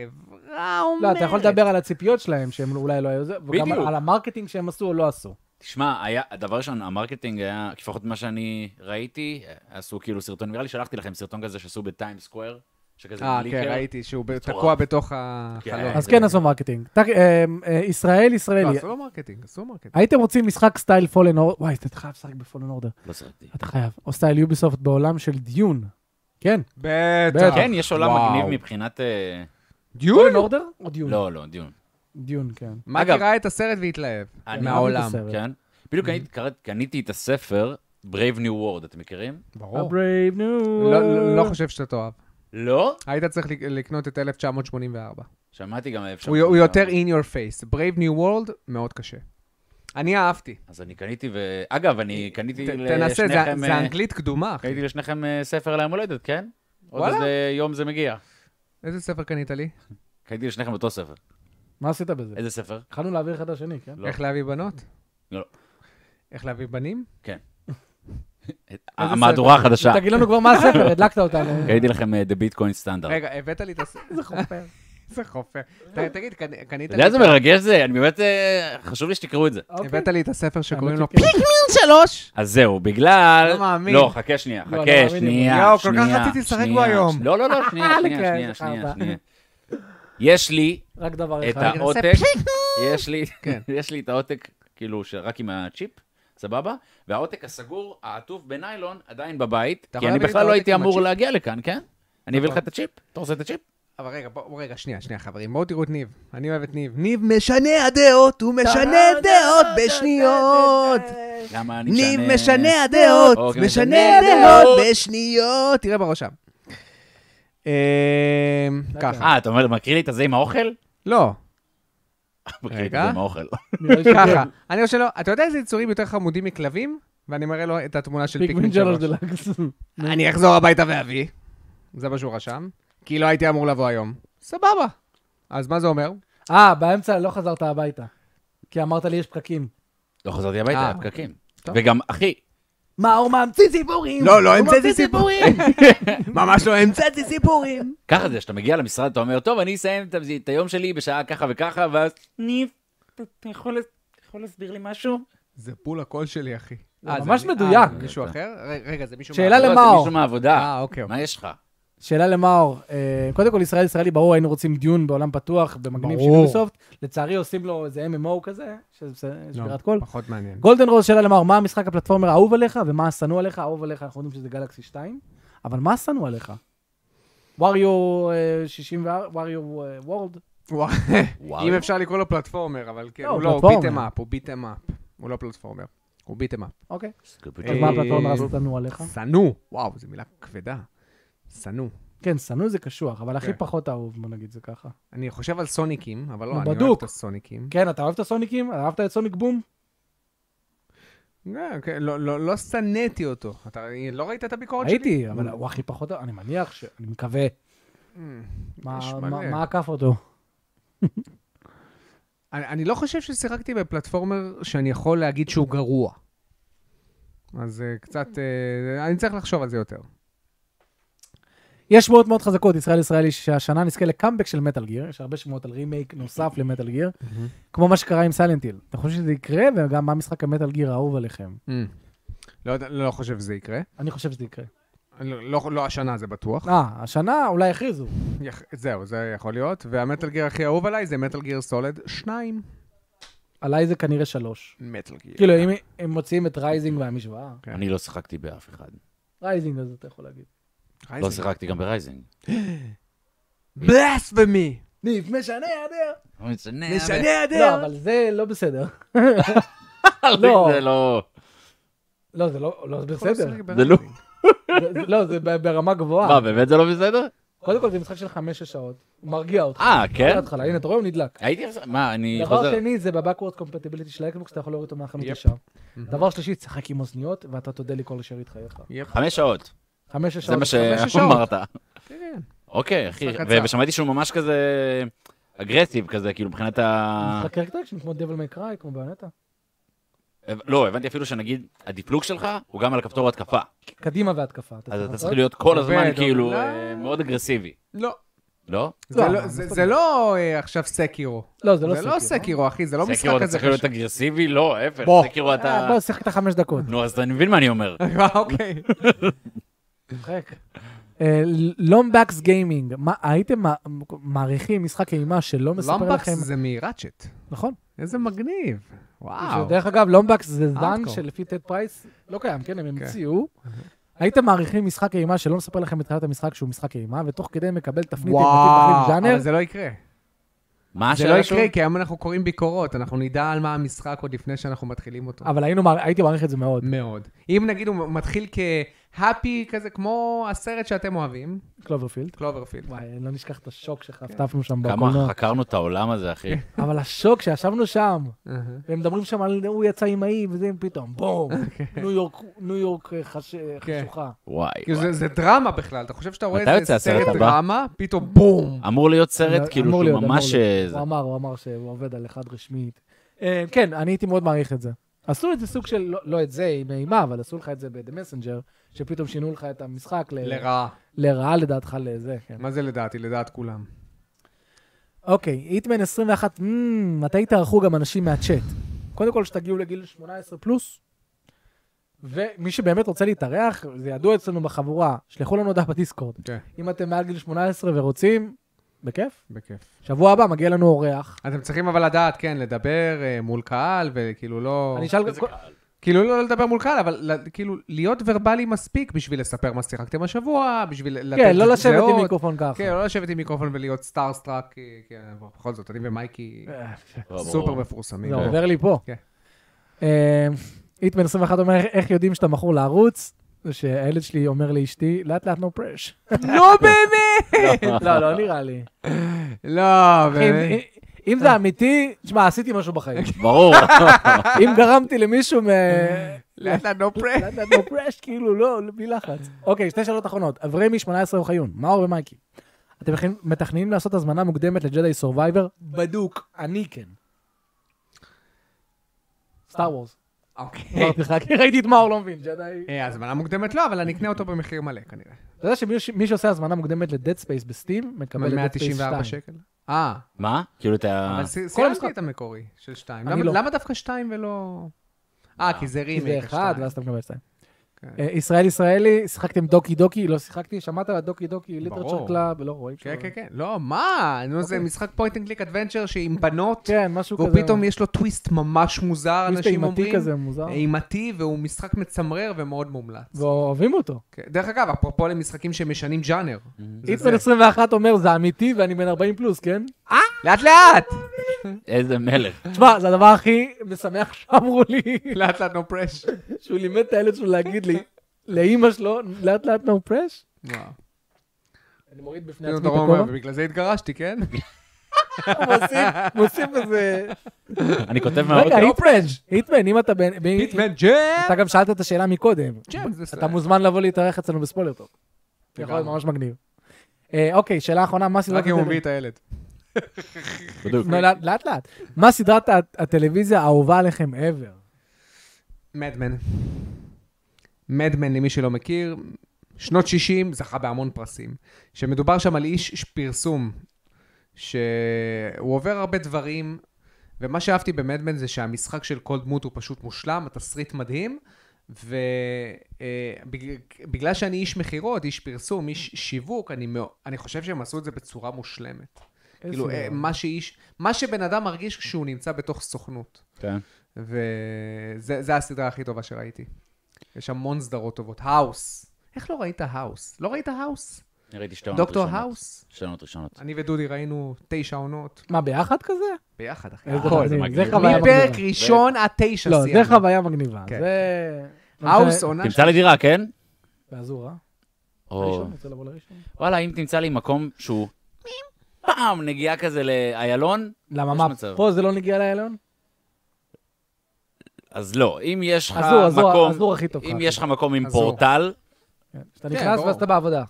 החברה אומרת... לא, אתה יכול לדבר על הציפיות שלהם, שהם אולי לא היו זה, וגם בדיוק. על המרקטינג שהם עשו או לא עשו. כמה תשמע, היה, דבר ראשון, המרקטינג היה, לפחות ממה שאני ראיתי, עשו כאילו סרטון, נראה לי שלחתי לכם סרטון כזה שעשו בטיים סקוואר, שכזה אה, בליקר. כן, ראיתי שהוא ב- מטורף. תקוע בתוך החלון. אז זה- כן עשו מרקטינג. תק- אה, אה, ישראל, לא, ישראלי. עשו לו מרקטינג, עשו לו מרקטינג. הייתם רוצים משחק סטייל פולן אורדר? וואי, אתה חייב לשחק בפולן אורדר. לא שרדתי. אתה חייב. או סטייל יוביסופט בעולם של דיון. כן. בטח. כן, יש עולם אה, וואו. מגניב מבחינת... אה, דיון? פולן אורדר או דיון? לא, לא, דיון. דיון, כן. מגי אגב- ראה את הסרט והתלהב. אני- מהעולם. אוהב את הסרט. כן. בדיוק אוקיי. קניתי- קראת- קניתי את הספר, Brave New World, אתם מכירים? ברור. הברייב נו. לא- לא- לא חושב שאתה תאהב. לא? היית צריך לק- לקנות את 1984. שמעתי גם אפשר. הוא הוא יותר in your face. Brave New World, מאוד קשה. אני אהבתי. אז אני קניתי, ו... אגב, אני קניתי ת- תנסה, זה- לשניכם... זה אה, אנגלית קדומה, אחי. קניתי לשניכם אה, ספר ליום הולדת, כן? עוד וואלה. איזה יום זה מגיע. איזה ספר קנית לי? קניתי לשניכם אותו ספר. מה עשית בזה? איזה ספר? התחלנו להעביר אחד לשני, כן? לא. איך להביא בנות? לא. איך להביא בנים? המהדורה לא. החדשה. תגיד לנו כבר מה הספר, הדלקת אותנו. אוקיי. קניתי לכם אה, The Bitcoin Standard. רגע, הבאת לי את הס... זה חופר. איזה חופר. ת- תגיד, קנ- קנית אתה לי... יודע את איזה מרגש זה? אני באמת, אה, חשוב לי שתקראו את זה. אוקיי. הבאת לי את הספר שקוראים לו האמת כן. שכן. פיקמין שלוש! אז זהו, בגלל... לא מאמין. לא, חכה שנייה, לא, לא חכה, מאמין, שנייה, יואו, כל כך שנייה, רציתי לשחק שנייה. בו היום. כן, לא, לא, לא, שנייה, שנייה, לקראת שנייה, שנייה, ארבע. שנייה. יש לי רק דבר את אחד. ה- העותק, יש לי- כן. יש לי את העותק, כאילו, שרק עם הצ'יפ, סבבה? והעותק הסגור, העטוף בניילון, עדיין בבית, אתה כי יכול אני להביא לי את בכלל לא העותק הייתי עם אמור הצ'יפ? להגיע לכאן, כן? אני אביא לך את הצ'יפ? אתה רוצה את הצ'יפ? אבל רגע, בואו, רגע, שנייה, שנייה, חברים, בואו תראו את ניב. אני אוהב את ניב. ניב משנה הדעות, הוא משנה דעות בשניות. למה אני ניב משנה? משנה הדעות, אוקיי, משנה משנה הדעות הדעות. בשניות. תראה בראש שם. אמ, ככה. אה, אתה אומר, מקריא לי את הזה עם האוכל? לא, מקריא לי את רגע. זה עם האוכל. נראה לי שכן. ככה. אני חושב שלא, אתה יודע איזה יצורים יותר חמודים מכלבים? ואני מראה לו את התמונה של פיקמין פיקמין שלוש שלוש. דלקס. אני אחזור הביתה ואביא. זה מה שהוא רשם. כי לא הייתי אמור לבוא היום. סבבה. אז מה זה אומר? אה, באמצע לא חזרת הביתה. כי אמרת לי יש פקקים. לא חזרתי הביתה, אה, היה פקקים. טוב. וגם, אחי, מה, הוא ממציא סיפורים! לא, לא הוא המצאתי ממציא סיפורים. ממש לא המצאתי סיפורים. ככה זה, כשאתה מגיע למשרד, אתה אומר, טוב, אני אסיים את ה- את היום שלי בשעה ככה וככה, ואז, ניב, אתה- אתה יכול לס- אתה יכול להסביר לי משהו? זה פול הקול שלי, אחי. זה אה, לא, ממש אני- אה, מדויק. זה מישהו אחר? ר- רגע, זה מישהו... שאלה מה- לא, זה למאור. מישהו מהעבודה. אה, אוקיי. אוקיי. מה יש לך? שאלה למאור, אה, קודם כל ישראל ישראלי, ברור היינו רוצים דיון בעולם פתוח במגניב של ברור. יוביסופט, לצערי עושים לו איזה MMO כזה, שזה בסדר, יש לא, בירת קול. פחות מעניין. גולדן רוז, שאלה למאור, מה המשחק הפלטפורמר האהוב עליך ומה השנוא עליך? האהוב עליך, אנחנו יודעים שזה גלקסי 2, אבל מה השנוא עליך? אה, ווריו 64, ווריו וורד, וואי, וואו. אם אפשר לקרוא לו פלטפורמר, אבל כן, לא, הוא לא, הוא פלטפורמר. ביטם אפ, הוא ביטם אפ. הוא לא פלטפורמר, הוא ביטם אפ. אוקיי. אז אה, מה הפלטפורמר השנוא עליך? נכון. שנוא, וואו, זו מילה כבדה. שנוא. כן, שנוא זה קשוח, אבל הכי כן. פחות אהוב, בוא נגיד זה ככה. אני חושב על סוניקים, אבל נו, לא, אני אוהב בדוק. את הסוניקים. כן, אתה אוהב את הסוניקים? אהבת את סוניק בום? אה, כן, לא- לא לא שנאתי אותו. אתה לא ראית את הביקורת שלי? הייתי, אבל הוא הכי פחות, אני מניח ש... אני מקווה. אה. מה- יש מה- מלא. מה עקף אותו? אני, אני לא חושב ששיחקתי בפלטפורמר שאני יכול להגיד שהוא גרוע. אה, אז uh, קצת, uh, אני צריך לחשוב על זה יותר. יש שמועות מאוד חזקות, ישראל ישראלי, שהשנה נזכה לקאמבק של מטאל גיר, יש הרבה שמועות על רימייק נוסף למטאל גיר, כמו מה שקרה עם סיילנטיל. אתה חושב שזה יקרה, וגם מה משחק המטאל גיר האהוב עליכם? אה. אמ. לא יודע- לא חושב שזה יקרה. אני חושב שזה יקרה. לא לא- לא השנה, זה בטוח. אה, השנה אולי הכריזו. יח- זהו, זה יכול להיות. והמטאל גיר הכי אהוב עליי זה מטאל גיר סולד 2. עליי זה כנראה שלוש. מטאל גיר. כאילו, אם הם מוציאים את רייזינג מהמשוואה, כן. אני לא שיחקתי באף אחד. רייזינג אז אתה יכול להגיד. לא שיחקתי גם ברייזינג. בלסבמי! ניב, משנה היעדר. לא משנה. משנה לא, היעדר! אבל זה לא בסדר. לא. זה לא... לא, זה לא לא, זה בסדר. זה לא- זה- זה- לא, זה ב- ברמה גבוהה. מה, באמת זה לא בסדר? קודם כל, זה משחק של חמש-שש שעות. הוא מרגיע אותך. אה, כן? מההתחלה. הנה, אתה רואה, הוא נדלק. הייתי... מה, אני דבר חוזר. שני, זה ב-Backward Compatibility של האקסבוקס, אתה יכול להוריד אותו מהחנות יפ. ישר. דבר שלישי, תשחק עם אוזניות, ואתה תודה לי כל אשר יתחייך. חמש שעות. חמש-שש זה שעות. מה חמש שעות. שאמרת. כן. אוקיי, אחי. משחק ו- קצר. ושמעתי שהוא ממש כזה אגרסיב כזה, כאילו מבחינת ה... משחק קרקטרקשן, כמו דבל מי קראי, כמו אה? ביונטה. לא, הבנתי אפילו שנגיד, הדפלוג שלך הוא גם על כפתור התקפה. כן, קדימה והתקפה. אז נכון. אתה צריך לעשות. להיות כל עובד, הזמן עובד. כאילו לא. אה, מאוד אגרסיבי. לא. לא? זה לא, לא- מה זה- זאת זה לא אה, עכשיו סקירו. לא, זה לא זה לא סקר. סקירו, אחי, זה לא משחק סקירו אתה כזה צריך להיות אגרסיבי? לא, ההפך. בוא. סקירו אתה... אה, בוא, שיחק את החמש דקות. נו, אז אתה מבין מה אני אומר. אה, אוקיי. משחק. אה, לומבקס גיימינג, מה, הייתם מע- מעריכים משחק אימה שלא מספר לומבקס לכם? זה מראצ'ט. נכון. איזה מגניב. וואו. שדרך אגב, לומבקס זה זן הארדקור. שלפי טד פרייס לא קיים, כן, הם המציאו. הייתם מעריכים משחק אימה שלא מספר לכם בתחילת המשחק שהוא משחק אימה, ותוך כדי מקבל תפנית אימתית וואו, מחליף ז'אנר? אבל זה לא יקרה. מה זה לא השאלה שוב? יקרה, כי היום אנחנו קוראים ביקורות, אנחנו נדע על מה המשחק עוד לפני שאנחנו מתחילים אותו. אבל היינו מער- הייתי מעריך את זה מאוד. מאוד. אם נגיד הוא מתחיל כהפי כזה, כמו הסרט שאתם אוהבים, קלוברפילד. קלוברפילד. וואי, לא נשכח את השוק שחטפנו שם כמה בקולנוע. חקרנו את העולם הזה, אחי. כן. אבל השוק שישבנו שם, אהה. והם מדברים שם על הוא יצא אימאי, וזה פתאום, בום, ניו יורק- ניו יורק אה, חש- אה, אוקיי. כן. חשוכה. וואי. כאילו וואי. זה- זה דרמה בכלל, אתה חושב שאתה מתי רואה יוצא איזה הסרט סרט הבא? דרמה, פתאום בום. אמור להיות סרט, כאילו, אמור שהוא להיות, אמור ממש... להיות. אה, זה- הוא אמר, הוא אמר שהוא עובד על אחד רשמית. אה, כן, אני הייתי מאוד מעריך את זה. עשו את זה סוג של, לא- לא את זה עם אימה, אבל עשו לך את זה ב-The Messenger, שפתאום שינו לך את המשחק ל- לרעה. לרעה לדעתך לזה, כן. מה זה לדעתי? לדעת כולם. אוקיי, היטמן 21, מ, מתי יתארחו גם אנשים מהצ'אט? קודם כל, שתגיעו לגיל 18 פלוס, ומי שבאמת רוצה להתארח, זה ידוע אצלנו בחבורה, שלחו לנו הודעה בדיסקורד. כן, אם אתם מעל גיל 18 ורוצים, בכיף. בכיף. שבוע הבא מגיע לנו אורח. אתם צריכים אבל לדעת, כן, לדבר אה, מול קהל, וכאילו לא... אני אשאל... כל- כאילו לא לדבר מול קהל, אבל ל- כאילו להיות ורבלי מספיק בשביל לספר מה שיחקתם השבוע, בשביל לתת כן, לא לשבת עם דעות. מיקרופון ככה. כן, לא לשבת עם מיקרופון ולהיות סטארסטראק, כי- כי בכל זאת, אני ומייקי אה, לא, ברור. סופר מפורסמים. זה עובר לי פה. כן. אה, איטמן 21 אומר, איך יודעים שאתה מכור לערוץ? זה שהילד שלי אומר לאשתי, לאט לאט נו פרש. נו באמת! לא, לא נראה לי. לא, אחי, אם- באמת. אם- אם זה אמיתי, תשמע, עשיתי משהו בחיים. ברור. אם גרמתי למישהו מ... לאט לאט נו פרק. לאט לאט נו פרש, כאילו, לא, בלי לחץ. אוקיי, שתי שאלות אחרונות. אברמי 18 אוחיון, מאור ומייקי. אתם מכין- מתכננים לעשות הזמנה מוקדמת לג'די סורווייבר? בדוק, אני כן. סטאר וורס. אוקיי. אמרתי לך, כי ראיתי את מאור לא מבין, ג'די. אה, הזמנה מוקדמת לא, אבל אני אקנה אותו במחיר מלא כנראה. אתה יודע שמי שעושה הזמנה מוקדמת לדד ספייס בסטים, מקבל את דד ספייס 2. 194 שקל. אה, מה? כאילו, אתה... אבל סי- סיימתי המשחק. את המקורי של שתיים. אני למה- לא. למה דווקא שתיים ולא... אה, כי זה כי זה רימייק. אחד, השתיים. ואז אתה מקבל שתיים. כן. אה, ישראל ישראלי, שיחקתם דוקי דוקי, לא שיחקתי, שמעת על הדוקי דוקי ליטרצ'ר ברור. קלאב, לא רואים כן, שלא. כן, כן. לא, מה? נו, זה משחק פוינט אנד קליק אדוונצ'ר שעם בנות, אוקיי. כן, משהו כזה. והוא פתאום יש לו טוויסט ממש מוזר, מיסטר אנשים אימתי אומרים. "אה, כזה מוזר. אימתי, והוא משחק מצמרר ומאוד מומלץ. ואוהבים אותו. כן. דרך אגב, אפרופו למשחקים שמשנים ג'אנר. זה איטמן 21 אומר, זה אמיתי ואני בן 40 פלוס, כן? זה. לאט לאט! איזה מלך. תשמע, זה הדבר הכי משמח שאמרו לי, לאט לאט נו פרש. שהוא לימד את הילד שלו להגיד לי, לאימא שלו, לאט לאט נו פרש. אני מוריד בפני עצמי את לא הכובע. בגלל זה התגרשתי, כן? מוסיף, מוסיף איזה... אני כותב מהאוטו. אוקיי, רגע, היטמן, היטמן, אם אתה בן... ב- היטמן ג'ם! אתה גם שאלת את השאלה מקודם. ג'ם זה סרט. אתה מוזמן לבוא להתארח אצלנו בספוילר טוב. זה יכול להיות לגמרי. ממש מגניב. אה, אוקיי, שאלה אחרונה, מה סדרת... רק אם הוא הטלו- מביא את הילד. בדיוק. לא, לאט- לאט לאט. מה סדרת הט- הטלוויזיה האהובה עליכם ever? מדמן. מדמן, למי שלא מכיר, שנות 60, זכה בהמון פרסים. שמדובר שם על איש ש- פרסום, שהוא עובר הרבה דברים, ומה שאהבתי במדמן זה שהמשחק של כל דמות הוא פשוט מושלם, התסריט מדהים, ובגלל שאני איש מכירות, איש פרסום, איש שיווק, אני, מאו- אני חושב שהם עשו את זה בצורה מושלמת. כאילו, אה, מה, שאיש, מה שבן אדם מרגיש כשהוא נמצא בתוך סוכנות. כן. וזו הסדרה הכי טובה שראיתי. יש המון סדרות טובות. האוס. איך לא ראית האוס? לא ראית האוס? אני ראיתי שתי עונות דוקטור ראשונות. האוס? שתי עונות ראשונות. אני ודודי ראינו תשע עונות. מה, ביחד כזה? ביחד, אחי. איזה הכל. מדהים, מגניב. זה חוויה מפרק מגניבה. ראשון עד תשע לא, סיימנו. זה חוויה מגניבה. כן. זה... לא האוס עונה... תמצא לי דירה, כן? באזורה. או... ראשון, אה? רוצה לבוא לראשון. וואלה, אם תמצא לי מקום שהוא... פעם נגיעה כזה לאיילון, למה, יש מה, מצב. פה זה לא נגיע לאיילון? אז לא. אם יש לך אזור, אזור, מקום... אזור הכי טוב אם לך. יש לך מקום עם אזור. פורטל, כן. שאתה כן, נכנס ברור. ואז אתה בעבודה.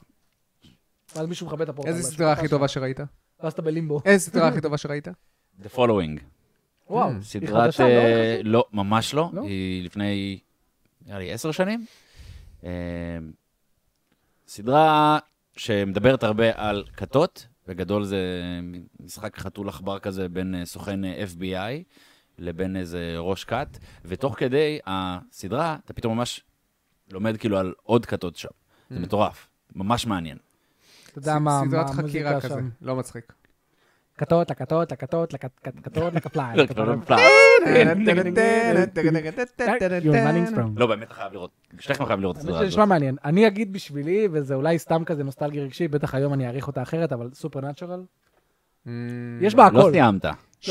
ואז מישהו מכבה את הפורטל. איזה ואז סדרה אתה הכי טובה שראית? ואז אתה בלימבו. איזה סדרה הכי טובה שראית? The Following. וואו, היא סדרת... חדשה, לא? אה, לא, ממש לא. לא? היא לפני, נראה לי, עשר שנים. אה, סדרה שמדברת הרבה על כתות, בגדול זה משחק חתול עכבר כזה בין אה, סוכן אה, FBI לבין איזה ראש כת, ותוך כדי הסדרה אתה פתאום ממש לומד כאילו על עוד כתות שם. זה מטורף, ממש מעניין. אתה יודע מה, מה סדרת חקירה המוזיקה כזה. שם. לא מצחיק. קטות, לקטות, לקטות, לקטות, לקפליים. אה, לא, כבר לא מפלט. לא, באמת אתה חייב לראות, שניכם חייב לראות את האמת הסדרה שזה נשמע הזאת. מעניין. אני אגיד בשבילי, וזה אולי סתם כזה נוסטלגיה רגשית, בטח היום אני אעריך אותה אחרת, אבל סופר נאצ'רל. יש בה Mm. לא הכל. סיימת.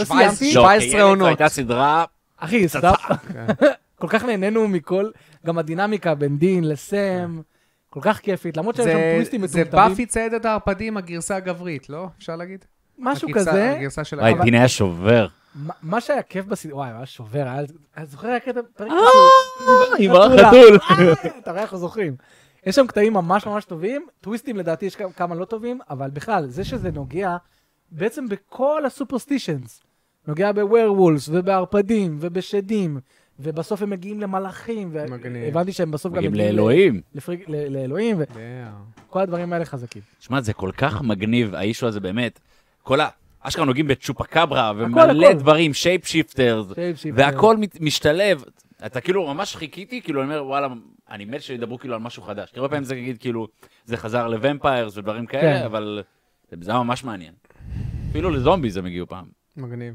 סיימתי. לא, 17 כילד זו עונות. הייתה סדרה אחי, סתם. כן. כל כך נהנינו מכל, גם הדינמיקה בין דין לסם, כל כך כיפית, למרות שהיו שם זה- טוויסטים זה מטומטמים, באפי ציידת הערפדים, הגרסה הגברית, לא? אפשר להגיד? משהו הגרסה- כזה. הגרסה של וואי, הגברית. דין היה שובר. מה- מה שהיה כיף בסדרה, וואי, היה שובר, היה- אני זוכר היה קטע פרק עם אה, החתול. אתה רואה אנחנו זוכרים. יש שם קטעים ממש ממש טובים, טוויסטים לדעתי יש גם כמה לא טובים, אבל בכלל, זה שזה נוגע בעצם בכל הסופרסטישנס. נוגע בוורוולס, ובערפדים, ובשדים, ובסוף הם מגיעים למלאכים, מגניב. והבנתי שהם בסוף גם מגיעים מגיעים ל- לאלוהים. לפריג- ל- לאלוהים, וכל הדברים האלה חזקים. שמע, זה כל כך מגניב, האישו הזה באמת. כל ה... אשכרה נוגעים בצ'ופקברה, הכל. ומלא דברים, שייפ שיפטרס, Shapeshifters. והכל מת- משתלב. אתה כאילו ממש חיכיתי, כאילו אני אומר, וואלה, אני מת שידברו כאילו על משהו חדש. כי הרבה פעמים זה נגיד, כאילו, זה חזר לוומפיירס ודברים כן. כאלה, אבל זה היה ממש מעניין. אפילו לזומביז הם הגיעו פעם. מגניב.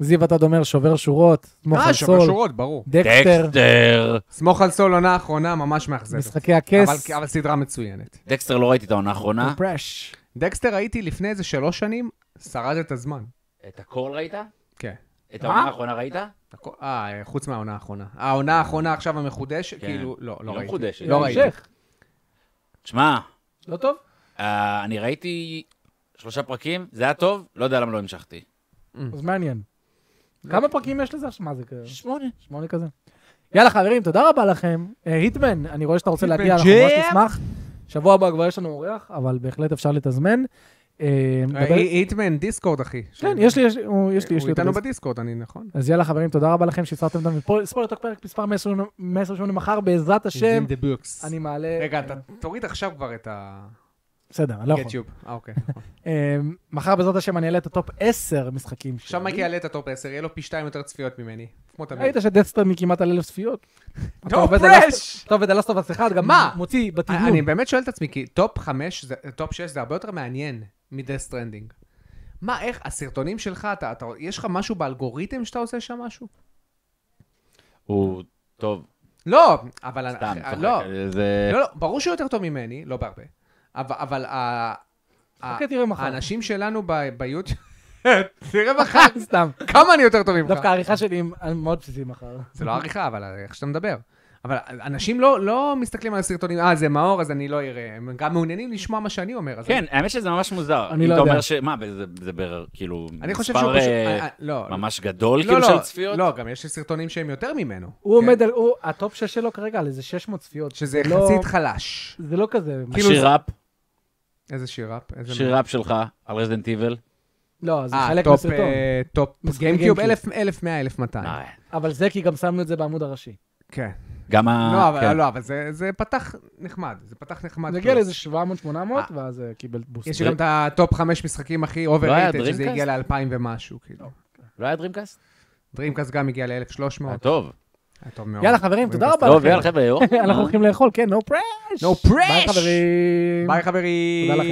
זיו, אתה אומר שובר שורות, כמו אה, שובר חסול, שורות, ברור. דקסטר, דקסטר. סמוך על סול, עונה אחרונה ממש מאכזבת. משחקי הכס, אבל- אה? אבל סדרה מצוינת. דקסטר לא ראיתי את העונה האחרונה. פרש. דקסטר ראיתי לפני איזה שלוש שנים, שרד את הזמן. את הקול ראית? כן. את העונה האחרונה ראית? הכל- אה, חוץ מהעונה האחרונה. העונה האחרונה עכשיו המחודשת, כן. כאילו, לא, לא היא לא ראיתי. מחודשת. לא ראיתי. אה, המשך. תשמע, לא טוב? אה, אני ראיתי שלושה פרקים, זה היה טוב, לא יודע למה לא המשכתי. אז מעניין. כמה פרקים יש לזה עכשיו? מה זה כזה? שמונה. שמונה כזה. יאללה חברים, תודה רבה לכם. אה, היטמן, אני רואה שאתה רוצה היטמן להגיע, אנחנו ממש ג'ם. נשמח. שבוע הבא כבר יש לנו אורח, אבל בהחלט אפשר לתזמן. אה, נדבר- היטמן, דיסקורד, אחי. כן, יש לי, יש לי, הוא- יש לי, יש הוא לי. אותו איתנו בדיסק. בדיסקורד, אני נכון. אז יאללה חברים, תודה רבה לכם שהצטרפתם אותנו. פה- ספורט טוק פרק מספר 128 מחר, בעזרת השם. He's in the books. אני מעלה... רגע, אתה תוריד עכשיו כבר את ה... בסדר, אני לא יכול. יוטיוב. אה, אוקיי. נכון. אה, מחר בעזרת השם אני אעלה את הטופ 10 משחקים עכשיו שלי. מייקי יעלה את הטופ 10, יהיה לו פי שתיים יותר צפיות ממני. כמו תמיד. ראית שדסטרמי כמעט על אלף צפיות? אתה עובד על פרש! אתה עובד על אסטובס אחד, גם מה? מוציא בתגמול. אה, אני באמת שואל את עצמי, כי טופ 5, טופ 6 זה הרבה יותר מעניין מדס טרנדינג. מה, איך, הסרטונים שלך, אתה, אתה, יש לך משהו באלגוריתם שאתה עושה שם משהו? הוא טוב, לא, אבל... סתם, אה, צוחק. לא, זה... לא, לא, ברור שהוא יותר טוב ממני, לא בהרבה. אבל, אבל ה- ה- אוקיי, תראה מחר. האנשים שלנו ב- ביוטיוב... תראה מחר, סתם. כמה אני יותר טוב ממך. דווקא העריכה שלי היא מאוד בסיסית מחר. זה אוקיי. לא עריכה, אבל איך שאתה מדבר. אבל אנשים לא, לא מסתכלים על הסרטונים, אה, זה מאור, אז אני לא אראה. הם גם מעוניינים לשמוע מה שאני אומר. אז כן, האמת שזה ממש מוזר. אני לא אם אתה יודע. אומר ש... מה, זה- זה בר- כאילו... אני חושב מספר, שהוא פשוט... אה, אה, אה, לא, ממש גדול, לא, כאילו, לא, של צפיות? לא, גם יש לי סרטונים שהם יותר ממנו. הוא כן? עומד על, הוא- הטופ 6 שלו כרגע על איזה 600 צפיות. שזה לא- יחסית חלש. זה לא כזה. כאילו זה- השיר אפ, איזה שיר אפ? איזה- אה, שיר אפ שלך, על רזדנט איבל. לא, זה אה, חלק טופ, מהסרטון. אה, טופ משחק גיימקיוב גיימקיוב. אה, 1100, 1200. אבל זה כי גם שמנו את זה בעמוד הראשי. כן. גם לא, ה... אבל- כן. לא, אבל זה- זה פתח נחמד, זה פתח נחמד. נגיע כאילו. לאיזה 700-800, אה. ואז אה, קיבל בוסט. יש גם את הטופ חמש משחקים הכי לא היה overrated, שזה Dreamcast? הגיע ל-2000 ומשהו, כאילו. לא היה דרימקאסט? לא. דרימקאסט גם הגיע ל-1300, אה, טוב. היה טוב מאוד. יאללה, חברים, תודה רבה אוקיי, כן. טוב, לכם. יאללה, חבר'ה. אוה. אנחנו הולכים לאכול, כן, no press. No ביי, pressure! חברים. ביי חברים. תודה לכם.